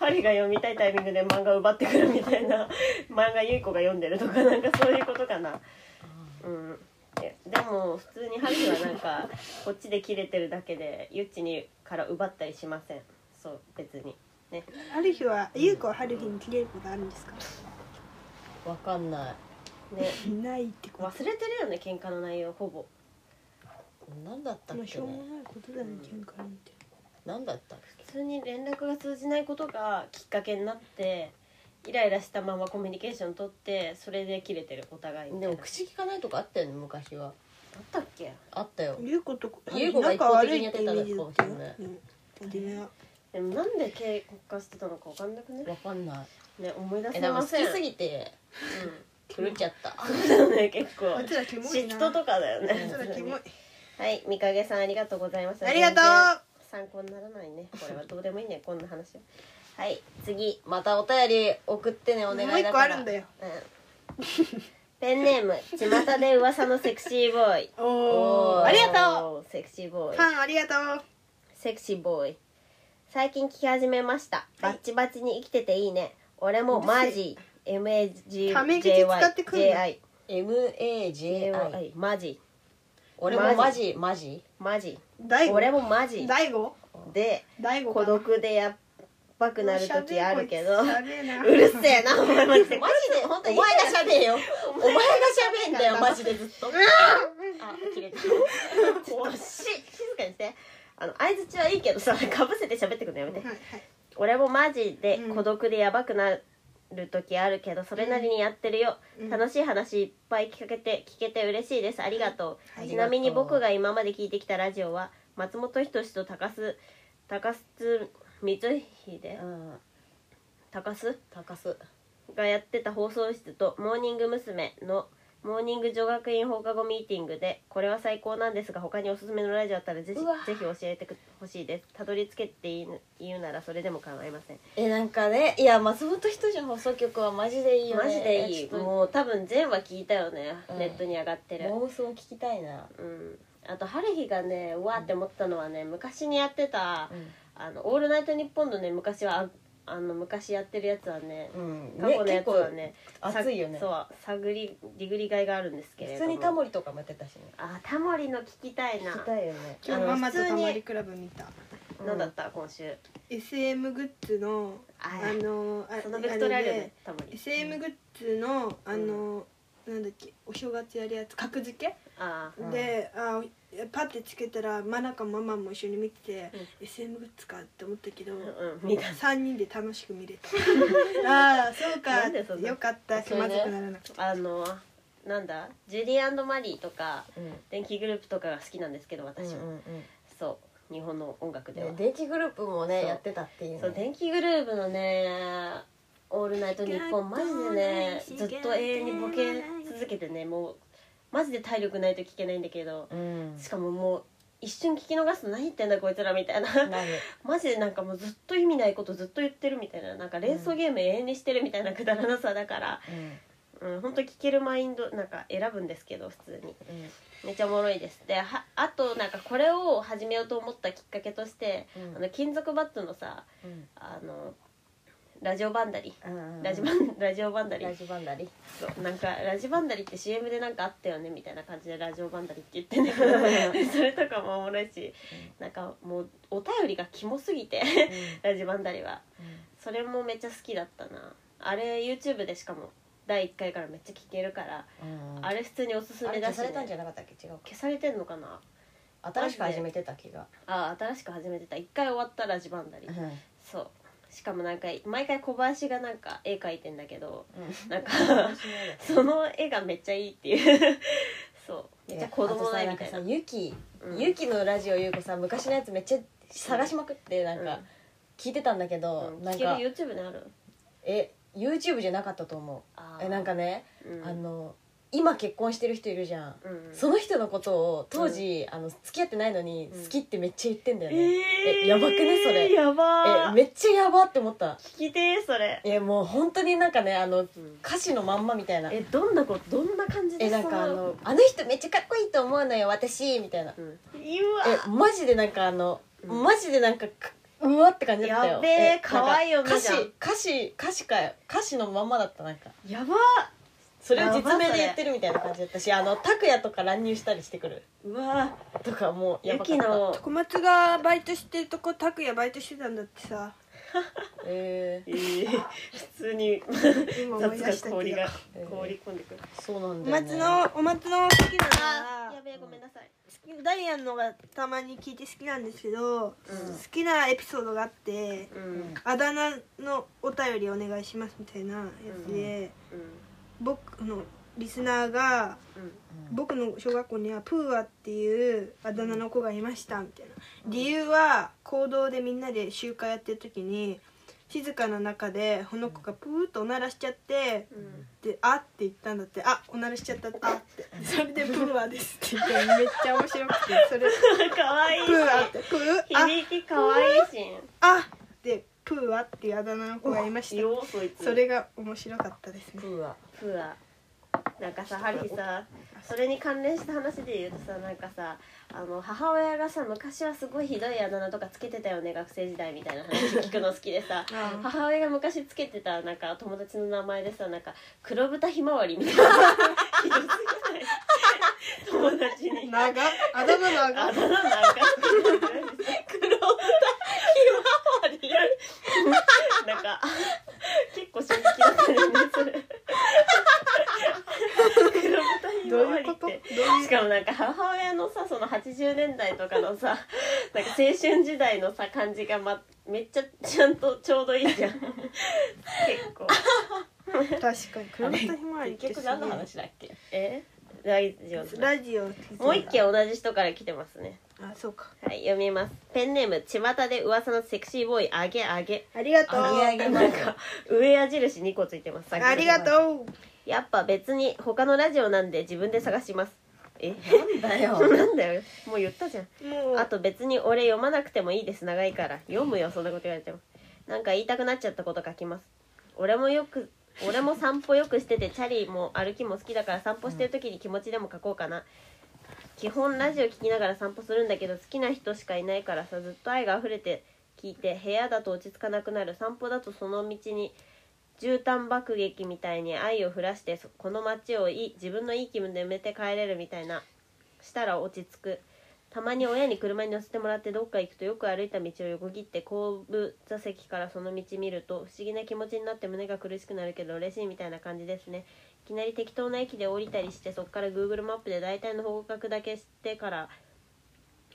[SPEAKER 2] ハリーが読みたいタイミングで漫画奪ってくるみたいな漫画ゆい子が読んでるとかなんかそういうことかなうんえでも普通にハリーはなんかこっちで切れてるだけでゆっちにから奪ったりしませんそう別に
[SPEAKER 3] ある日はゆうこは春日に切れることあるんですか
[SPEAKER 1] わかんない
[SPEAKER 2] ね
[SPEAKER 3] ないってこ
[SPEAKER 2] 忘れてるよね喧嘩の内容ほぼ
[SPEAKER 1] 何だった
[SPEAKER 3] と
[SPEAKER 1] っ
[SPEAKER 3] まあし
[SPEAKER 1] け
[SPEAKER 3] ょうも
[SPEAKER 1] ね
[SPEAKER 3] ないことだよね喧嘩なんて
[SPEAKER 1] 何だったっけ
[SPEAKER 2] 普通に連絡が通じないことがきっかけになってイライラしたままコミュニケーション取ってそれで切れてるお互いみた
[SPEAKER 1] で
[SPEAKER 2] いな
[SPEAKER 1] も口利かないとかあったよね昔は
[SPEAKER 2] あったっけ
[SPEAKER 1] あったよ
[SPEAKER 3] ゆうこと
[SPEAKER 1] ゆうこが一方的にやってたのかもしれない
[SPEAKER 3] ね
[SPEAKER 2] でもなんで喧嘩してたのか分かんなくね
[SPEAKER 1] わかんない
[SPEAKER 2] ね思い出
[SPEAKER 1] え
[SPEAKER 2] せ
[SPEAKER 1] でも
[SPEAKER 2] ま
[SPEAKER 1] 好
[SPEAKER 2] せん
[SPEAKER 1] きすぎて狂っちゃった
[SPEAKER 2] うん、 <laughs> だよね結構
[SPEAKER 3] あいつらキモい
[SPEAKER 2] 嫉
[SPEAKER 3] な
[SPEAKER 2] 妬とかだよ
[SPEAKER 3] あいつらキモい
[SPEAKER 2] ねはい三影さんありがとうございました
[SPEAKER 3] ありがとう
[SPEAKER 2] 全然参考にならないねこれはどうでもいいねこんな話ははい次
[SPEAKER 1] またお便り送ってねお願いだから
[SPEAKER 3] もう一個あるんだよ
[SPEAKER 2] うんペンネーム巷で噂のセクシーボーイ
[SPEAKER 3] おーありがと
[SPEAKER 2] とうセクシーボ
[SPEAKER 3] う
[SPEAKER 2] ーイ
[SPEAKER 3] ファンありがとう
[SPEAKER 2] セクシーボーイ最近聞き始めました、バッチバチに生きてていいね俺もマジ
[SPEAKER 3] ため口使ってくんな
[SPEAKER 2] MAGJYJI
[SPEAKER 1] MAJI
[SPEAKER 2] マジ
[SPEAKER 1] 俺もマジマジ
[SPEAKER 2] マジ
[SPEAKER 3] 大
[SPEAKER 2] 俺
[SPEAKER 3] 悟
[SPEAKER 2] もマジ
[SPEAKER 3] 大悟
[SPEAKER 2] で
[SPEAKER 3] 大悟
[SPEAKER 2] 孤独でやっばくなる時あるけど
[SPEAKER 3] 喋れな
[SPEAKER 2] うるせえなお前マ
[SPEAKER 3] <laughs>
[SPEAKER 2] ジで
[SPEAKER 1] マジで本当にお前が喋れよお前が喋んだよマジでずっと
[SPEAKER 2] あ切れたちょっとし静かにしてあの相づちはいいけどさかぶせて喋ってくのやめて
[SPEAKER 3] はいはい
[SPEAKER 2] 俺もマジで
[SPEAKER 3] うん
[SPEAKER 2] 孤独でやばくなる時あるけどそれなりにやってるよ、
[SPEAKER 3] うん
[SPEAKER 2] 楽しい話いっぱい聞けて聞けて嬉しいですありがとう、
[SPEAKER 1] はい
[SPEAKER 2] ちなみ
[SPEAKER 1] あ
[SPEAKER 2] に
[SPEAKER 1] りがとう
[SPEAKER 2] 僕が今まで聞いてきたラジオは松本人志と高須高須光秀
[SPEAKER 1] うん
[SPEAKER 2] 高須
[SPEAKER 1] 高須
[SPEAKER 2] がやってた放送室とモーニング娘。のモーニング女学院放課後ミーティングでこれは最高なんですが他におすすめのラジオあったらぜひ
[SPEAKER 1] うわ
[SPEAKER 2] ぜひ教えてくほしいですたどり着けって言う言うならそれでも構いません
[SPEAKER 1] えなんかねいや松本人志の放送局はマジでいいよね
[SPEAKER 2] マジでい
[SPEAKER 1] え
[SPEAKER 2] い
[SPEAKER 1] ちょっと
[SPEAKER 2] もう多分全話聞いたよね、
[SPEAKER 1] うん
[SPEAKER 2] ネットに上がってる
[SPEAKER 1] モームスも聞きたいな
[SPEAKER 2] うんあと春日がねうわーって思ったのはね昔にやってた
[SPEAKER 1] うん
[SPEAKER 2] 「あのオールナイトニッポン」のね昔はああの昔やってるやつはね
[SPEAKER 1] うん
[SPEAKER 2] 過去のやつはね
[SPEAKER 1] 熱いよね
[SPEAKER 2] さそう探りディグリがいがあるんですけれ
[SPEAKER 1] 普通
[SPEAKER 2] ども
[SPEAKER 1] にタモリとかもやってたしね
[SPEAKER 2] あタモリの聞きたいな
[SPEAKER 1] 聞きたいよね
[SPEAKER 3] 今日ママとたまりクラブ見た
[SPEAKER 1] うん
[SPEAKER 2] 何だった今週
[SPEAKER 3] SM グッズの
[SPEAKER 2] あ
[SPEAKER 3] あのあ
[SPEAKER 2] そのベクトルあるよ
[SPEAKER 3] れ
[SPEAKER 2] ね
[SPEAKER 3] で
[SPEAKER 2] タモリ
[SPEAKER 3] SM グッズのあの、なんだっけお正月やるやつ格付け
[SPEAKER 2] あ
[SPEAKER 1] うん
[SPEAKER 3] で、あパッてつけたらマナカママも一緒に見てて、
[SPEAKER 2] う
[SPEAKER 3] SM グッズかって思ったけど、
[SPEAKER 2] あうん見た
[SPEAKER 3] 三3人で楽しく見れ
[SPEAKER 2] <laughs>
[SPEAKER 3] たああそう
[SPEAKER 2] なんでそ
[SPEAKER 3] か
[SPEAKER 2] んな
[SPEAKER 3] よかった気
[SPEAKER 5] それ
[SPEAKER 3] ま
[SPEAKER 5] ね
[SPEAKER 3] ずくならなくて
[SPEAKER 2] あのなんだジュリーマリーとか
[SPEAKER 1] うん
[SPEAKER 2] 電気グループとかが好きなんですけど私は、
[SPEAKER 1] うんうん
[SPEAKER 2] そう日本の音楽では、
[SPEAKER 1] ね電気グループもね
[SPEAKER 2] そう
[SPEAKER 1] やってたっていう
[SPEAKER 2] そう電気グループのね「オールナイトニッポン」マジでねずっと永遠にボケ続けてねもうマジで体力ないと聞けないんだけど
[SPEAKER 1] うん
[SPEAKER 2] しかももう一瞬聞き逃すと何言ってんだこいつらみたいな
[SPEAKER 1] なる
[SPEAKER 2] マジでなんかもうずっと意味ないことずっと言ってるみたいななんか連想ゲーム永遠にしてるみたいなくだらなさだから、
[SPEAKER 1] うん
[SPEAKER 2] うん、ほんと聞けるマインドなんか選ぶんですけど普通に
[SPEAKER 1] うん
[SPEAKER 2] めっちゃおもろいですではあとなんかこれを始めようと思ったきっかけとして
[SPEAKER 1] うん
[SPEAKER 2] あの金属バットのさ
[SPEAKER 1] うん
[SPEAKER 2] あのラジオバンダリ
[SPEAKER 1] うん
[SPEAKER 2] ラジバン <laughs> ラジオバンダリ
[SPEAKER 1] ラジバンダリ
[SPEAKER 2] そうなんかラジバンダリって CM でなんかあったよねみたいな感じでラジオバンダリって言ってね <laughs> それとかもおもろいしなんかもうお便りがキモすぎて <laughs> ラジバンダリはそれもめっちゃ好きだったなあれ YouTube でしかも第1回からめっちゃ聞けるから
[SPEAKER 1] うん
[SPEAKER 2] あれ普通におすす
[SPEAKER 1] あ
[SPEAKER 2] め
[SPEAKER 1] れ
[SPEAKER 2] だ
[SPEAKER 1] 消
[SPEAKER 2] し、
[SPEAKER 1] さ
[SPEAKER 2] ね、
[SPEAKER 1] れたんじゃなかったっけ違う
[SPEAKER 2] 消されてんのかな
[SPEAKER 1] 新しく始めてた気が
[SPEAKER 2] あ新しく始めてた1回終わったラジバンダリ
[SPEAKER 1] うん
[SPEAKER 2] そうしかもなんか毎回小林がなんか絵描いてんだけどなんか <laughs> その絵がめっちゃいいっていう <laughs> そうめっちゃ子供の絵みた
[SPEAKER 1] あ
[SPEAKER 2] いな
[SPEAKER 1] とさんかさゆき
[SPEAKER 2] うん
[SPEAKER 1] ゆきのラジオゆうこさん昔のやつめっちゃ探しまくってなん
[SPEAKER 2] う
[SPEAKER 1] か
[SPEAKER 2] ん
[SPEAKER 1] 聞いてたんだけ
[SPEAKER 2] う
[SPEAKER 1] ど
[SPEAKER 2] ん
[SPEAKER 1] なん
[SPEAKER 2] 聞
[SPEAKER 1] か
[SPEAKER 2] ける YouTube にある
[SPEAKER 1] え YouTube じゃなかったと思
[SPEAKER 2] あ
[SPEAKER 1] う
[SPEAKER 2] ー
[SPEAKER 1] えなんかね
[SPEAKER 2] うん
[SPEAKER 1] あの今結婚してる人いるじゃん
[SPEAKER 2] うん
[SPEAKER 1] その人のことを当時あの付き合ってないのに
[SPEAKER 2] うん
[SPEAKER 1] 好きってめっちゃ言ってんだよ
[SPEAKER 2] え
[SPEAKER 1] ねえやばくねそれ
[SPEAKER 2] やば
[SPEAKER 1] え
[SPEAKER 2] ー
[SPEAKER 1] めっちゃやばって思った
[SPEAKER 2] 聞きてーそれ、
[SPEAKER 1] えもう本当になんかねあの歌詞のまんまみたいな
[SPEAKER 2] えどんなことどんな感じで
[SPEAKER 1] えなんかあの「あの人めっちゃかっこいいと思うのよ私」みたいな
[SPEAKER 2] うん、うわ
[SPEAKER 1] えマジでなんかあの、
[SPEAKER 2] うん
[SPEAKER 1] マジでなんかかうわって感じだったよ
[SPEAKER 2] やべえ
[SPEAKER 1] なんか
[SPEAKER 2] 可愛い女
[SPEAKER 1] 歌
[SPEAKER 2] じゃん
[SPEAKER 1] 詞歌詞歌詞かよ歌詞のまんまだったなんか
[SPEAKER 2] やば
[SPEAKER 1] それを実
[SPEAKER 2] やばそ
[SPEAKER 1] 名
[SPEAKER 2] れ
[SPEAKER 1] で言ってるみたいな感じだったしあの拓哉とか乱入したりしてくる
[SPEAKER 2] ーうわ
[SPEAKER 1] とかもう
[SPEAKER 2] ー
[SPEAKER 1] や
[SPEAKER 2] ゆ
[SPEAKER 1] ばかっ
[SPEAKER 2] き
[SPEAKER 1] た
[SPEAKER 2] の
[SPEAKER 3] 小松がバイトしてるとこ拓也バイトしてたんだってさ
[SPEAKER 1] え
[SPEAKER 2] えー普
[SPEAKER 1] <laughs>
[SPEAKER 2] 通に
[SPEAKER 3] 今思い出
[SPEAKER 2] 雑
[SPEAKER 3] した
[SPEAKER 2] が
[SPEAKER 3] けど
[SPEAKER 2] 氷が
[SPEAKER 1] えー
[SPEAKER 2] 凍り込んでくる
[SPEAKER 1] ー、そうなん
[SPEAKER 3] お
[SPEAKER 1] だよ、ね、
[SPEAKER 3] 松のお松の好きな
[SPEAKER 2] あーやべえごめんなさい
[SPEAKER 3] ダイアンのがたまに聞いて好きなんですけど、好
[SPEAKER 2] ん
[SPEAKER 3] きなエピソードがあって
[SPEAKER 2] うん
[SPEAKER 3] あだ名のお便りお願いしますみたいなやつで、
[SPEAKER 2] うん
[SPEAKER 3] 僕のリスナーが
[SPEAKER 2] うん
[SPEAKER 3] 僕の小学校にはプーアっていうあだ名の子がいましたみたいな理由は行動でみんなで集会やってる時に静かな中でこの子がプーっとおならしちゃって
[SPEAKER 2] うん
[SPEAKER 3] で「あ」って言ったんだって「あおならしちゃった」あってそれで「プーアです」って言って <laughs> めっちゃ面白くてそれ
[SPEAKER 2] 可愛い
[SPEAKER 3] プーアってプーア
[SPEAKER 2] 響き可愛いし
[SPEAKER 3] あでプーアっていうあだ名の子がいました
[SPEAKER 2] よそいつ
[SPEAKER 3] それが面白かったですね
[SPEAKER 1] うわ
[SPEAKER 2] プーアなんかさハリーさそれに関連した話で言うとさなんかさあの母親がさ昔はすごいひどいあだ名とかつけてたよね学生時代みたいな話聞くの好きでさ
[SPEAKER 3] あ
[SPEAKER 2] 母親が昔つけてたなんか友達の名前でさなんか黒豚ひまわりみたいなひどすぎない友達に
[SPEAKER 3] 長あだ名
[SPEAKER 2] あだ
[SPEAKER 3] 長
[SPEAKER 2] 名なんか黒豚ひまわりなんか結構衝撃だったよねそれ黒豚ひま
[SPEAKER 3] どう
[SPEAKER 2] わ
[SPEAKER 3] いう
[SPEAKER 2] り
[SPEAKER 3] こ
[SPEAKER 2] っ
[SPEAKER 3] とどう
[SPEAKER 2] て
[SPEAKER 3] いう
[SPEAKER 2] しかもなんか母親のさその80年代とかのさなんか青春時代のさ感じが、ま、めっちゃちゃんとちょうどいいじ
[SPEAKER 3] <laughs>
[SPEAKER 2] ゃん結構
[SPEAKER 3] 確かに黒豚ひまわりって
[SPEAKER 1] 結
[SPEAKER 3] す
[SPEAKER 1] 局
[SPEAKER 3] げ
[SPEAKER 1] 何
[SPEAKER 3] え
[SPEAKER 1] の話だっけ
[SPEAKER 2] えラジオの
[SPEAKER 3] ラジオ
[SPEAKER 2] もう一件同じ人から来てますね
[SPEAKER 3] あそうか
[SPEAKER 2] はい読みますペンネーム巷で噂のセクシーボーイあげあげ
[SPEAKER 3] ありがとう
[SPEAKER 1] あげあげ
[SPEAKER 2] なんか上矢印2個ついてます
[SPEAKER 3] ありが
[SPEAKER 2] う
[SPEAKER 3] とう
[SPEAKER 2] やっぱ別に他のラジオなんで自分で探しますえ
[SPEAKER 1] なんだよ
[SPEAKER 2] <laughs> なんだよもう言ったじゃん
[SPEAKER 3] もう
[SPEAKER 2] あと別に俺読まなくてもいいです長いから読むよそんなこと言われてもなんか言いたくなっちゃったこと書きます俺もよく俺も散歩よくしててチャリも歩きも好きだから散歩してる時に気持ちでも書こうかな、基本ラジオ聞きながら散歩するんだけど好きな人しかいないからさずっと愛が溢れて聞いて部屋だと落ち着かなくなる散歩だとその道に絨毯爆撃みたいに愛を降らしてそこの街をいい自分のいい気分で埋めて帰れるみたいなしたら落ち着くたまに親に車に乗せてもらってどっか行くとよく歩いた道を横切って後部座席からその道見ると不思議な気持ちになって胸が苦しくなるけど嬉しいみたいな感じですねいきなり適当な駅で降りたりしてそっから Google マップで大体の方角だけしてから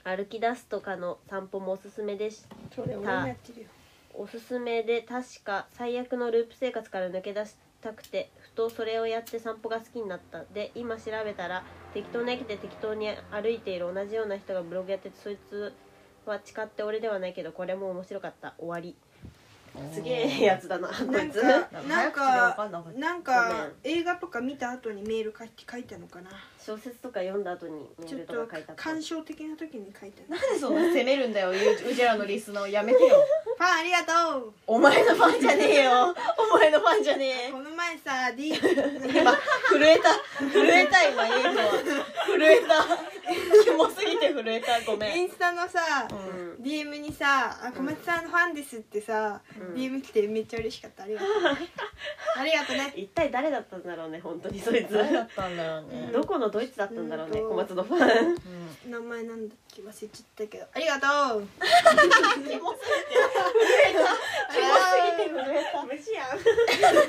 [SPEAKER 2] 歩き出すとかの散歩もおすすめでし
[SPEAKER 3] それ俺もやってるよ
[SPEAKER 2] おすすめで確か最悪のループ生活から抜け出したくてふとそれをやって散歩が好きになったで今調べたら適当な駅で適当に歩いている同じような人がブログやっててそいつは誓って俺ではないけどこれも面白かった終わりすげえやつだなこい
[SPEAKER 3] なん
[SPEAKER 2] つ
[SPEAKER 3] か <laughs> な
[SPEAKER 1] なんん
[SPEAKER 3] か
[SPEAKER 1] かなかった
[SPEAKER 3] なんか映画とか見た後にメール書いて書いたのかな
[SPEAKER 2] 小説とか読んだ後にメ
[SPEAKER 3] ち
[SPEAKER 2] ー
[SPEAKER 3] ょっ
[SPEAKER 2] ルと
[SPEAKER 3] と
[SPEAKER 2] か書いたとか
[SPEAKER 3] 鑑賞的な時に書いたの
[SPEAKER 1] なんでそんな責めるんだよううちらのリスナーをやめてよ
[SPEAKER 3] ファンありがとう
[SPEAKER 1] <laughs> お前のファンじゃねえよお前のファンじゃねえ
[SPEAKER 3] この前 <laughs> さ D
[SPEAKER 1] 今震えた震えた今いいのは震えたキモすぎて震えたご
[SPEAKER 3] イ
[SPEAKER 1] めん
[SPEAKER 3] ンスタのさ、
[SPEAKER 2] ん
[SPEAKER 3] DM にさ「あ小松さんのファンです」ってさ、
[SPEAKER 2] うん
[SPEAKER 3] DM 来てめっちゃ嬉しかったありがとうありがとうね
[SPEAKER 2] 一体誰だったんだろうね本当にそいつ
[SPEAKER 1] 誰だったんだろうね
[SPEAKER 2] どこのドイツだったんだろうね
[SPEAKER 3] うん
[SPEAKER 2] 小松のファン
[SPEAKER 3] 名前なんだっけ忘れちゃったけどありがとうキモすぎて
[SPEAKER 2] 震えた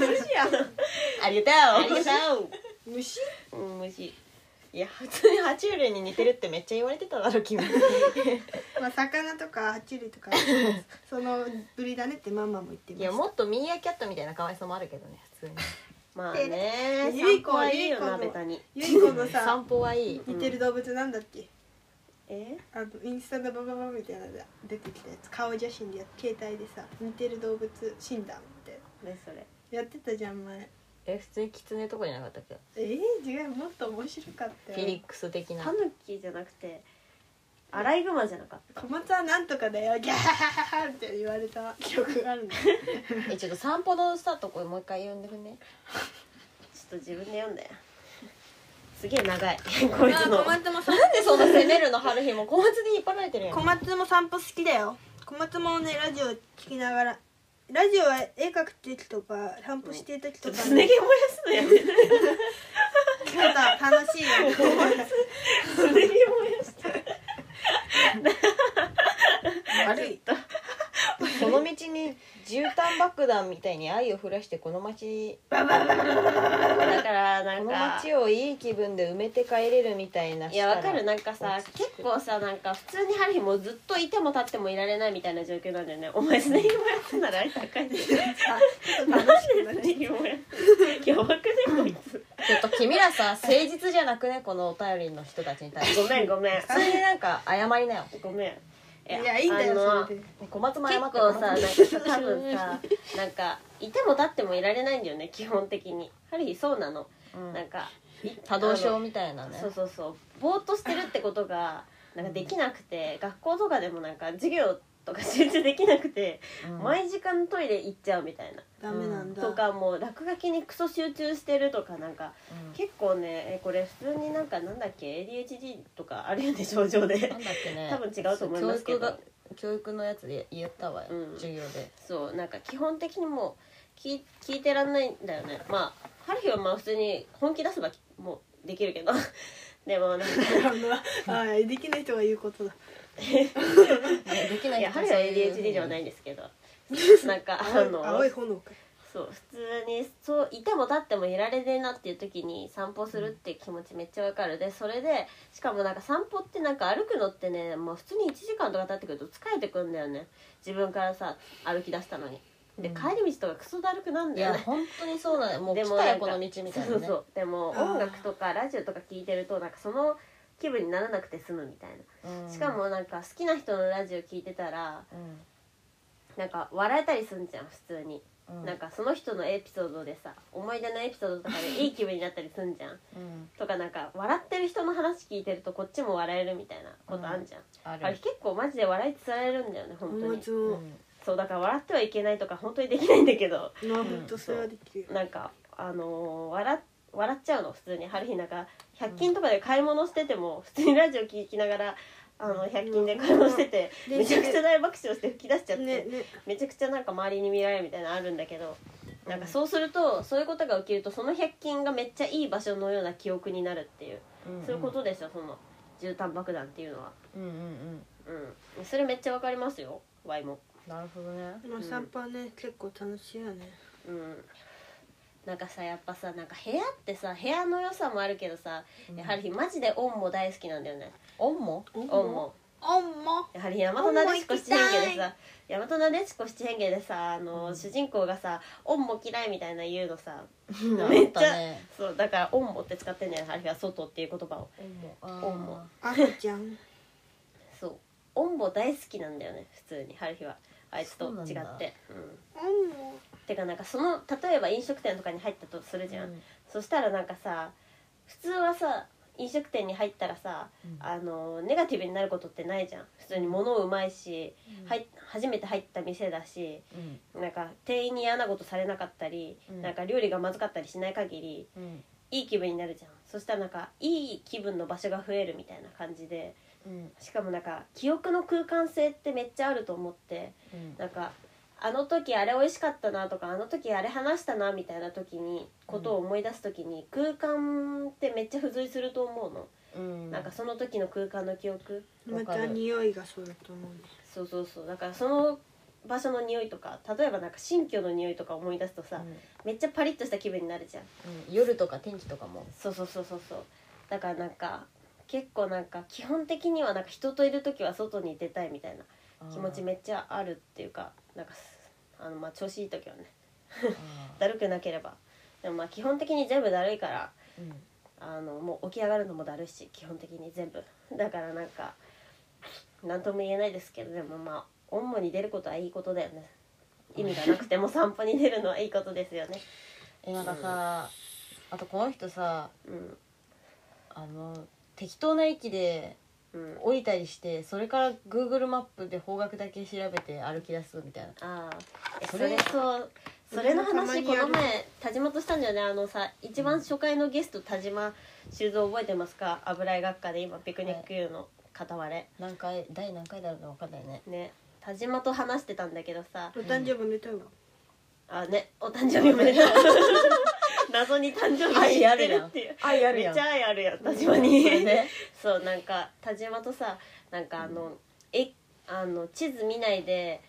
[SPEAKER 3] 虫や
[SPEAKER 1] ありが
[SPEAKER 2] ありがと
[SPEAKER 3] ん虫
[SPEAKER 2] ううん美味しい
[SPEAKER 1] いや普通に爬虫類に似てるってめっちゃ言われてただろ君
[SPEAKER 2] <laughs>
[SPEAKER 3] まあ魚とか爬虫類とかそのぶりだねってママも言ってま
[SPEAKER 1] い
[SPEAKER 3] した
[SPEAKER 1] やもっとミーアキャットみたいな可愛さもあるけどね普通に
[SPEAKER 2] まあね
[SPEAKER 3] ゆい
[SPEAKER 2] 散
[SPEAKER 3] こ
[SPEAKER 2] 歩はいいよ
[SPEAKER 3] ゆい
[SPEAKER 2] な
[SPEAKER 3] この
[SPEAKER 2] ベタに
[SPEAKER 3] ゆいこのさ
[SPEAKER 1] 散歩はいい
[SPEAKER 3] 似てる動物なんだっけ
[SPEAKER 2] え
[SPEAKER 3] あのインスタのババババみたいなのが出てきたやつ顔写真でやっ携帯でさ似てる動物診断みたい
[SPEAKER 2] 何それ
[SPEAKER 3] なやってたじゃん前
[SPEAKER 1] え普通にキツネとかじゃなかったっけ
[SPEAKER 3] えー、違うもっと面白かった
[SPEAKER 1] フィリ
[SPEAKER 3] よ
[SPEAKER 1] ックス的な
[SPEAKER 2] タヌキじゃなくてアライグマじゃなかっ
[SPEAKER 3] 小松はなんとかだよギャーハハって言われた記憶があるんだ
[SPEAKER 1] えちょっと散歩のスタートこれもう一回読んでくんね
[SPEAKER 2] たちょっと自分で読 <laughs> んだよすげえ長
[SPEAKER 3] <laughs>
[SPEAKER 2] いこいつの
[SPEAKER 3] 松も
[SPEAKER 1] なんでそんな責めるの春日も小松に引っ張られてるやん
[SPEAKER 3] 小松も散歩好きだよ小松もねラジオ聞きながらラジオは絵描く時とか散歩してる時
[SPEAKER 2] ちょっ
[SPEAKER 3] とか
[SPEAKER 2] とすね毛燃やすのやめて
[SPEAKER 3] なんか楽しいよ <laughs>
[SPEAKER 2] すね毛燃やして <laughs>
[SPEAKER 3] 悪い
[SPEAKER 1] この道に絨毯爆弾みたいに愛を降らしてこの街
[SPEAKER 2] だからな
[SPEAKER 1] こ
[SPEAKER 2] ん
[SPEAKER 1] の
[SPEAKER 2] か
[SPEAKER 1] 街をいい気分で埋めて帰れるみたいない
[SPEAKER 2] やわかるなんかさ
[SPEAKER 1] 落ち着く
[SPEAKER 2] 結構さなんか普通にハリーもうずっといても立ってもいられないみたいな状況なんだよねお前すね毛燃やすならあれ高
[SPEAKER 3] <laughs>
[SPEAKER 2] いんだよなんでスネ毛燃やすやばくねこいつ
[SPEAKER 1] ちょっと君らさ誠実じゃなくねこのお便りの人たちに対して
[SPEAKER 2] ごめんごめん
[SPEAKER 1] 普通になんか謝りなよ
[SPEAKER 2] ごめん
[SPEAKER 3] <laughs> いやいいんだよ
[SPEAKER 2] あの
[SPEAKER 3] それで
[SPEAKER 1] 小松も謝
[SPEAKER 2] 結
[SPEAKER 1] って
[SPEAKER 2] 構さ <laughs> なんかさ多分さなんかいても立ってもいられないんだよね <laughs> 基本的にハリーそうなの、
[SPEAKER 1] うん
[SPEAKER 2] なんかい
[SPEAKER 1] 多動症みたい
[SPEAKER 2] あ
[SPEAKER 1] な
[SPEAKER 2] の
[SPEAKER 1] ね
[SPEAKER 2] そうそうそうぼーっとしてるってことがなんかできなくて、学校とかでもなんか授業とか集中できなくて、
[SPEAKER 1] うん
[SPEAKER 2] 毎時間トイレ行っちゃうみたいな
[SPEAKER 3] ダメなんだ
[SPEAKER 2] とかもう落書きにクソ集中してるとかなんか
[SPEAKER 1] うん
[SPEAKER 2] 結構ねえこれ普通になんかなんだっけ ADHD とかあるよね症状で
[SPEAKER 1] なんだっけね
[SPEAKER 2] 多分違うと思いますけど
[SPEAKER 1] 教育が教育のやつで言ったわよ、
[SPEAKER 2] うん
[SPEAKER 1] 授業
[SPEAKER 2] <laughs>
[SPEAKER 1] で
[SPEAKER 2] そうなんか基本的にもう聞い聞いてらんないんだよねまあ春日はまあ普通に本気出せばもうできるけど <laughs> でもなんか
[SPEAKER 3] あのはいできない人が言うことだ
[SPEAKER 1] ねできない
[SPEAKER 2] いや
[SPEAKER 1] 人
[SPEAKER 2] 春日は
[SPEAKER 1] そういうふうに
[SPEAKER 2] ADHD ではないんですけどなんかあ
[SPEAKER 3] 青い
[SPEAKER 2] の
[SPEAKER 3] 青い炎か
[SPEAKER 2] そう普通にそういても立ってもいられねえなっていう時に散歩するって気持ちめっちゃわかるでそれでしかもなんか散歩ってなんか歩くのってねもう普通に1時間とか経ってくると疲れてくんだよね自分からさ歩き出したのにで
[SPEAKER 1] うん
[SPEAKER 2] 帰り道とかクソだるくなん
[SPEAKER 1] い
[SPEAKER 2] だよ
[SPEAKER 1] や
[SPEAKER 2] ね
[SPEAKER 1] 本当にそうなのもう
[SPEAKER 2] で
[SPEAKER 1] 来
[SPEAKER 2] も
[SPEAKER 1] た
[SPEAKER 2] な
[SPEAKER 1] よ
[SPEAKER 2] んか
[SPEAKER 1] この道みたいなね
[SPEAKER 2] そうそうそうでも
[SPEAKER 3] あー
[SPEAKER 2] 音楽とかラジオとか聞いてるとなんかその気分にならなくて済むみたい
[SPEAKER 1] うん
[SPEAKER 2] なしか、もなんか好きな人のラジオ聞いてたら
[SPEAKER 1] う
[SPEAKER 2] なんか笑えたりすんじゃん普通に、
[SPEAKER 1] んうん、
[SPEAKER 2] なんかその人のエピソードでさ思い出のエピソードとかでいい気分になったりすんじゃ <laughs> ん
[SPEAKER 1] うん
[SPEAKER 2] とかなんか笑ってる人の話聞いてるとこっちも笑えるみたいなことあんじゃん、
[SPEAKER 1] あ
[SPEAKER 2] あれ
[SPEAKER 1] る、
[SPEAKER 2] 結構マジで笑いって伝えるんだよね
[SPEAKER 3] 小
[SPEAKER 2] 本当に
[SPEAKER 3] 松
[SPEAKER 1] う
[SPEAKER 3] も
[SPEAKER 1] ん
[SPEAKER 2] そうだから笑ってはいけないとか本当にできないんだけど
[SPEAKER 3] まあ本当それはできる
[SPEAKER 2] なんかあのー笑っ笑っちゃうの普通に春日なんか100均とかで買い物してても普通にラジオ聞きながらあの100均で買い物してて
[SPEAKER 3] うん
[SPEAKER 2] めちゃくちゃ大爆笑して吹き出しちゃって、
[SPEAKER 3] ねね
[SPEAKER 2] めちゃくちゃなんか周りに見られるみたいなのあるんだけどなんかそうするとそういうことが起きるとその100均がめっちゃいい場所のような記憶になるっていうそういうことですよその絨毯爆弾っていうのは
[SPEAKER 1] うんうんうん
[SPEAKER 2] うんそれめっちゃわかりますよワイも
[SPEAKER 1] なるほどね
[SPEAKER 3] でも散歩はね、結構楽しいよね
[SPEAKER 2] うんなんかさやっぱさなんか部屋ってさ部屋の良さもあるけどさやはりマジでオンも大好きなんだよね
[SPEAKER 1] オン <laughs> も
[SPEAKER 3] おん
[SPEAKER 2] オンも
[SPEAKER 3] おんも
[SPEAKER 2] やはり大和なでしこ七変化で
[SPEAKER 3] 本
[SPEAKER 2] さ
[SPEAKER 3] も行
[SPEAKER 2] 大和なでしこ七変化でさあの、
[SPEAKER 1] うん
[SPEAKER 2] 主人公がさ「オンも嫌い」みたいな言うのさ
[SPEAKER 1] めっちゃ
[SPEAKER 2] そうだから「オンも」って使ってんだよねハリは「外」っていう言葉を
[SPEAKER 1] オンも
[SPEAKER 2] オンも
[SPEAKER 3] 赤ちゃん
[SPEAKER 2] そう「オンも」大好きなんだよね普通にハリはあいつと違
[SPEAKER 1] そうなん
[SPEAKER 2] っ
[SPEAKER 1] だ
[SPEAKER 2] てうん
[SPEAKER 3] おんも
[SPEAKER 2] てかなんかその例えば飲食店とかに入ったとするじゃん、そしたらなんかさ普通はさ飲食店に入ったらさ、
[SPEAKER 1] うん
[SPEAKER 2] あのネガティブになることってないじゃん普通に物うまいし、はい、初めて入った店だし
[SPEAKER 1] うん
[SPEAKER 2] なんか店員に嫌なことされなかったり、
[SPEAKER 1] うん
[SPEAKER 2] なんか料理がまずかったりしない限り
[SPEAKER 1] うん
[SPEAKER 2] いい気分になるじゃんそしたらなんかいい気分の場所が増えるみたいな感じで
[SPEAKER 1] うん
[SPEAKER 2] しかもなんか記憶の空間性ってめっちゃあると思って
[SPEAKER 1] うん
[SPEAKER 2] なんかあの時あれ美味しかったなとかあの時あれ話したなみたいな時にことを思い出す時に空間ってめっちゃ付随すると思うの、
[SPEAKER 1] うん
[SPEAKER 2] なんかその時の空間の記憶
[SPEAKER 3] ま
[SPEAKER 1] わか
[SPEAKER 3] た
[SPEAKER 1] る
[SPEAKER 3] 匂いがそうだと思うね
[SPEAKER 2] そうそうそうだからその場所の匂いとか例えばなんか新居の匂いとか思い出すとさ、
[SPEAKER 1] うん
[SPEAKER 2] めっちゃパリッとした気分になるじゃん
[SPEAKER 1] うん夜とか天気とかも
[SPEAKER 2] そうそうそうそうそうだからなんか結構なんか基本的にはなんか人といる時は外に出たいみたいな気持ちめっちゃあるっていうかなんかすあのまあ調子いい時はね
[SPEAKER 1] あー <laughs>
[SPEAKER 2] だるくなければでもまあ基本的に全部だるいから
[SPEAKER 1] うん
[SPEAKER 2] あのもう起き上がるのもだるいし基本的に全部だからなんか何とも言えないですけどでもまあオンモに出ることはいいことだよね意味がなくても散歩に出るのはいいことですよね
[SPEAKER 1] えなんかさあとこの人さ
[SPEAKER 2] うん
[SPEAKER 1] あの適当な駅で
[SPEAKER 2] うん
[SPEAKER 1] 降りたりしてそれから Google マップで方角だけ調べて歩き出すみたいな
[SPEAKER 2] ああえ
[SPEAKER 1] そ
[SPEAKER 2] そ
[SPEAKER 1] れ
[SPEAKER 2] れそうそれの話この前田島としたんだよねあのさ一番初回のゲスト田島修造覚えてますか油絵学科で今ピクニック U の片割れ
[SPEAKER 1] 何回第何回だろうか分かんないね
[SPEAKER 2] ね田島と話してたんだけどさ
[SPEAKER 3] お誕生日寝たわ
[SPEAKER 2] あねお誕生日おめでとう <laughs> 謎に誕生日知ってるっていう
[SPEAKER 1] 愛あ
[SPEAKER 2] めっち
[SPEAKER 1] めっ
[SPEAKER 2] ゃ
[SPEAKER 1] ち
[SPEAKER 2] 愛あるやん田
[SPEAKER 1] ゃ
[SPEAKER 2] 島
[SPEAKER 1] それ
[SPEAKER 2] に
[SPEAKER 1] ね
[SPEAKER 2] そうなんか田島とさなんかあの、えあの地図見ないで、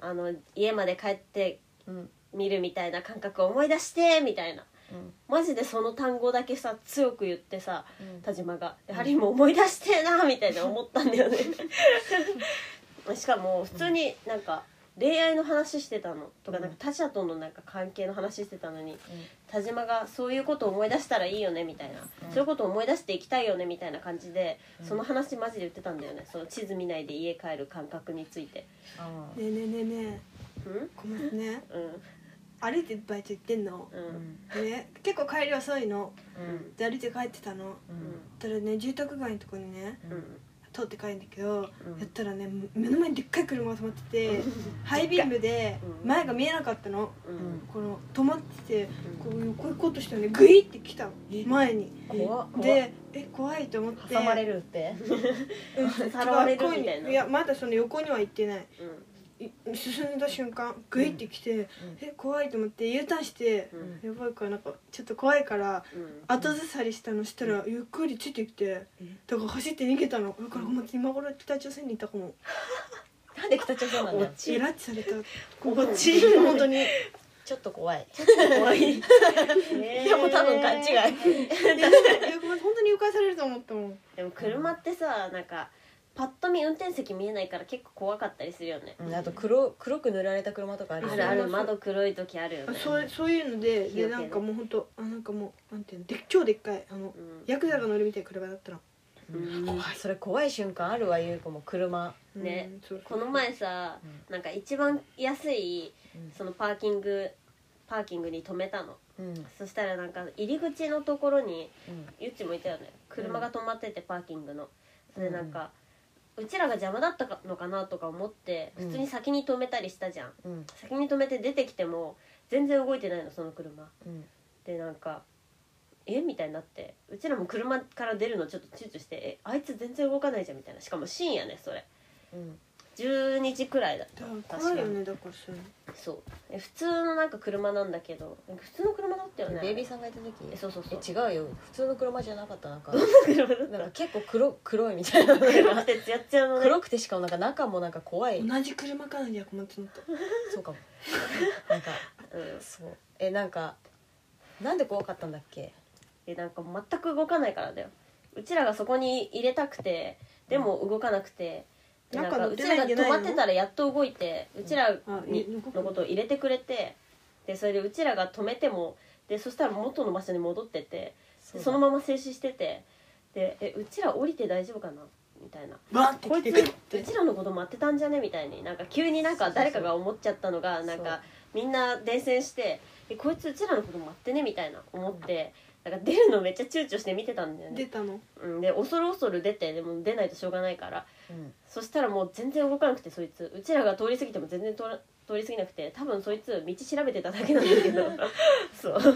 [SPEAKER 2] あの家まで帰って
[SPEAKER 1] うん
[SPEAKER 2] 見るみたいな感覚を思い出してみたいな
[SPEAKER 1] うん
[SPEAKER 2] マジでその単語だけさ強く言ってさ
[SPEAKER 1] うん
[SPEAKER 2] 田島が「やはりもう思い出してえな」みたいな思ったんだよね <laughs> しかも普通になんか恋愛の話してたのとか
[SPEAKER 1] うん
[SPEAKER 2] なんか他者とのなんか関係の話してたのに
[SPEAKER 1] うん
[SPEAKER 2] 田島がそういうことを思い出したらいいよねみたいな、
[SPEAKER 1] うん
[SPEAKER 2] そういうことを思い出していきたいよねみたいな感じで、
[SPEAKER 1] うん
[SPEAKER 2] その話マジで言ってたんだよねその地図見ないで家帰る感覚について
[SPEAKER 1] あ
[SPEAKER 3] ねえねえねえね
[SPEAKER 2] うん
[SPEAKER 3] えごめんね
[SPEAKER 2] うん
[SPEAKER 3] 歩いてバイト行ってんの
[SPEAKER 2] う
[SPEAKER 1] ーうんん
[SPEAKER 3] ね結構帰り遅いの
[SPEAKER 1] うん
[SPEAKER 3] で歩いて帰ってたの
[SPEAKER 1] う
[SPEAKER 2] うんん
[SPEAKER 3] そしたらね住宅街のとこにね
[SPEAKER 2] う
[SPEAKER 1] うん
[SPEAKER 2] ん
[SPEAKER 3] 通って帰るんだけど、
[SPEAKER 1] うん
[SPEAKER 3] やったらね目の前にでっかい車が止まっててハイビームで
[SPEAKER 2] うん
[SPEAKER 3] 前が見えなかったの
[SPEAKER 2] うん
[SPEAKER 1] ん
[SPEAKER 3] この止まってて
[SPEAKER 2] うん
[SPEAKER 3] こう横行こうとしたらねグイって来たの前に
[SPEAKER 1] 怖っ
[SPEAKER 3] でえ怖いと思って
[SPEAKER 1] 挟まれるって
[SPEAKER 3] うん
[SPEAKER 2] さらわれるみたいな
[SPEAKER 3] やまだその横には行ってない
[SPEAKER 2] うん
[SPEAKER 3] い進んだ瞬間グイって来て、え怖いと思って U ターンして、
[SPEAKER 2] う
[SPEAKER 3] やばいからなんかちょっと怖いから
[SPEAKER 2] うん
[SPEAKER 3] 後ずさりしたのしたら、ゆっくりついてきてだから走って逃げたのだからお前今頃北朝鮮にいたかも
[SPEAKER 1] なんで北朝鮮なんだよ
[SPEAKER 3] え拉致された
[SPEAKER 2] こっち
[SPEAKER 3] 本当にで
[SPEAKER 1] ちょっと怖い
[SPEAKER 2] 怖いい
[SPEAKER 1] いやもう多分勘違い
[SPEAKER 3] 本当に誘拐されると思ったもん
[SPEAKER 2] でも車ってさなんかパッと見運転席見えないから結構怖かったりするよね
[SPEAKER 1] うんあと黒黒く塗られた車とかあ
[SPEAKER 2] あ
[SPEAKER 1] るよ
[SPEAKER 2] る
[SPEAKER 1] ね
[SPEAKER 2] ある窓黒い時あるよね
[SPEAKER 3] そうそういうので
[SPEAKER 2] 日よけ
[SPEAKER 3] で
[SPEAKER 2] の
[SPEAKER 3] なんかもう本当あなんかもうなんていうので超でっかいあ
[SPEAKER 2] う
[SPEAKER 3] の
[SPEAKER 2] ん
[SPEAKER 3] ヤクザが乗るみたいな車だったの
[SPEAKER 2] うん
[SPEAKER 1] 怖いそれ怖い瞬間あるわゆう子も車
[SPEAKER 2] ね
[SPEAKER 3] うんそう
[SPEAKER 2] この前さなんか一番安い
[SPEAKER 1] うん
[SPEAKER 2] そのパーキングパーキングに止めたの
[SPEAKER 1] うん
[SPEAKER 2] そしたらなんか入り口のところに
[SPEAKER 1] うん
[SPEAKER 2] ゆっちもいたよね車が止まっててパーキングのそれでなんか、うちらが邪魔だったのかなとか思って
[SPEAKER 1] うん
[SPEAKER 2] 普通に先に止めたりしたじゃん、
[SPEAKER 1] うん
[SPEAKER 2] 先に止めて出てきても全然動いてないのその車
[SPEAKER 1] うん
[SPEAKER 2] でなんかえみたいになってうちらも車から出るのちょっと躊躇してえあいつ全然動かないじゃんみたいなしかも深夜ねそれ
[SPEAKER 1] うん
[SPEAKER 2] 12時くらいだった
[SPEAKER 3] 怖いよねだからそういうの
[SPEAKER 2] そうえ普通のなんか車なんだけどなんか普通の車だったよね
[SPEAKER 1] ベイビーさんがいた時
[SPEAKER 2] えそうそうそう <laughs>
[SPEAKER 1] え違うよ普通の車じゃなかったなんか
[SPEAKER 2] 車だ
[SPEAKER 1] なんか結構黒黒いみたいな
[SPEAKER 2] 黒くてツヤツヤのね
[SPEAKER 1] 黒くてしかもなんか中もなんか怖い
[SPEAKER 3] 同じ車かなじゃあ小松のと
[SPEAKER 1] そうかもなんか
[SPEAKER 2] うん
[SPEAKER 1] そうえなんかなんで怖かったんだっけ
[SPEAKER 2] でなんか全く動かないからだようちらがそこに入れたくてでも動かなくて、でなん
[SPEAKER 3] 中
[SPEAKER 2] か
[SPEAKER 3] 乗っ
[SPEAKER 2] う
[SPEAKER 3] て
[SPEAKER 2] ち
[SPEAKER 3] ない
[SPEAKER 2] ら
[SPEAKER 3] ん
[SPEAKER 2] が
[SPEAKER 3] じゃ
[SPEAKER 2] 止
[SPEAKER 3] ないの
[SPEAKER 2] まってたらやっと動いてうちら
[SPEAKER 3] あい
[SPEAKER 2] にのことを入れてくれてでそれでうちらが止めてもでそしたら元の場所に戻ってて
[SPEAKER 1] そ
[SPEAKER 2] でそのまま静止しててでえうちら降りて大丈夫かなみたいな
[SPEAKER 3] バンって
[SPEAKER 2] こい
[SPEAKER 3] 来
[SPEAKER 2] つ
[SPEAKER 3] て
[SPEAKER 2] うちらのこと待ってたんじゃねみたいになんか急になんか誰かが思っちゃったのが
[SPEAKER 1] うそ
[SPEAKER 2] な
[SPEAKER 1] うん
[SPEAKER 2] かみんな伝染してえこいつうちらのこと待ってねみたいな思って、なんか出るのめっちゃ躊躇して見てたんだよ
[SPEAKER 3] 出
[SPEAKER 2] ね、
[SPEAKER 3] たの
[SPEAKER 2] うん、で恐る恐る出てでも出ないとしょうがないから
[SPEAKER 1] うん
[SPEAKER 2] そしたらもう全然動かなくてそいつうちらが通り過ぎても全然通ら通り過ぎなくて多分そいつ道調べてただけなんだけど <laughs> そう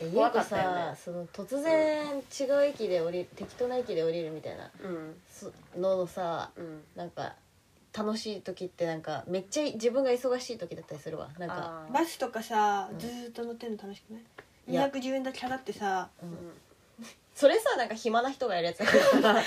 [SPEAKER 1] えゆう
[SPEAKER 2] 怖
[SPEAKER 1] こ
[SPEAKER 2] かったよね
[SPEAKER 1] さ、その突然違う駅で降り適当な駅で降りるみたいな
[SPEAKER 2] うん
[SPEAKER 1] そのさ
[SPEAKER 2] うん
[SPEAKER 1] なんか楽しい時ってなんかめっちゃ自分が忙しい時だったりするわなんか
[SPEAKER 2] あー
[SPEAKER 3] バスとかさ
[SPEAKER 1] うん
[SPEAKER 3] ずーっと乗ってんの楽しくない
[SPEAKER 1] いや
[SPEAKER 3] 210円だけ払ってさ
[SPEAKER 2] うん
[SPEAKER 1] それさなんか暇な人がやるやつだから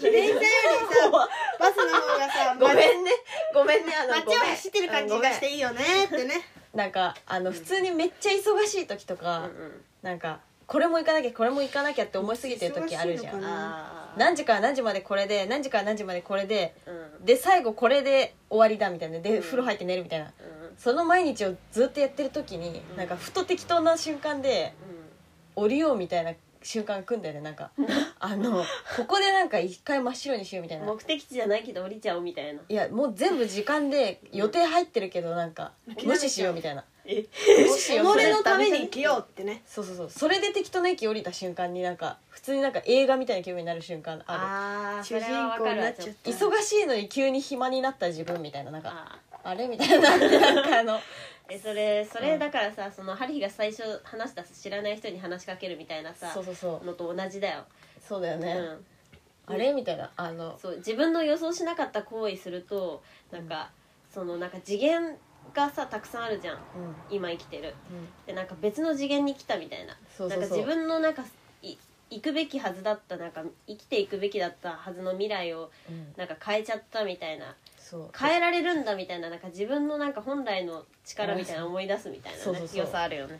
[SPEAKER 3] 電車よりさバスの方がさ
[SPEAKER 1] ごめんねごめんねあの
[SPEAKER 3] 街を走ってる感じがしていいよねってね
[SPEAKER 1] なんかあの普通にめっちゃ忙しい時と
[SPEAKER 2] うん
[SPEAKER 1] か、
[SPEAKER 2] うん
[SPEAKER 1] なんかこれも行かなきゃこれも行かなきゃって思いすぎてる時あるじゃ
[SPEAKER 3] 忙しいのか
[SPEAKER 1] ん
[SPEAKER 3] な
[SPEAKER 2] あー
[SPEAKER 1] 何時から何時までこれで何時から何時までこれで
[SPEAKER 2] うんうん
[SPEAKER 1] で最後これで終わりだみたいなで、
[SPEAKER 2] うん
[SPEAKER 1] 風呂入って寝るみたいなその毎日をずっとやってる時に、
[SPEAKER 2] うん
[SPEAKER 1] なんかふと適当な瞬間で降りようみたいな瞬間が来んだよねなんかあのここでなんか一回真っ白にしようみたい
[SPEAKER 2] うん
[SPEAKER 1] な
[SPEAKER 2] 目的地じゃないけど降りちゃおうみたいな
[SPEAKER 1] <laughs>
[SPEAKER 2] い
[SPEAKER 1] やもう全部時間で予定入ってるけどなんか無視しようみたいな
[SPEAKER 2] え
[SPEAKER 1] 無視し
[SPEAKER 3] 己
[SPEAKER 1] ようそれ
[SPEAKER 3] のために生きようってね
[SPEAKER 1] そうそうそうそれで適当な駅降りた瞬間になんか普通になんか映画みたいな気分になる瞬間あ
[SPEAKER 2] あー
[SPEAKER 3] 主人公になっちゃった
[SPEAKER 1] る忙しいのに急に暇になった自分みたいななんか
[SPEAKER 2] あ
[SPEAKER 1] あれみたいになってなんかあの
[SPEAKER 2] ーえそれそうれ
[SPEAKER 1] ん
[SPEAKER 2] だからさそのハリヒが最初話した知らない人に話しかけるみたいな <laughs> さ
[SPEAKER 1] そうそうそう
[SPEAKER 2] のと同じだよ、
[SPEAKER 1] そうだよ
[SPEAKER 2] う
[SPEAKER 1] ね、
[SPEAKER 2] ん、
[SPEAKER 1] あれみたいなあの
[SPEAKER 2] そう自分の予想しなかった行為するとなんか、そのなんか次元がさたくさんあるじゃん
[SPEAKER 1] うん、うん、
[SPEAKER 2] 今生きてるでなんか別の次元に来たみたいな
[SPEAKER 1] そうそう
[SPEAKER 2] なんか
[SPEAKER 1] そう
[SPEAKER 2] 自分のなんかい行くべきはずだったなんか生きていくべきだったはずの未来を
[SPEAKER 1] うん、
[SPEAKER 2] なんか変えちゃったみたいな
[SPEAKER 1] そう
[SPEAKER 2] 変えられるんだみたいななんか自分のなんか本来の力みたいな思い出すみたいな、ね、
[SPEAKER 1] そうそうそう
[SPEAKER 2] 良さあるよね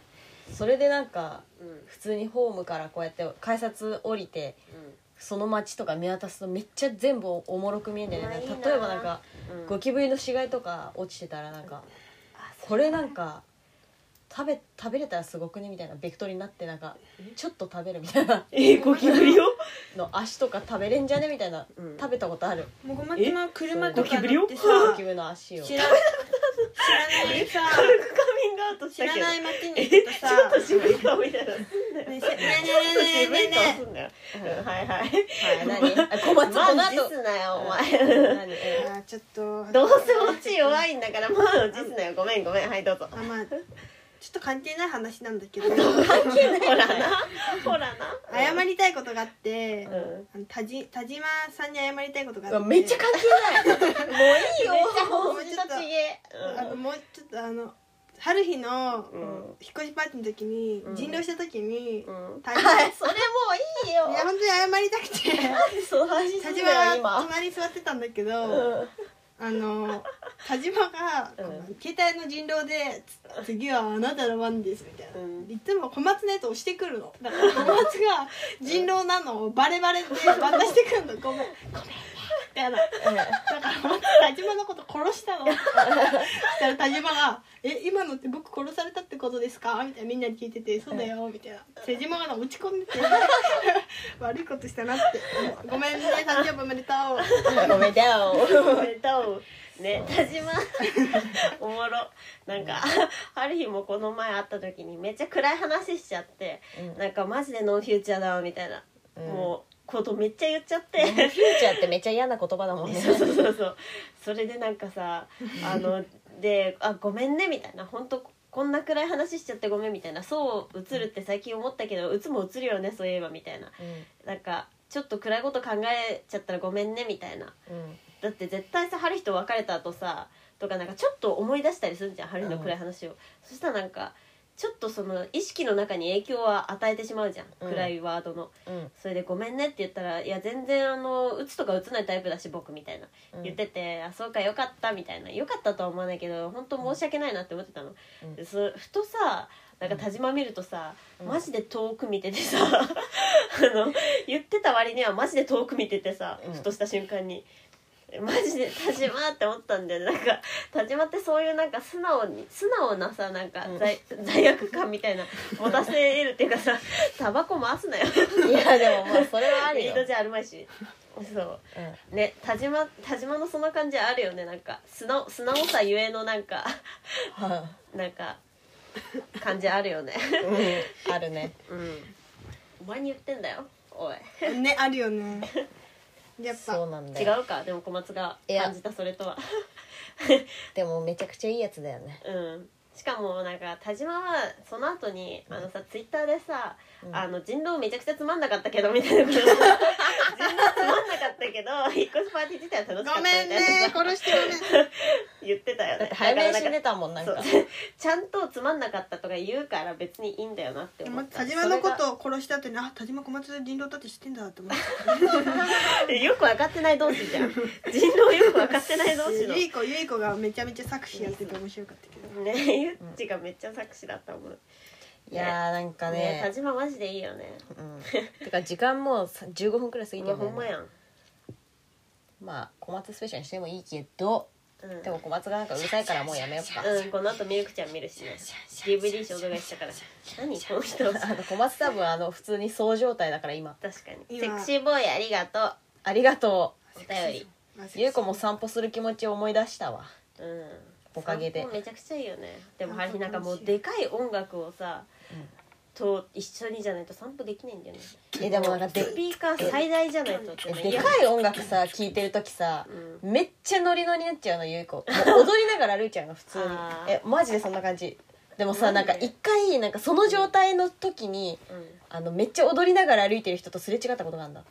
[SPEAKER 1] それでなんか
[SPEAKER 2] うんうん
[SPEAKER 1] 普通にホームからこうやって改札降りてその街とか見渡すとめっちゃ全部おもろく見えんだよね
[SPEAKER 2] うわいいな
[SPEAKER 1] 例えばなんか
[SPEAKER 2] うん
[SPEAKER 1] ゴキブリの死骸とか落ちてたらなんかこれなんか食べ食べれたらすごくねみたいなベクトルになってなんかちょっと食べるみたいな
[SPEAKER 2] えゴキブリを
[SPEAKER 1] <laughs> の足とか食べれんじゃねみたいな、
[SPEAKER 2] うん
[SPEAKER 1] 食べたことある
[SPEAKER 3] もう小松の車と
[SPEAKER 1] え
[SPEAKER 3] か乗ってさ
[SPEAKER 1] ゴキブリの足を
[SPEAKER 3] 知ら知らないさ
[SPEAKER 2] カミングアウトし
[SPEAKER 3] 知
[SPEAKER 2] た
[SPEAKER 3] ら
[SPEAKER 2] けど
[SPEAKER 3] ない街に行くとさ
[SPEAKER 2] ちょっと渋い顔みたいな
[SPEAKER 3] ねせねえね
[SPEAKER 2] ちょっと
[SPEAKER 3] えねえね
[SPEAKER 2] 渋い
[SPEAKER 3] えね
[SPEAKER 2] 顔
[SPEAKER 3] えね
[SPEAKER 2] すんだよ、うんはいは
[SPEAKER 1] は
[SPEAKER 2] い
[SPEAKER 1] い
[SPEAKER 2] <laughs>
[SPEAKER 1] 何あ小松この
[SPEAKER 2] マジ
[SPEAKER 1] 後
[SPEAKER 2] すなよお前
[SPEAKER 1] 何
[SPEAKER 3] え
[SPEAKER 1] え
[SPEAKER 3] あーちょっと
[SPEAKER 2] どうせオチ弱いんだからまあ実なよごめんごめんはいどうぞ
[SPEAKER 3] あまあちょっと関係ない話なんだけど
[SPEAKER 2] <laughs> ほらな <laughs> ほらな
[SPEAKER 3] 謝りたいことがあって、
[SPEAKER 2] う
[SPEAKER 3] あ
[SPEAKER 2] ん
[SPEAKER 3] の田じ田島さんに謝りたいことが
[SPEAKER 1] う
[SPEAKER 3] あ
[SPEAKER 1] わ
[SPEAKER 3] って
[SPEAKER 1] めっちゃ関係ない
[SPEAKER 2] <laughs>
[SPEAKER 1] もう
[SPEAKER 3] め
[SPEAKER 1] いいよ
[SPEAKER 3] っちゃ
[SPEAKER 1] ち
[SPEAKER 3] あのもうちょっとあの春日の
[SPEAKER 2] うんうん
[SPEAKER 3] 引っ越しパーティーの時に、
[SPEAKER 2] うん
[SPEAKER 3] 人狼した時に、
[SPEAKER 2] うん
[SPEAKER 3] 田島
[SPEAKER 1] それもういいよ
[SPEAKER 3] いや本当に謝りたく
[SPEAKER 1] <laughs>
[SPEAKER 3] て
[SPEAKER 1] その話す
[SPEAKER 3] 田
[SPEAKER 1] るよ
[SPEAKER 3] 島が
[SPEAKER 1] 今
[SPEAKER 3] 隣に座ってたんだけど、あの田島が、この携帯の人狼で「次はあなたの番です」みたいな、
[SPEAKER 2] うん
[SPEAKER 3] いつも小松のやつ押してくるのだから小松が人狼なのをバレバレで渡してくるのごめんごめんねみたいな。だから田島のこと殺したのそしたら田島が「え今のって僕殺されたってことですか?」みたいなみんなに聞いてて「そうだよ」みたいな瀬島が落ち込んでて <laughs> 悪いことしたなって「ごめんね誕生日おめでとう」
[SPEAKER 1] うんごめんだよ
[SPEAKER 2] どうね田 <laughs> 島おもろなんかある日もこの前会った時にめっちゃ暗い話しちゃってなんかマジでノーフューチャーだわみたいな、
[SPEAKER 1] うん
[SPEAKER 2] もうことめっちゃ言っちゃっ
[SPEAKER 1] フュー
[SPEAKER 2] て
[SPEAKER 1] チャーってめっちゃ嫌な言葉だもんね
[SPEAKER 2] そう <laughs> そうそうそうそれでなんかさあので「あごめんね」みたいな「本当こんな暗い話しちゃってごめんみたいなそう映るって最近思ったけどうつも映るよねそういえばみたいななんかちょっと暗いこと考えちゃったらごめんねみたいなだって絶対さ春日と別れた後さとかなんかちょっと思い出したりするじゃん春日の暗い話を、そしたらなんかちょっとその意識の中に影響は与えてしまうじゃん、
[SPEAKER 1] うん
[SPEAKER 2] 暗いワードの
[SPEAKER 1] うん
[SPEAKER 2] それで「ごめんね」って言ったら「いや全然あの打つとか打つないタイプだし僕」みたいな
[SPEAKER 1] うん
[SPEAKER 2] 言ってて「あそうかよかった」みたいな「よかった」とは思わないけど本当申し訳ないなって思ってたの、
[SPEAKER 1] うん
[SPEAKER 2] でそふとさなんか田島見るとさ、
[SPEAKER 1] うん
[SPEAKER 2] マジで遠く見てて
[SPEAKER 1] <laughs>
[SPEAKER 2] さあの言ってた割にはマジで遠く見ててさ、
[SPEAKER 1] うん
[SPEAKER 2] ふとした瞬間に。マジで田島って思ったんだよねなんか田島ってそういうなんか素直に素直なさなんか
[SPEAKER 1] うん
[SPEAKER 2] 罪,、罪悪感み
[SPEAKER 1] <laughs>
[SPEAKER 2] たいな持たせるっていうかさタバコ回すなよ
[SPEAKER 1] いやでもまあそれはある
[SPEAKER 2] リ
[SPEAKER 1] よ
[SPEAKER 2] ードじゃあるまいしそうね田島田島のその感じあるよねなんか素直素直さゆえのなんか <laughs> なんか感じあるよね <laughs>
[SPEAKER 1] うんあるね
[SPEAKER 2] うんお前に言ってんだよおい
[SPEAKER 3] ねある
[SPEAKER 1] <laughs>
[SPEAKER 3] よねやっ
[SPEAKER 1] そ
[SPEAKER 3] ぱ
[SPEAKER 1] うなんだ
[SPEAKER 2] 違
[SPEAKER 1] よ
[SPEAKER 2] うかでも小松が
[SPEAKER 1] いや
[SPEAKER 2] 感じたそれとは <laughs>
[SPEAKER 1] でもめちゃくちゃいいやつだよね
[SPEAKER 2] うんしかもなんか田島はその後にあのさツイッターでさ、あの人狼めちゃくちゃつまんなかったけどみたいなことを人狼つまんなかったけど引っ越しパーティー自体は楽しかったみた
[SPEAKER 3] ごめ
[SPEAKER 2] い
[SPEAKER 3] ん
[SPEAKER 2] な
[SPEAKER 3] ね
[SPEAKER 2] さ
[SPEAKER 3] 殺してごめん
[SPEAKER 2] 言ってたよね
[SPEAKER 1] だって早
[SPEAKER 2] だか
[SPEAKER 1] め
[SPEAKER 2] ら
[SPEAKER 1] に
[SPEAKER 2] な
[SPEAKER 1] 死ん
[SPEAKER 2] んか
[SPEAKER 1] でたもんなん
[SPEAKER 2] そ
[SPEAKER 1] か
[SPEAKER 2] うちゃんとつまんなかったとか言うから別にいいんだよなって思った
[SPEAKER 3] 田島のこ
[SPEAKER 2] そ
[SPEAKER 3] とを殺した後にあ田島小松で人狼だって知ってんだ
[SPEAKER 1] <laughs>
[SPEAKER 3] って思って
[SPEAKER 2] れがよく分かってない同士じゃん人狼よく分かってない同士の
[SPEAKER 3] ゆい子ゆい子がめちゃめちゃ作詞やってて面白かったけど
[SPEAKER 2] ねゆっちがめっちゃ作詞だったもんね
[SPEAKER 1] いやーなんか
[SPEAKER 2] 田
[SPEAKER 1] ね
[SPEAKER 2] 島マジでいいよね
[SPEAKER 1] うんてか時間もうさ15分くらい過ぎ
[SPEAKER 2] う
[SPEAKER 1] て
[SPEAKER 2] わ
[SPEAKER 1] る
[SPEAKER 2] ほ
[SPEAKER 1] よ
[SPEAKER 2] んま
[SPEAKER 1] ね
[SPEAKER 2] やん、
[SPEAKER 1] まあ小松スペシャルにしてもいいけど
[SPEAKER 2] うん、
[SPEAKER 1] でも小松がなんかうるさいからもうやめようか
[SPEAKER 2] うん、この後ミルクちゃん見るしね DVD 衝動買いしたから何この人確
[SPEAKER 1] あの小松多分あの普通にそう状態だから今
[SPEAKER 2] かにセ
[SPEAKER 3] 今
[SPEAKER 2] クシーボーイありがと
[SPEAKER 1] ありがと
[SPEAKER 2] うお便り
[SPEAKER 1] うゆうこも散歩する気持ちを思い出したわ
[SPEAKER 2] うん
[SPEAKER 1] おかげで
[SPEAKER 2] 散歩めちゃくちゃいいよねでも
[SPEAKER 3] 散
[SPEAKER 2] 春
[SPEAKER 3] 歩
[SPEAKER 2] 日なんかもう
[SPEAKER 3] 楽しい
[SPEAKER 2] でかい音楽をさ、
[SPEAKER 1] うん
[SPEAKER 2] と一緒にじゃないと散歩できないんだよね
[SPEAKER 1] えでもなんかで
[SPEAKER 2] スピーカー最大じゃないとってね
[SPEAKER 1] でかい音楽さ聴いてる時さ
[SPEAKER 2] うん
[SPEAKER 1] めっちゃノリノリになっちゃうのゆい
[SPEAKER 2] <laughs>
[SPEAKER 1] こもう踊りながら歩いちゃうの普通に
[SPEAKER 2] あー
[SPEAKER 1] えマジでそんな感じでもさ
[SPEAKER 2] マ
[SPEAKER 1] なん
[SPEAKER 2] ジで
[SPEAKER 1] か一回なんかその状態の時に
[SPEAKER 2] う
[SPEAKER 1] あのめっちゃ踊りながら歩いてる人とすれ違ったことがあるん
[SPEAKER 2] <laughs>
[SPEAKER 1] だ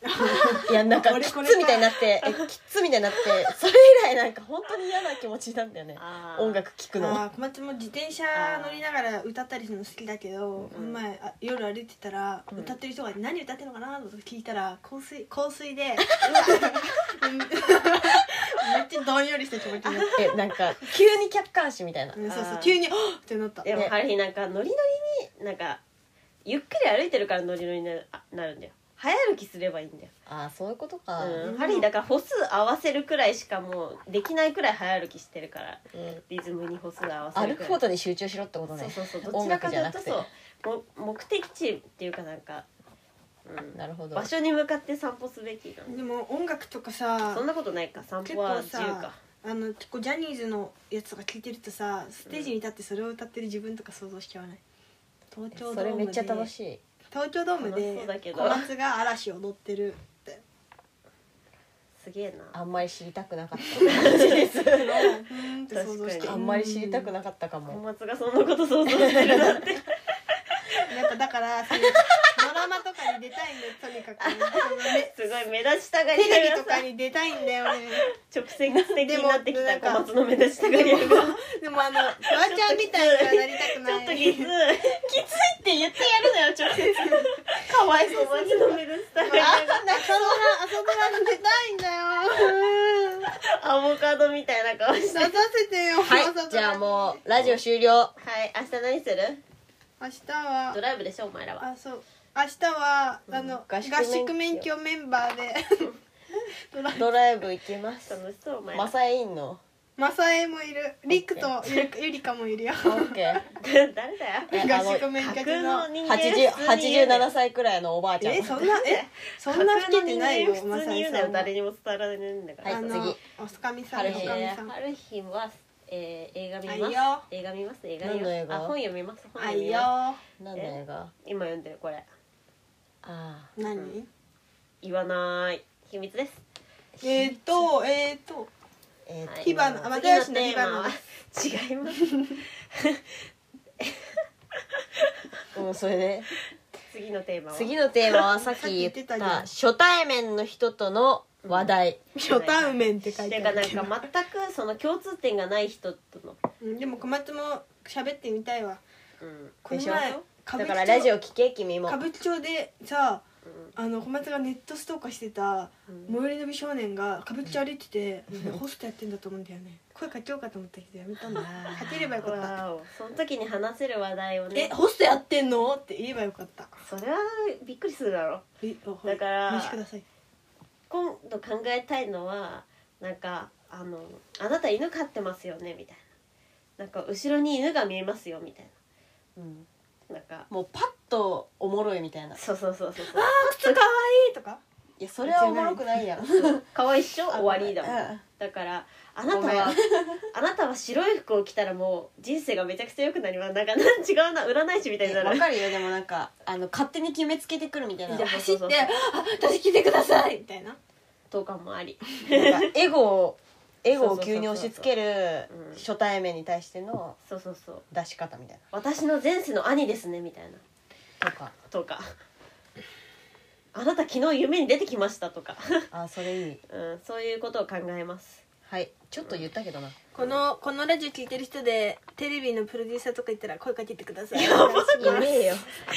[SPEAKER 1] いやなんかキ
[SPEAKER 3] 俺こ
[SPEAKER 1] ッ
[SPEAKER 3] れ
[SPEAKER 1] ズ
[SPEAKER 3] か
[SPEAKER 1] みたいになってえキッズみたいに
[SPEAKER 2] <laughs>
[SPEAKER 1] なってそれ以来なんか本当に嫌な気持ちなんだよね
[SPEAKER 2] んあー
[SPEAKER 1] 音楽聴くの
[SPEAKER 3] あー小松も自転車乗りながら歌ったりするの好きだけど、この前あ夜歩いてたら、
[SPEAKER 1] ん
[SPEAKER 3] 歌ってる人が何歌ってるのかなと聞いたら香水香水で
[SPEAKER 1] <laughs>
[SPEAKER 3] うんめ <laughs> っちゃどんよりした気持ちになった
[SPEAKER 1] えなんか急に客観視みたいな
[SPEAKER 3] うんそうそ
[SPEAKER 2] あー
[SPEAKER 3] う急に「あっ!」ってなった
[SPEAKER 2] でも
[SPEAKER 1] ね
[SPEAKER 2] 春日なんかノリノリになんかゆっくり歩いてるからノリノリになるあなるんだよ早歩きすればいいんだよ、
[SPEAKER 1] ああそういうことか、
[SPEAKER 2] うん、春日だから歩数合わせるくらいしかもうできないくらい早歩きしてるから
[SPEAKER 1] うん
[SPEAKER 2] リズムに歩数合わせる
[SPEAKER 1] 歩
[SPEAKER 2] くら
[SPEAKER 1] く
[SPEAKER 2] い
[SPEAKER 1] ことに集中しろってこと
[SPEAKER 2] そう
[SPEAKER 1] ね
[SPEAKER 2] そうそうどち
[SPEAKER 1] 音
[SPEAKER 2] らか
[SPEAKER 1] 楽
[SPEAKER 2] と
[SPEAKER 1] じゃ
[SPEAKER 2] いう
[SPEAKER 1] な
[SPEAKER 2] と
[SPEAKER 1] くて
[SPEAKER 2] そうも目的地っていうかなんか、うん
[SPEAKER 1] なるほど
[SPEAKER 2] 場所に向かって散歩すべきなの
[SPEAKER 3] でも音楽とかさ
[SPEAKER 2] そんなことないか散
[SPEAKER 3] 結
[SPEAKER 2] 歩は
[SPEAKER 3] 構
[SPEAKER 2] 自由か
[SPEAKER 3] さあの結構ジャニーズのやつとか聞いてるとさステージに立ってそれを歌ってる自分とか想像しちゃわない東京ド
[SPEAKER 1] それ
[SPEAKER 3] ーム
[SPEAKER 1] め
[SPEAKER 3] で
[SPEAKER 1] っちゃ楽しい
[SPEAKER 3] 東京ドーム
[SPEAKER 2] 楽しそうだけ
[SPEAKER 3] で
[SPEAKER 2] ど
[SPEAKER 3] 小松が嵐踊ってるって
[SPEAKER 2] すげえな
[SPEAKER 1] あんまり知りたくなかっ
[SPEAKER 3] うーんって想像
[SPEAKER 2] 確
[SPEAKER 3] して
[SPEAKER 1] た
[SPEAKER 2] か
[SPEAKER 1] あんまり知りたくなかったか
[SPEAKER 2] 小
[SPEAKER 1] も
[SPEAKER 2] 松がそんなこと想像してるなんて
[SPEAKER 3] やっぱだからそういうドラマとかに出たいんだよとにかく
[SPEAKER 1] <laughs>
[SPEAKER 2] すごい目立ちたが
[SPEAKER 3] テ
[SPEAKER 2] り屋
[SPEAKER 3] レビ
[SPEAKER 2] が
[SPEAKER 3] とか
[SPEAKER 2] さ
[SPEAKER 3] に出たいんだよね
[SPEAKER 2] 直接的になってき
[SPEAKER 3] でもなん
[SPEAKER 2] た
[SPEAKER 3] か
[SPEAKER 2] 小松の目立ちたがり屋がちょ
[SPEAKER 3] でもあのフワちゃんみたいにはなりたくない
[SPEAKER 2] っときついきついって言ってやるのよ直接かわいそう小松の目立ちたがり屋が
[SPEAKER 3] 朝ドラ朝ドラに出たいんだようーん
[SPEAKER 2] アボカドみたいな顔して
[SPEAKER 3] 出させてよ
[SPEAKER 1] は
[SPEAKER 3] 朝ドラ
[SPEAKER 1] い
[SPEAKER 3] に
[SPEAKER 1] じゃあもうラジオ終了
[SPEAKER 2] はい明日何する
[SPEAKER 3] 明日は
[SPEAKER 2] ドライブでしょお前らは
[SPEAKER 3] あそう明日は、あの合
[SPEAKER 1] 合宿
[SPEAKER 3] 宿
[SPEAKER 1] 免許
[SPEAKER 3] 免許メンバーでドラ
[SPEAKER 1] ドライブ行きます
[SPEAKER 2] 楽しそうお前ら
[SPEAKER 1] マサインの
[SPEAKER 3] マサエもいるリクとゆゆりかもいるよ
[SPEAKER 1] オッケー <laughs>
[SPEAKER 2] 誰だよ
[SPEAKER 1] えあの
[SPEAKER 3] 合宿免許
[SPEAKER 2] 架
[SPEAKER 3] 中
[SPEAKER 2] 空の
[SPEAKER 3] の
[SPEAKER 2] 人間
[SPEAKER 1] 80
[SPEAKER 2] 普通に言うなよ
[SPEAKER 1] 87歳くらいのおばあちゃん
[SPEAKER 3] えそんなえそん
[SPEAKER 2] 架
[SPEAKER 3] な老
[SPEAKER 2] 空
[SPEAKER 3] け
[SPEAKER 2] の
[SPEAKER 3] て
[SPEAKER 2] 人
[SPEAKER 3] ないよ
[SPEAKER 2] 間
[SPEAKER 3] マ
[SPEAKER 2] 普通
[SPEAKER 3] サ
[SPEAKER 2] に
[SPEAKER 3] エ
[SPEAKER 2] 言うな
[SPEAKER 3] さ
[SPEAKER 2] よ
[SPEAKER 3] んは
[SPEAKER 2] 誰にも伝わらないんだから
[SPEAKER 1] はい
[SPEAKER 3] あの
[SPEAKER 1] 次
[SPEAKER 3] おつかみさ
[SPEAKER 1] は
[SPEAKER 3] んお
[SPEAKER 1] い
[SPEAKER 3] つかみさん
[SPEAKER 2] ある日は、えー、映画見
[SPEAKER 3] あい
[SPEAKER 2] ま
[SPEAKER 3] い
[SPEAKER 2] す
[SPEAKER 3] よ
[SPEAKER 2] 映画見ます映画
[SPEAKER 1] 何の
[SPEAKER 2] 見
[SPEAKER 1] 映
[SPEAKER 2] ます
[SPEAKER 1] 画
[SPEAKER 2] あ本読みます本
[SPEAKER 3] あ
[SPEAKER 2] 読
[SPEAKER 3] い
[SPEAKER 2] み
[SPEAKER 3] よ
[SPEAKER 2] ます
[SPEAKER 1] 何の映画
[SPEAKER 2] 今読んでるこれ
[SPEAKER 1] あ
[SPEAKER 3] 何
[SPEAKER 2] 言わない秘密です
[SPEAKER 3] えっとえっと
[SPEAKER 1] ーえー
[SPEAKER 2] はい
[SPEAKER 3] 火花
[SPEAKER 2] 次の
[SPEAKER 3] 又吉の
[SPEAKER 2] テー
[SPEAKER 3] 火
[SPEAKER 2] マ
[SPEAKER 3] 花
[SPEAKER 2] は
[SPEAKER 3] で
[SPEAKER 2] 違います
[SPEAKER 1] うんそれで
[SPEAKER 2] 次のテーマは
[SPEAKER 4] 次のテーマはさっき言っ
[SPEAKER 3] さっき言ってたじゃ
[SPEAKER 4] た
[SPEAKER 3] ん
[SPEAKER 4] 初対面の人との話題、
[SPEAKER 3] 初対面って書いて
[SPEAKER 2] て
[SPEAKER 3] あ
[SPEAKER 2] か
[SPEAKER 3] る
[SPEAKER 2] なんか全くその共通点がない人との、
[SPEAKER 3] うんでも小松も喋ってみたいわ
[SPEAKER 2] うん、
[SPEAKER 3] この
[SPEAKER 4] でしょ
[SPEAKER 3] 前
[SPEAKER 4] だ
[SPEAKER 3] 歌舞伎
[SPEAKER 4] か
[SPEAKER 3] 町
[SPEAKER 4] らラジオ聞け君も
[SPEAKER 3] 歌舞伎町でさあの小松がネットストーカーしてた最寄りの美少年が歌舞伎町歩いてて、ホストやってんだと思うんだよね声かけようかと思ったけどやめたんだかければよかった
[SPEAKER 2] わおその時に話せる話題をね
[SPEAKER 3] えホストやってんのって言えばよかった
[SPEAKER 2] それはびっくりするだろう
[SPEAKER 3] えお
[SPEAKER 2] だから
[SPEAKER 3] お待ちください
[SPEAKER 2] 今度考えたいのはなんかあの「あなた犬飼ってますよね」みたいななんか後ろに犬が見えますよみたい
[SPEAKER 1] うん
[SPEAKER 2] ななんか
[SPEAKER 1] もうパッとおもろいみたいな
[SPEAKER 2] そうそうそうそうそう <laughs>
[SPEAKER 3] 靴かわいいとか
[SPEAKER 1] いやそれはおもろく <laughs> ないやろ
[SPEAKER 2] 可愛いっしょ終わりだもん
[SPEAKER 1] うん
[SPEAKER 2] だからあなた
[SPEAKER 1] ごめん
[SPEAKER 2] は <laughs> あなたは白い服を着たらもう人生がめちゃくちゃ良くなりますなんかなん違うな占い師みたいにな
[SPEAKER 1] わ
[SPEAKER 2] る
[SPEAKER 1] かるよでもなんかあの勝手に決めつけてくるみたいない
[SPEAKER 2] や
[SPEAKER 3] 走って
[SPEAKER 2] そうそう
[SPEAKER 3] 「
[SPEAKER 2] そう
[SPEAKER 3] あ私来てください」みたいな
[SPEAKER 2] とかもあり
[SPEAKER 1] なんかエゴをエゴを急に押し付ける
[SPEAKER 2] そうそうそうそううん
[SPEAKER 1] 初対面に対しての
[SPEAKER 2] そうそうそう
[SPEAKER 1] 出し方みたい
[SPEAKER 2] 私の前世の兄ですねみたいな
[SPEAKER 1] なとか
[SPEAKER 2] とかあなた昨日夢に出てきましたとか、
[SPEAKER 1] あそれいい
[SPEAKER 2] うん、そういうことを考えます
[SPEAKER 1] はいちょっと言ったけどな
[SPEAKER 3] このこのラジオ聞いてる人でテレビのプロデューサーとかいたら声かけてください
[SPEAKER 1] いねえよ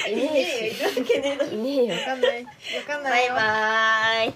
[SPEAKER 1] いねえし
[SPEAKER 2] いるわけねえだろ
[SPEAKER 1] いねえよ
[SPEAKER 3] わかんないわかん
[SPEAKER 2] バ
[SPEAKER 3] ない
[SPEAKER 2] イ
[SPEAKER 3] よ
[SPEAKER 2] バーイ